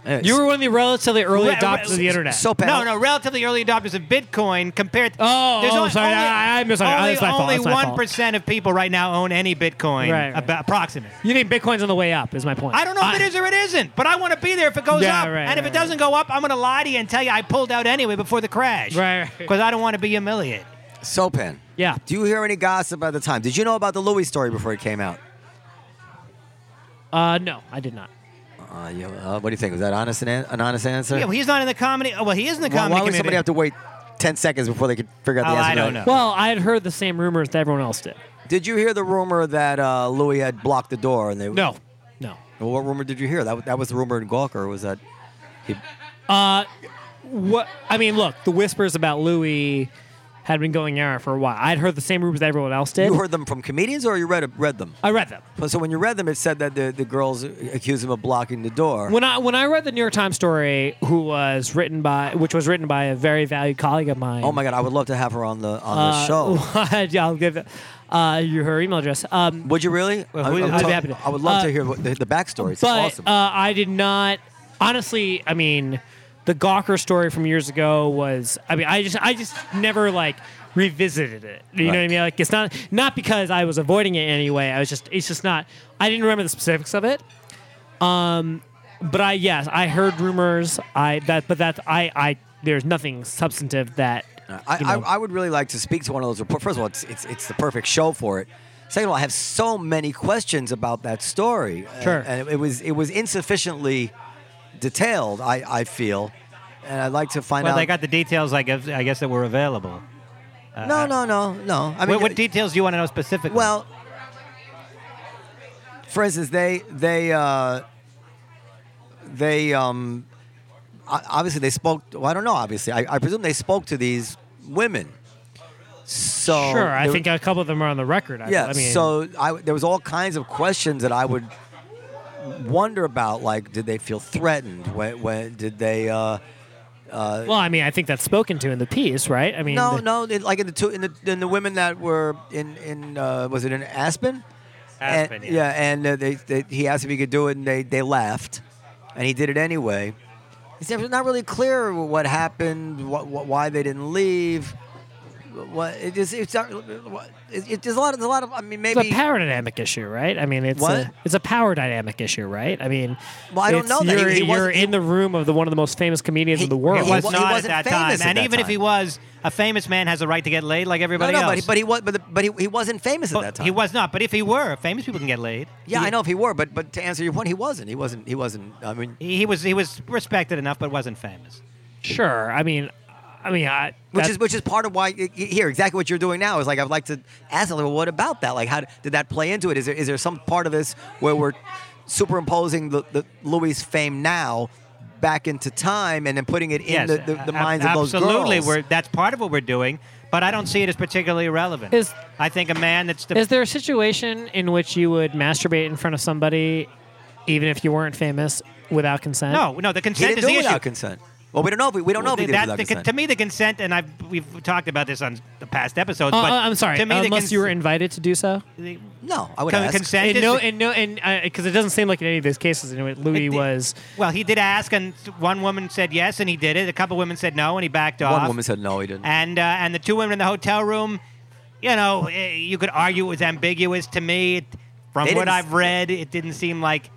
Speaker 2: Yeah,
Speaker 5: You were one of the relatively early
Speaker 3: Re- re-
Speaker 5: adopters of the internet.
Speaker 2: so bad.
Speaker 3: No, no, relatively early adopters of Bitcoin compared. To,
Speaker 5: Oh, oh,
Speaker 3: only-
Speaker 5: sorry,
Speaker 3: only-
Speaker 5: I- I misunderstood.
Speaker 3: Only,
Speaker 5: That's my fault,
Speaker 3: only
Speaker 5: that's my fault.
Speaker 3: one percent of people right now own any Bitcoin,
Speaker 5: Right, right.
Speaker 3: about- approximate.
Speaker 5: You think Bitcoin's on the way up? Is my point.
Speaker 3: I don't know if it is or it isn't, but I want to be there if it goes
Speaker 5: Yeah,
Speaker 3: up.
Speaker 5: right,
Speaker 3: and if
Speaker 5: right,
Speaker 3: it doesn't go up, I'm going to lie to you and tell you I pulled out anyway before the crash.
Speaker 5: Right, right.
Speaker 3: Because I don't want to be humiliated.
Speaker 2: Sopan.
Speaker 5: Yeah.
Speaker 2: Do you hear any gossip at the time? Did you know about the Louis story before it came out?
Speaker 5: Uh, no, I did not.
Speaker 2: Uh, you, uh, what do you think? Was that honest an, an honest answer?
Speaker 3: Yeah, well, he's not in the comedy. Oh, well, he is in the
Speaker 2: Why-
Speaker 3: comedy
Speaker 2: why would
Speaker 3: community.
Speaker 2: somebody have to wait ten seconds before they could figure out the
Speaker 3: Oh,
Speaker 2: answer?
Speaker 3: I
Speaker 2: to
Speaker 3: don't
Speaker 2: that?
Speaker 3: know.
Speaker 5: Well, I had heard the same rumors that everyone else did.
Speaker 2: Did you hear the rumor that uh, Louis had blocked the door? And they
Speaker 5: No, no.
Speaker 2: Well, what rumor did you hear? That that was the rumor in Gawker. Was that
Speaker 5: What I mean, look, the whispers about Louis had been going around for a while. I'd heard the same rumors that everyone else did.
Speaker 2: You heard them from comedians, or you read read them?
Speaker 5: I read them.
Speaker 2: So when you read them, it said that the, the girls accused him of blocking the door.
Speaker 5: When I when I read the New York Times story, who was written by, which was written by a very valued colleague of mine.
Speaker 2: oh my God, I would love to have her on the on the
Speaker 5: Uh,
Speaker 2: show.
Speaker 5: yeah, I'll give uh, you her email address. Um,
Speaker 2: Would you really? I,
Speaker 5: who-
Speaker 2: I'm
Speaker 5: I'd be
Speaker 2: to-
Speaker 5: happy to-
Speaker 2: I would love
Speaker 5: Uh,
Speaker 2: to hear what the, the backstory. It's
Speaker 5: but
Speaker 2: awesome.
Speaker 5: uh, I did not. Honestly, I mean, the Gawker story from years ago was. I mean, I just, I just never like revisited it. You know what I
Speaker 2: Right.
Speaker 5: mean? Like it's not not because I was avoiding it anyway. I was just, it's just not. I didn't remember the specifics of it. Um, but I yes, I heard rumors. I that, but that I I there's nothing substantive that.
Speaker 2: I,
Speaker 5: you
Speaker 2: I,
Speaker 5: know-
Speaker 2: I would really like to speak to one of those reporters. First of all, it's, it's, it's the perfect show for it. Second of all, I have so many questions about that story. Uh,
Speaker 5: Sure.
Speaker 2: And it was it was insufficiently detailed, I, I feel. And I'd like to find
Speaker 3: Well,
Speaker 2: out.
Speaker 3: they got the details. I guess I guess that were available.
Speaker 2: no,
Speaker 5: uh,
Speaker 2: no, no, no. I mean,
Speaker 3: what, what details do you want to know specifically?
Speaker 2: well, for instance, they they uh, they um, o- obviously they spoke. Well, I don't know. Obviously, I, I presume they spoke to these women. So
Speaker 5: Sure, I
Speaker 2: there-
Speaker 5: think a couple of them are on the record. I,
Speaker 2: Yeah.
Speaker 5: I mean,
Speaker 2: so I, there was all kinds of questions that I would wonder about. Like, did they feel threatened? When, when did they? Uh,
Speaker 5: well, I mean, I think that's spoken to in the piece, right? I mean,
Speaker 2: no,
Speaker 5: the-
Speaker 2: no. they- Like in the two, in the in the women that were in in uh, was it in Aspen? And-
Speaker 3: Aspen, yeah.
Speaker 2: yeah. and uh, they, they he asked if he could do it, and they they laughed, and he did it anyway. It's never- not really clear what happened, what, what, why they didn't leave. What it is? It's not. What, it, it, there's a lot of. There's a lot of. I mean, maybe.
Speaker 5: It's a power dynamic issue, right? I mean, it's
Speaker 2: What?
Speaker 5: a it's a power dynamic issue, right? I mean,
Speaker 2: Well, I don't
Speaker 5: it's-
Speaker 2: know that he-
Speaker 5: you're,
Speaker 2: he wasn't-
Speaker 5: you're in the room of the one of the most famous comedians
Speaker 2: He-
Speaker 5: in the
Speaker 3: he
Speaker 5: world.
Speaker 2: he
Speaker 3: was
Speaker 2: wa- he
Speaker 3: not
Speaker 2: wasn't
Speaker 3: at that
Speaker 2: famous
Speaker 3: time.
Speaker 2: at
Speaker 3: and
Speaker 2: that
Speaker 3: even if he
Speaker 2: time.
Speaker 3: was, a famous man has a right to get laid like
Speaker 2: no,
Speaker 3: everybody
Speaker 2: no,
Speaker 3: else.
Speaker 2: but he, but he was, but, the, but he, he wasn't famous at that time.
Speaker 3: He was not. But if he were, famous people can get laid.
Speaker 2: Yeah, I know if he were, but but to answer your point, he wasn't. He wasn't. He wasn't. I mean,
Speaker 3: He, he was he was respected enough, but wasn't famous.
Speaker 5: sure. I mean, I mean, I,
Speaker 2: which
Speaker 5: that-
Speaker 2: is which is part of why y- y- here exactly what you're doing now is like I'd like to ask like, well, what about that? Like, how d- did that play into it? Is there is there some part of this where we're superimposing the, the Louis' fame now back into time and then putting it in
Speaker 3: yes,
Speaker 2: the, the, the
Speaker 3: a-
Speaker 2: minds
Speaker 3: ab-
Speaker 2: of those girls?
Speaker 3: absolutely. We're that's part of what we're doing, but I don't see it as particularly relevant.
Speaker 5: Is-
Speaker 3: I think a man that's the,
Speaker 5: is there a situation in which you would masturbate in front of somebody, even if you weren't famous, without consent? Uh,
Speaker 3: no no the
Speaker 2: he
Speaker 3: consent
Speaker 2: didn't
Speaker 3: is
Speaker 2: do
Speaker 3: the
Speaker 2: it
Speaker 3: issue.
Speaker 2: without consent. Well, we don't know if we, we don't know if he did it
Speaker 3: That-
Speaker 2: without
Speaker 3: the con-
Speaker 2: consent.
Speaker 3: to me, the consent, and I've we've talked about this on the past episodes.
Speaker 5: Uh,
Speaker 3: but
Speaker 5: uh, I'm sorry.
Speaker 3: To me, the
Speaker 5: unless
Speaker 3: cons-
Speaker 5: you were invited to do so,
Speaker 3: the-
Speaker 2: no, I would
Speaker 3: con-
Speaker 2: ask.
Speaker 3: consent
Speaker 5: and
Speaker 3: is
Speaker 5: no,
Speaker 3: the-
Speaker 5: and no, and because it doesn't seem like in any of those cases, you know, Louis
Speaker 3: It-
Speaker 5: was.
Speaker 3: Well, he did ask, and one woman said yes, and he did it. A couple women said no, and he backed off.
Speaker 2: One woman said no, he didn't.
Speaker 3: and uh, and the two women in the hotel room, you know, eh, you could argue it was ambiguous to me. It, from
Speaker 2: They
Speaker 3: what
Speaker 2: didn't-
Speaker 3: I've read, it didn't seem like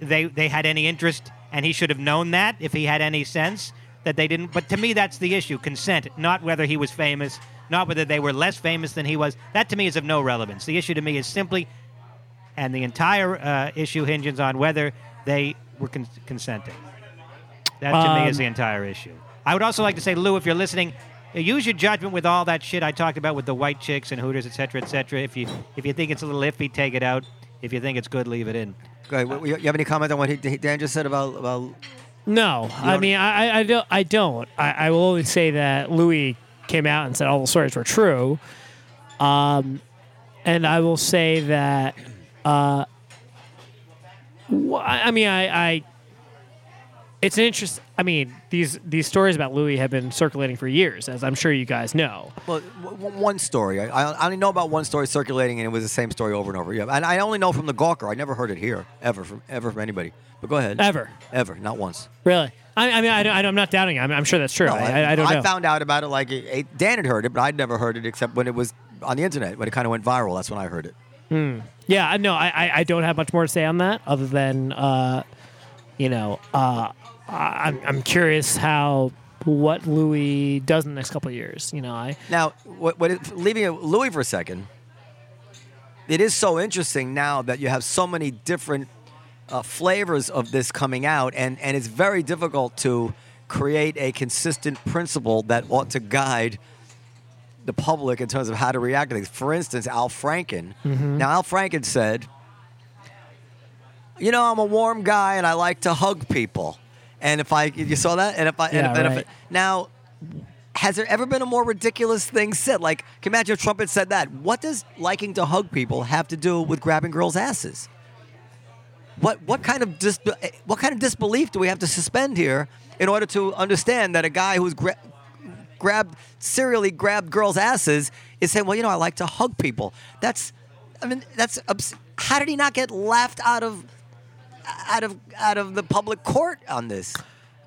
Speaker 3: they they had any interest, and he should have known that if he had any sense that they didn't. But to me, that's the issue: consent, not whether he was famous, not whether they were less famous than he was. That to me is of no relevance. The issue to me is simply, and the entire uh, issue hinges on whether they were con- consenting. That to me is
Speaker 5: Um,
Speaker 3: the entire issue. I would also like to say, Lou, if you're listening, uh, use your judgment with all that shit I talked about with the white chicks and Hooters, et cetera, et cetera. If you if you think it's a little iffy, take it out. If you think it's good, leave it in.
Speaker 2: Okay, well, you you have any comment on what he, Dan just said about about?
Speaker 5: No, I
Speaker 2: don't-
Speaker 5: mean, I, I- I don't. I don't. I, I will only say that Louis came out and said all the stories were true, um, and I will say that. Uh, wh- I I mean, I, I. It's an interest. I mean, these these stories about Louis have been circulating for years, as I'm sure you guys know.
Speaker 2: Well, w- w- one story. I, I only know about one story circulating, and it was the same story over and over. Yeah, and I only know from the Gawker. I never heard it here ever from ever from anybody. But go ahead.
Speaker 5: Ever.
Speaker 2: Ever. Not once.
Speaker 5: Really, I, I mean, I, don't- I, am not doubting. It. I'm, I'm sure that's true. I, I, I don't know.
Speaker 2: found out about it like it, it- Dan had heard it, but I'd never heard it except when it was on the internet when it kind of went viral. That's when I heard it.
Speaker 5: Yeah, I- no, I, I, I don't have much more to say on that other than, uh, you know, uh, I, I'm, I'm curious how what Louis does in the next couple of years. You know, I
Speaker 2: Now, what, what it, leaving Louis for a second, it is so interesting now that you have so many different uh, flavors of this coming out, and, and it's very difficult to create a consistent principle that ought to guide the public in terms of how to react to things. For instance, Al Franken. Now, Al Franken said, You know, I'm a warm guy and I like to hug people. And if I, you saw that? And if I, and
Speaker 5: Yeah,
Speaker 2: if, and if
Speaker 5: right.
Speaker 2: now, has there ever been a more ridiculous thing said? Like, can you imagine if Trump had said that? What does liking to hug people have to do with grabbing girls' asses? What what kind of dis- what kind of disbelief do we have to suspend here in order to understand that a guy who's gra- grabbed serially grabbed girls' asses is saying, "Well, you know, I like to hug people." That's, I mean, that's obs- how did he not get laughed out of out of out of the public court on this?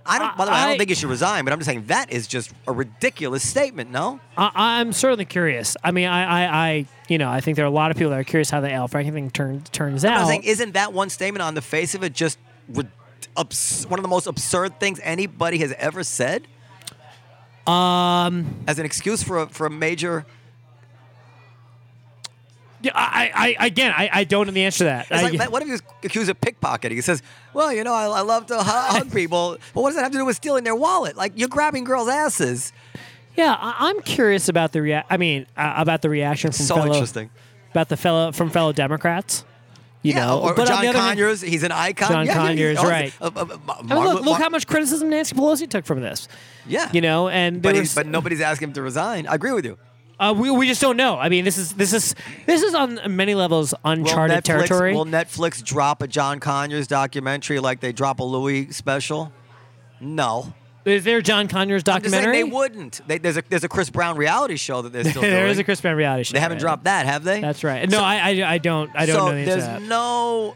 Speaker 2: I don't. by the way, I don't
Speaker 5: I-
Speaker 2: think he should resign, but I'm just saying that is just a ridiculous statement. No,
Speaker 5: I, I'm certainly curious. I mean, I, I, I, you know, I think there are a lot of people that are curious how the Al Franken thing turns turns out.
Speaker 2: I'm saying isn't that one statement on the face of it just rid- abs- one of the most absurd things anybody has ever said? Um, as an excuse for a, for a major.
Speaker 5: Yeah, I, I, I- again, I, I don't know the answer to that.
Speaker 2: It's
Speaker 5: I-
Speaker 2: like, man, what if he was accused of pickpocketing? He says, "Well, you know, I, I love to hu- hug people, but what does that have to do with stealing their wallet? Like you're grabbing girls' asses."
Speaker 5: yeah, I, I'm curious about the rea- I mean, uh, about the reaction from
Speaker 2: So
Speaker 5: fellow,
Speaker 2: interesting.
Speaker 5: about the fellow from fellow Democrats. You
Speaker 2: yeah,
Speaker 5: know,
Speaker 2: or
Speaker 5: but on
Speaker 2: John
Speaker 5: the other hand-
Speaker 2: Conyers, he's an icon.
Speaker 5: John
Speaker 2: yeah, yeah,
Speaker 5: Conyers,
Speaker 2: he's-
Speaker 5: right.
Speaker 2: uh, uh, uh,
Speaker 5: I mean,
Speaker 2: Mar-
Speaker 5: look, look
Speaker 2: Mar-
Speaker 5: how much criticism Nancy Pelosi took from this.
Speaker 2: Yeah,
Speaker 5: You know, and there
Speaker 2: but,
Speaker 5: was-
Speaker 2: he's, but nobody's asking him to resign. I agree with you.
Speaker 5: Uh, we, we just don't know. I mean, this is this is this is on many levels
Speaker 2: Will
Speaker 5: uncharted
Speaker 2: Netflix,
Speaker 5: territory.
Speaker 2: Will Netflix drop a John Conyers documentary like they drop a Louis special? No.
Speaker 5: is there a John Conyers
Speaker 2: I'm just saying
Speaker 5: documentary?
Speaker 2: they wouldn't. They, there's a there's a Chris Brown reality show that they're still doing.
Speaker 5: there is a Chris Brown reality show.
Speaker 2: They haven't
Speaker 5: right?
Speaker 2: dropped that, have they?
Speaker 5: That's right. No, I, I I don't I don't
Speaker 2: so
Speaker 5: know the answer to
Speaker 2: there's
Speaker 5: that.
Speaker 2: no.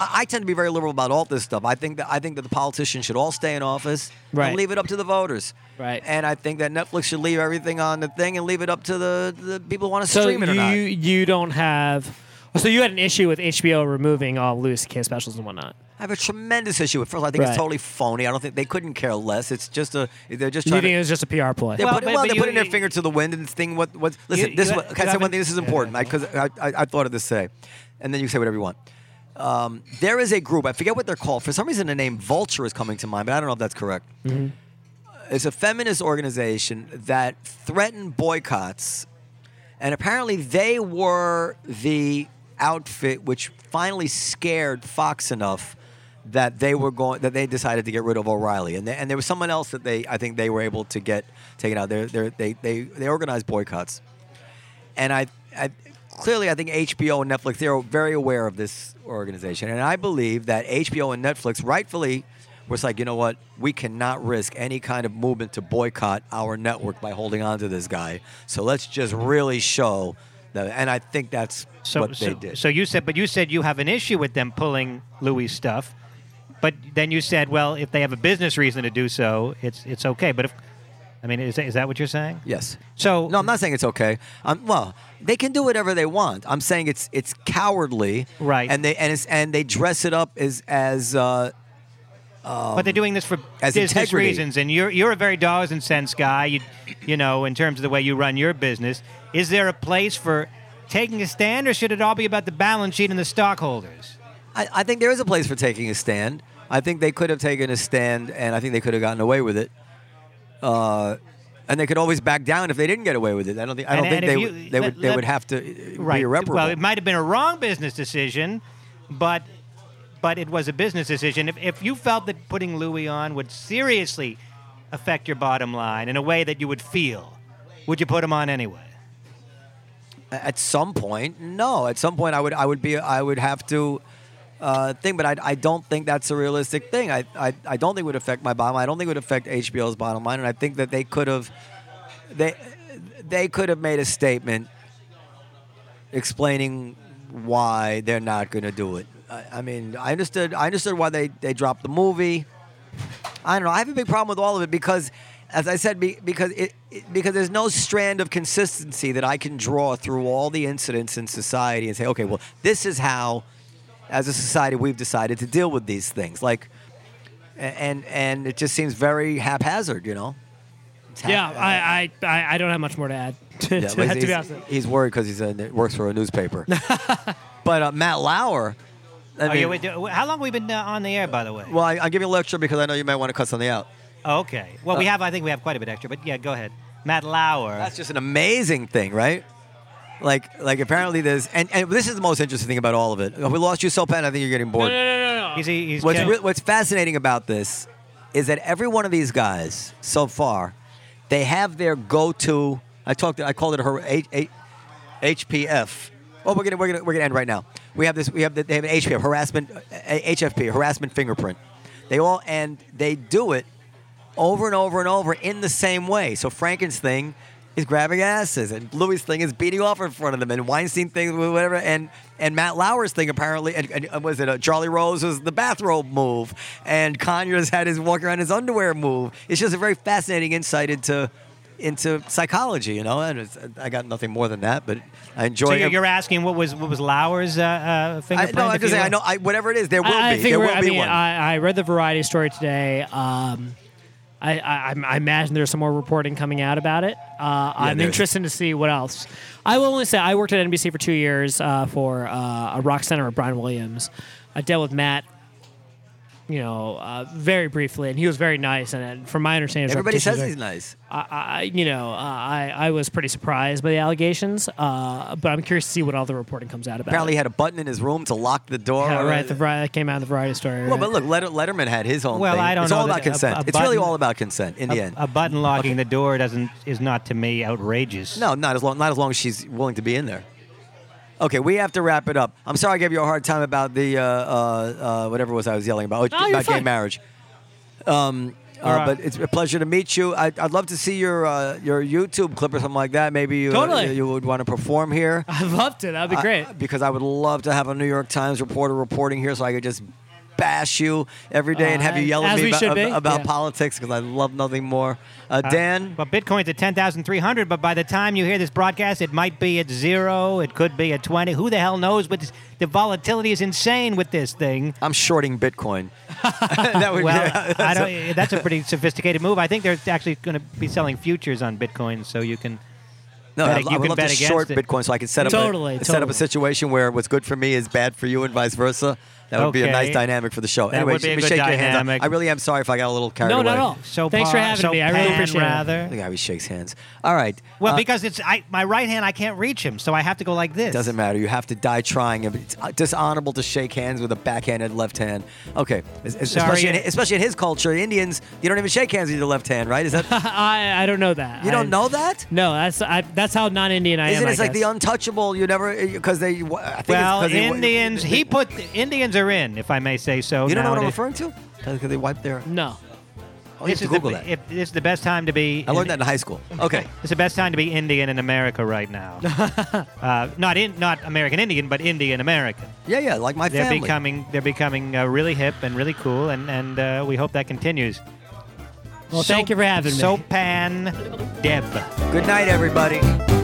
Speaker 2: I I tend to be very liberal about all this stuff. I think that I think that the politicians should all stay in office
Speaker 5: Right.
Speaker 2: and leave it up to the voters.
Speaker 5: Right.
Speaker 2: And I think that Netflix should leave everything on the thing and leave it up to the, the people who want to
Speaker 5: so
Speaker 2: stream it
Speaker 5: you
Speaker 2: or not.
Speaker 5: you don't have. So you had an issue with HBO removing all Louis C.K. specials and whatnot.
Speaker 2: I have a tremendous issue with first. I think
Speaker 5: Right.
Speaker 2: it's totally phony. I don't think they couldn't care less. It's just a they're just
Speaker 5: You
Speaker 2: trying
Speaker 5: think it
Speaker 2: to.
Speaker 5: was just a PR play?
Speaker 2: They're
Speaker 3: Well,
Speaker 2: putting,
Speaker 3: but-
Speaker 2: well,
Speaker 3: but
Speaker 2: they're
Speaker 3: you-
Speaker 2: putting their finger to the wind and thing. What? What? Listen,
Speaker 3: you-
Speaker 2: this.
Speaker 3: you-
Speaker 2: one- can I
Speaker 3: you
Speaker 2: say one
Speaker 3: haven't-
Speaker 2: thing? This is
Speaker 3: yeah,
Speaker 2: important
Speaker 3: yeah,
Speaker 2: because I, I, I thought of this say, and then you say whatever you want. Um, there is a group. I forget what they're called. For some reason, the name Vulture is coming to mind, but I don't know if that's correct. It's a feminist organization that threatened boycotts, and apparently they were the outfit which finally scared Fox enough that they were going that they decided to get rid of O'Reilly, and, they, and there was someone else that they I think they were able to get taken out. They're, they're, they they they organized boycotts, and I, I clearly I think HBO and Netflix they're very aware of this organization, and I believe that HBO and Netflix rightfully was like, you know what, we cannot risk any kind of movement to boycott our network by holding on to this guy, so let's just really show that, and I think that's
Speaker 3: So,
Speaker 2: what
Speaker 3: so,
Speaker 2: they did.
Speaker 3: so you said, but you said you have an issue with them pulling Louis stuff, but then you said, well, if they have a business reason to do so, it's it's okay. But if, I mean, is that, is that what you're saying?
Speaker 2: yes.
Speaker 3: So
Speaker 2: No, I'm not saying it's okay. Um, well, they can do whatever they want. I'm saying it's it's cowardly,
Speaker 3: Right.
Speaker 2: And they and it's, and they dress it up as as uh,
Speaker 3: but they're doing this for
Speaker 2: as
Speaker 3: business
Speaker 2: integrity.
Speaker 3: reasons, and you're you're a very dollars and cents guy. You you know, in terms of the way you run your business, is there a place for taking a stand, or should it all be about the balance sheet and the stockholders?
Speaker 2: I, I think there is a place for taking a stand. I think they could have taken a stand, and I think they could have gotten away with it. Uh, and they could always back down if they didn't get away with it. I don't think. I don't
Speaker 3: And-
Speaker 2: think
Speaker 3: and if
Speaker 2: they
Speaker 3: you-
Speaker 2: would. They
Speaker 3: let-
Speaker 2: would. They
Speaker 3: let-
Speaker 2: would have to uh, be irreparable.
Speaker 3: Well, it might have been a wrong business decision, but but it was a business decision. If, if you felt that putting Louis on would seriously affect your bottom line in a way that you would feel, would you put him on anyway?
Speaker 2: at some point no at some point i would i would be i would have to uh, thing but I, I don't think that's a realistic thing I, I i don't think it would affect my bottom line. i don't think it would affect hbo's bottom line and i think that they could have they they could have made a statement explaining why they're not going to do it I, I mean i understood i understood why they they dropped the movie I don't know. I have a big problem with all of it because, as I said, be, because it, it because there's no strand of consistency that I can draw through all the incidents in society and say, okay, well, this is how, as a society, we've decided to deal with these things. Like, a- and and it just seems very haphazard, you know. It's hap-
Speaker 5: yeah, I, I, I, I don't have much more to add. To,
Speaker 2: yeah,
Speaker 5: to
Speaker 2: but
Speaker 5: that, to be
Speaker 2: he's,
Speaker 5: honest.
Speaker 2: he's worried because he's a, works for a newspaper. but uh, Matt Lauer,
Speaker 5: Oh,
Speaker 2: I
Speaker 3: Are
Speaker 2: mean,
Speaker 3: you- wait, do- how long have we been uh, on the air, by the way?
Speaker 2: well, I, I'll give you a lecture because I know you might want to cut something out.
Speaker 3: okay. Well, we have. I think we have quite a bit extra, but yeah, go ahead. Matt Lauer.
Speaker 2: Uh, That's just an amazing thing, right? Like, like apparently there's, and, and this is the most interesting thing about all of it. We lost you so bad, I think you're getting bored.
Speaker 3: he's, he's
Speaker 2: What's,
Speaker 3: killed.
Speaker 2: re- what's fascinating about this is that every one of these guys so far They have their go-to. I talked. I called it her H, H, HPF. Oh, we're gonna we're gonna we're gonna end right now. We have this. We have the, they have an HPF harassment, uh, HFP harassment fingerprint. They all and they do it over and over and over in the same way. So Franken's thing is grabbing asses, and Louis' thing is beating off in front of them, and Weinstein thing, whatever, and and Matt Lauer's thing apparently, and, and uh, was it uh, Charlie Rose was the bathrobe move, and Conyers had his walk around his underwear move. It's just a very fascinating insight into into psychology, you know. And it's, uh, I got nothing more than that, but I enjoy.
Speaker 3: So you're,
Speaker 2: it.
Speaker 3: you're asking what was what was Lauer's uh, uh,
Speaker 2: uh, I,
Speaker 3: fingerprint?
Speaker 2: no, I'm
Speaker 3: if
Speaker 2: just
Speaker 3: you
Speaker 2: saying. I
Speaker 3: will?
Speaker 2: know. I, whatever it is, there will
Speaker 5: I, I
Speaker 2: be.
Speaker 5: think
Speaker 2: There
Speaker 5: we're-
Speaker 2: will
Speaker 5: I
Speaker 2: be
Speaker 5: mean, uh,
Speaker 2: one.
Speaker 5: I, I read the Variety story today. Um, I, I, I imagine there's some more reporting coming out about it. Uh, I'm
Speaker 2: there is.
Speaker 5: interested to see what else. I will only say I worked at NBC for two years uh, for uh, a rock center with Brian Williams. I dealt with Matt, you know, uh, very briefly, and he was very nice. And uh, from my understanding, his
Speaker 2: Everybody
Speaker 5: reputation
Speaker 2: says
Speaker 5: is very-
Speaker 2: he's nice.
Speaker 5: I, I you know, uh, I, I was pretty surprised by the allegations, uh, but I'm curious to see what all the reporting comes out about.
Speaker 2: Apparently,
Speaker 5: it.
Speaker 2: he had a button in his room to lock the door.
Speaker 5: Yeah,
Speaker 2: or-
Speaker 5: right. The Vari- that came out of the Variety story.
Speaker 2: Well,
Speaker 5: right.
Speaker 2: but look, Letter, Letterman had his own
Speaker 3: Well,
Speaker 2: thing.
Speaker 3: I don't
Speaker 2: it's
Speaker 3: know
Speaker 2: all
Speaker 3: that
Speaker 2: about
Speaker 3: a-
Speaker 2: consent.
Speaker 3: a
Speaker 2: it's really
Speaker 3: button-
Speaker 2: all about consent in the end.
Speaker 3: A button locking the door doesn't is not to me outrageous.
Speaker 2: no, not as long. Not as long as she's willing to be in there. Okay, we have to wrap it up. I'm sorry I gave you a hard time about the uh, uh, uh, whatever it was I was yelling about. Oh,
Speaker 5: No, you're
Speaker 2: about gay
Speaker 5: fine.
Speaker 2: marriage. Um, uh,
Speaker 3: All right.
Speaker 2: But it's a pleasure to meet you. I, I'd love to see your uh, your YouTube clip or something like that. Maybe you
Speaker 5: Totally.
Speaker 2: you would want to perform here.
Speaker 5: I loved it. That'd be great.
Speaker 2: I- because I would love to have a New York Times reporter reporting here so I could just bash you every day and have you
Speaker 5: Uh,
Speaker 2: yell at
Speaker 5: as
Speaker 2: me
Speaker 5: we
Speaker 2: about,
Speaker 5: should be,
Speaker 2: ab- about
Speaker 5: yeah.
Speaker 2: politics because I love nothing more. Uh, Dan,
Speaker 3: But Bitcoin's at 10,300, but by the time you hear this broadcast, it might be at zero. It could be at 20. Who the hell knows? But this, the volatility is insane with this thing.
Speaker 2: I'm shorting Bitcoin. that would
Speaker 3: Well,
Speaker 2: yeah,
Speaker 3: I don't, eh, that's a pretty sophisticated move. I think they're actually going to be selling futures on Bitcoin, so you can.
Speaker 2: no,
Speaker 3: bet
Speaker 2: I,
Speaker 3: it-
Speaker 2: I
Speaker 3: you
Speaker 2: would
Speaker 3: can
Speaker 2: love
Speaker 3: bet
Speaker 2: to
Speaker 3: against
Speaker 2: short
Speaker 3: it.
Speaker 2: Bitcoin so I could set up,
Speaker 5: Totally,
Speaker 2: a, set up a
Speaker 5: totally.
Speaker 2: situation where what's good for me is bad for you and vice versa. That would be a
Speaker 3: Okay.
Speaker 2: nice dynamic for the show.
Speaker 3: That
Speaker 2: anyway,
Speaker 3: would be
Speaker 2: let
Speaker 3: a
Speaker 2: me
Speaker 3: good
Speaker 2: shake your hands. I-
Speaker 3: dynamic.
Speaker 2: I really am sorry if I got a little carried
Speaker 5: No,
Speaker 2: away.
Speaker 5: no, no.
Speaker 3: So
Speaker 5: Oh, Thanks for
Speaker 3: par-
Speaker 5: having
Speaker 3: so
Speaker 5: me. I really
Speaker 3: pan,
Speaker 5: appreciate it.
Speaker 3: rather.
Speaker 2: Look how he shakes hands. All right.
Speaker 3: Well,
Speaker 2: Uh,
Speaker 3: because it's I, my right hand, I can't reach him, so I have to go like this.
Speaker 2: Doesn't matter. You have to die trying. It's uh, dishonorable to shake hands with a backhanded left hand. Okay. Es- es-
Speaker 3: Sorry.
Speaker 2: Especially in, especially in his culture, Indians, you don't even shake hands with your left hand, right? Is that
Speaker 5: I, I don't know that.
Speaker 2: you
Speaker 5: I-
Speaker 2: don't know that?
Speaker 5: No, that's I, that's how non-Indian I
Speaker 2: Isn't
Speaker 5: am.
Speaker 2: it
Speaker 5: I
Speaker 2: like the
Speaker 5: guess.
Speaker 2: untouchable? You never because they. I think
Speaker 3: Well,
Speaker 2: it's 'cause they-
Speaker 3: Indians, he put Indians are in, if I may say so.
Speaker 2: You don't know what I'm
Speaker 3: nowadays.
Speaker 2: referring to? Because they wipe their.
Speaker 5: no.
Speaker 2: Oh, you have
Speaker 3: This
Speaker 2: to
Speaker 3: is
Speaker 2: Google
Speaker 3: the,
Speaker 2: that.
Speaker 3: If, this is the best time to be.
Speaker 2: I learned that in high school. Okay.
Speaker 3: It's the best time to be Indian in America right now. uh, not in, not American Indian, but Indian American.
Speaker 2: Yeah, yeah. Like my
Speaker 3: They're
Speaker 2: family.
Speaker 3: becoming they're becoming uh, really hip and really cool, and and uh, we hope that continues.
Speaker 5: Well, thank you for having me.
Speaker 3: Sopan Deb.
Speaker 2: Good night, everybody.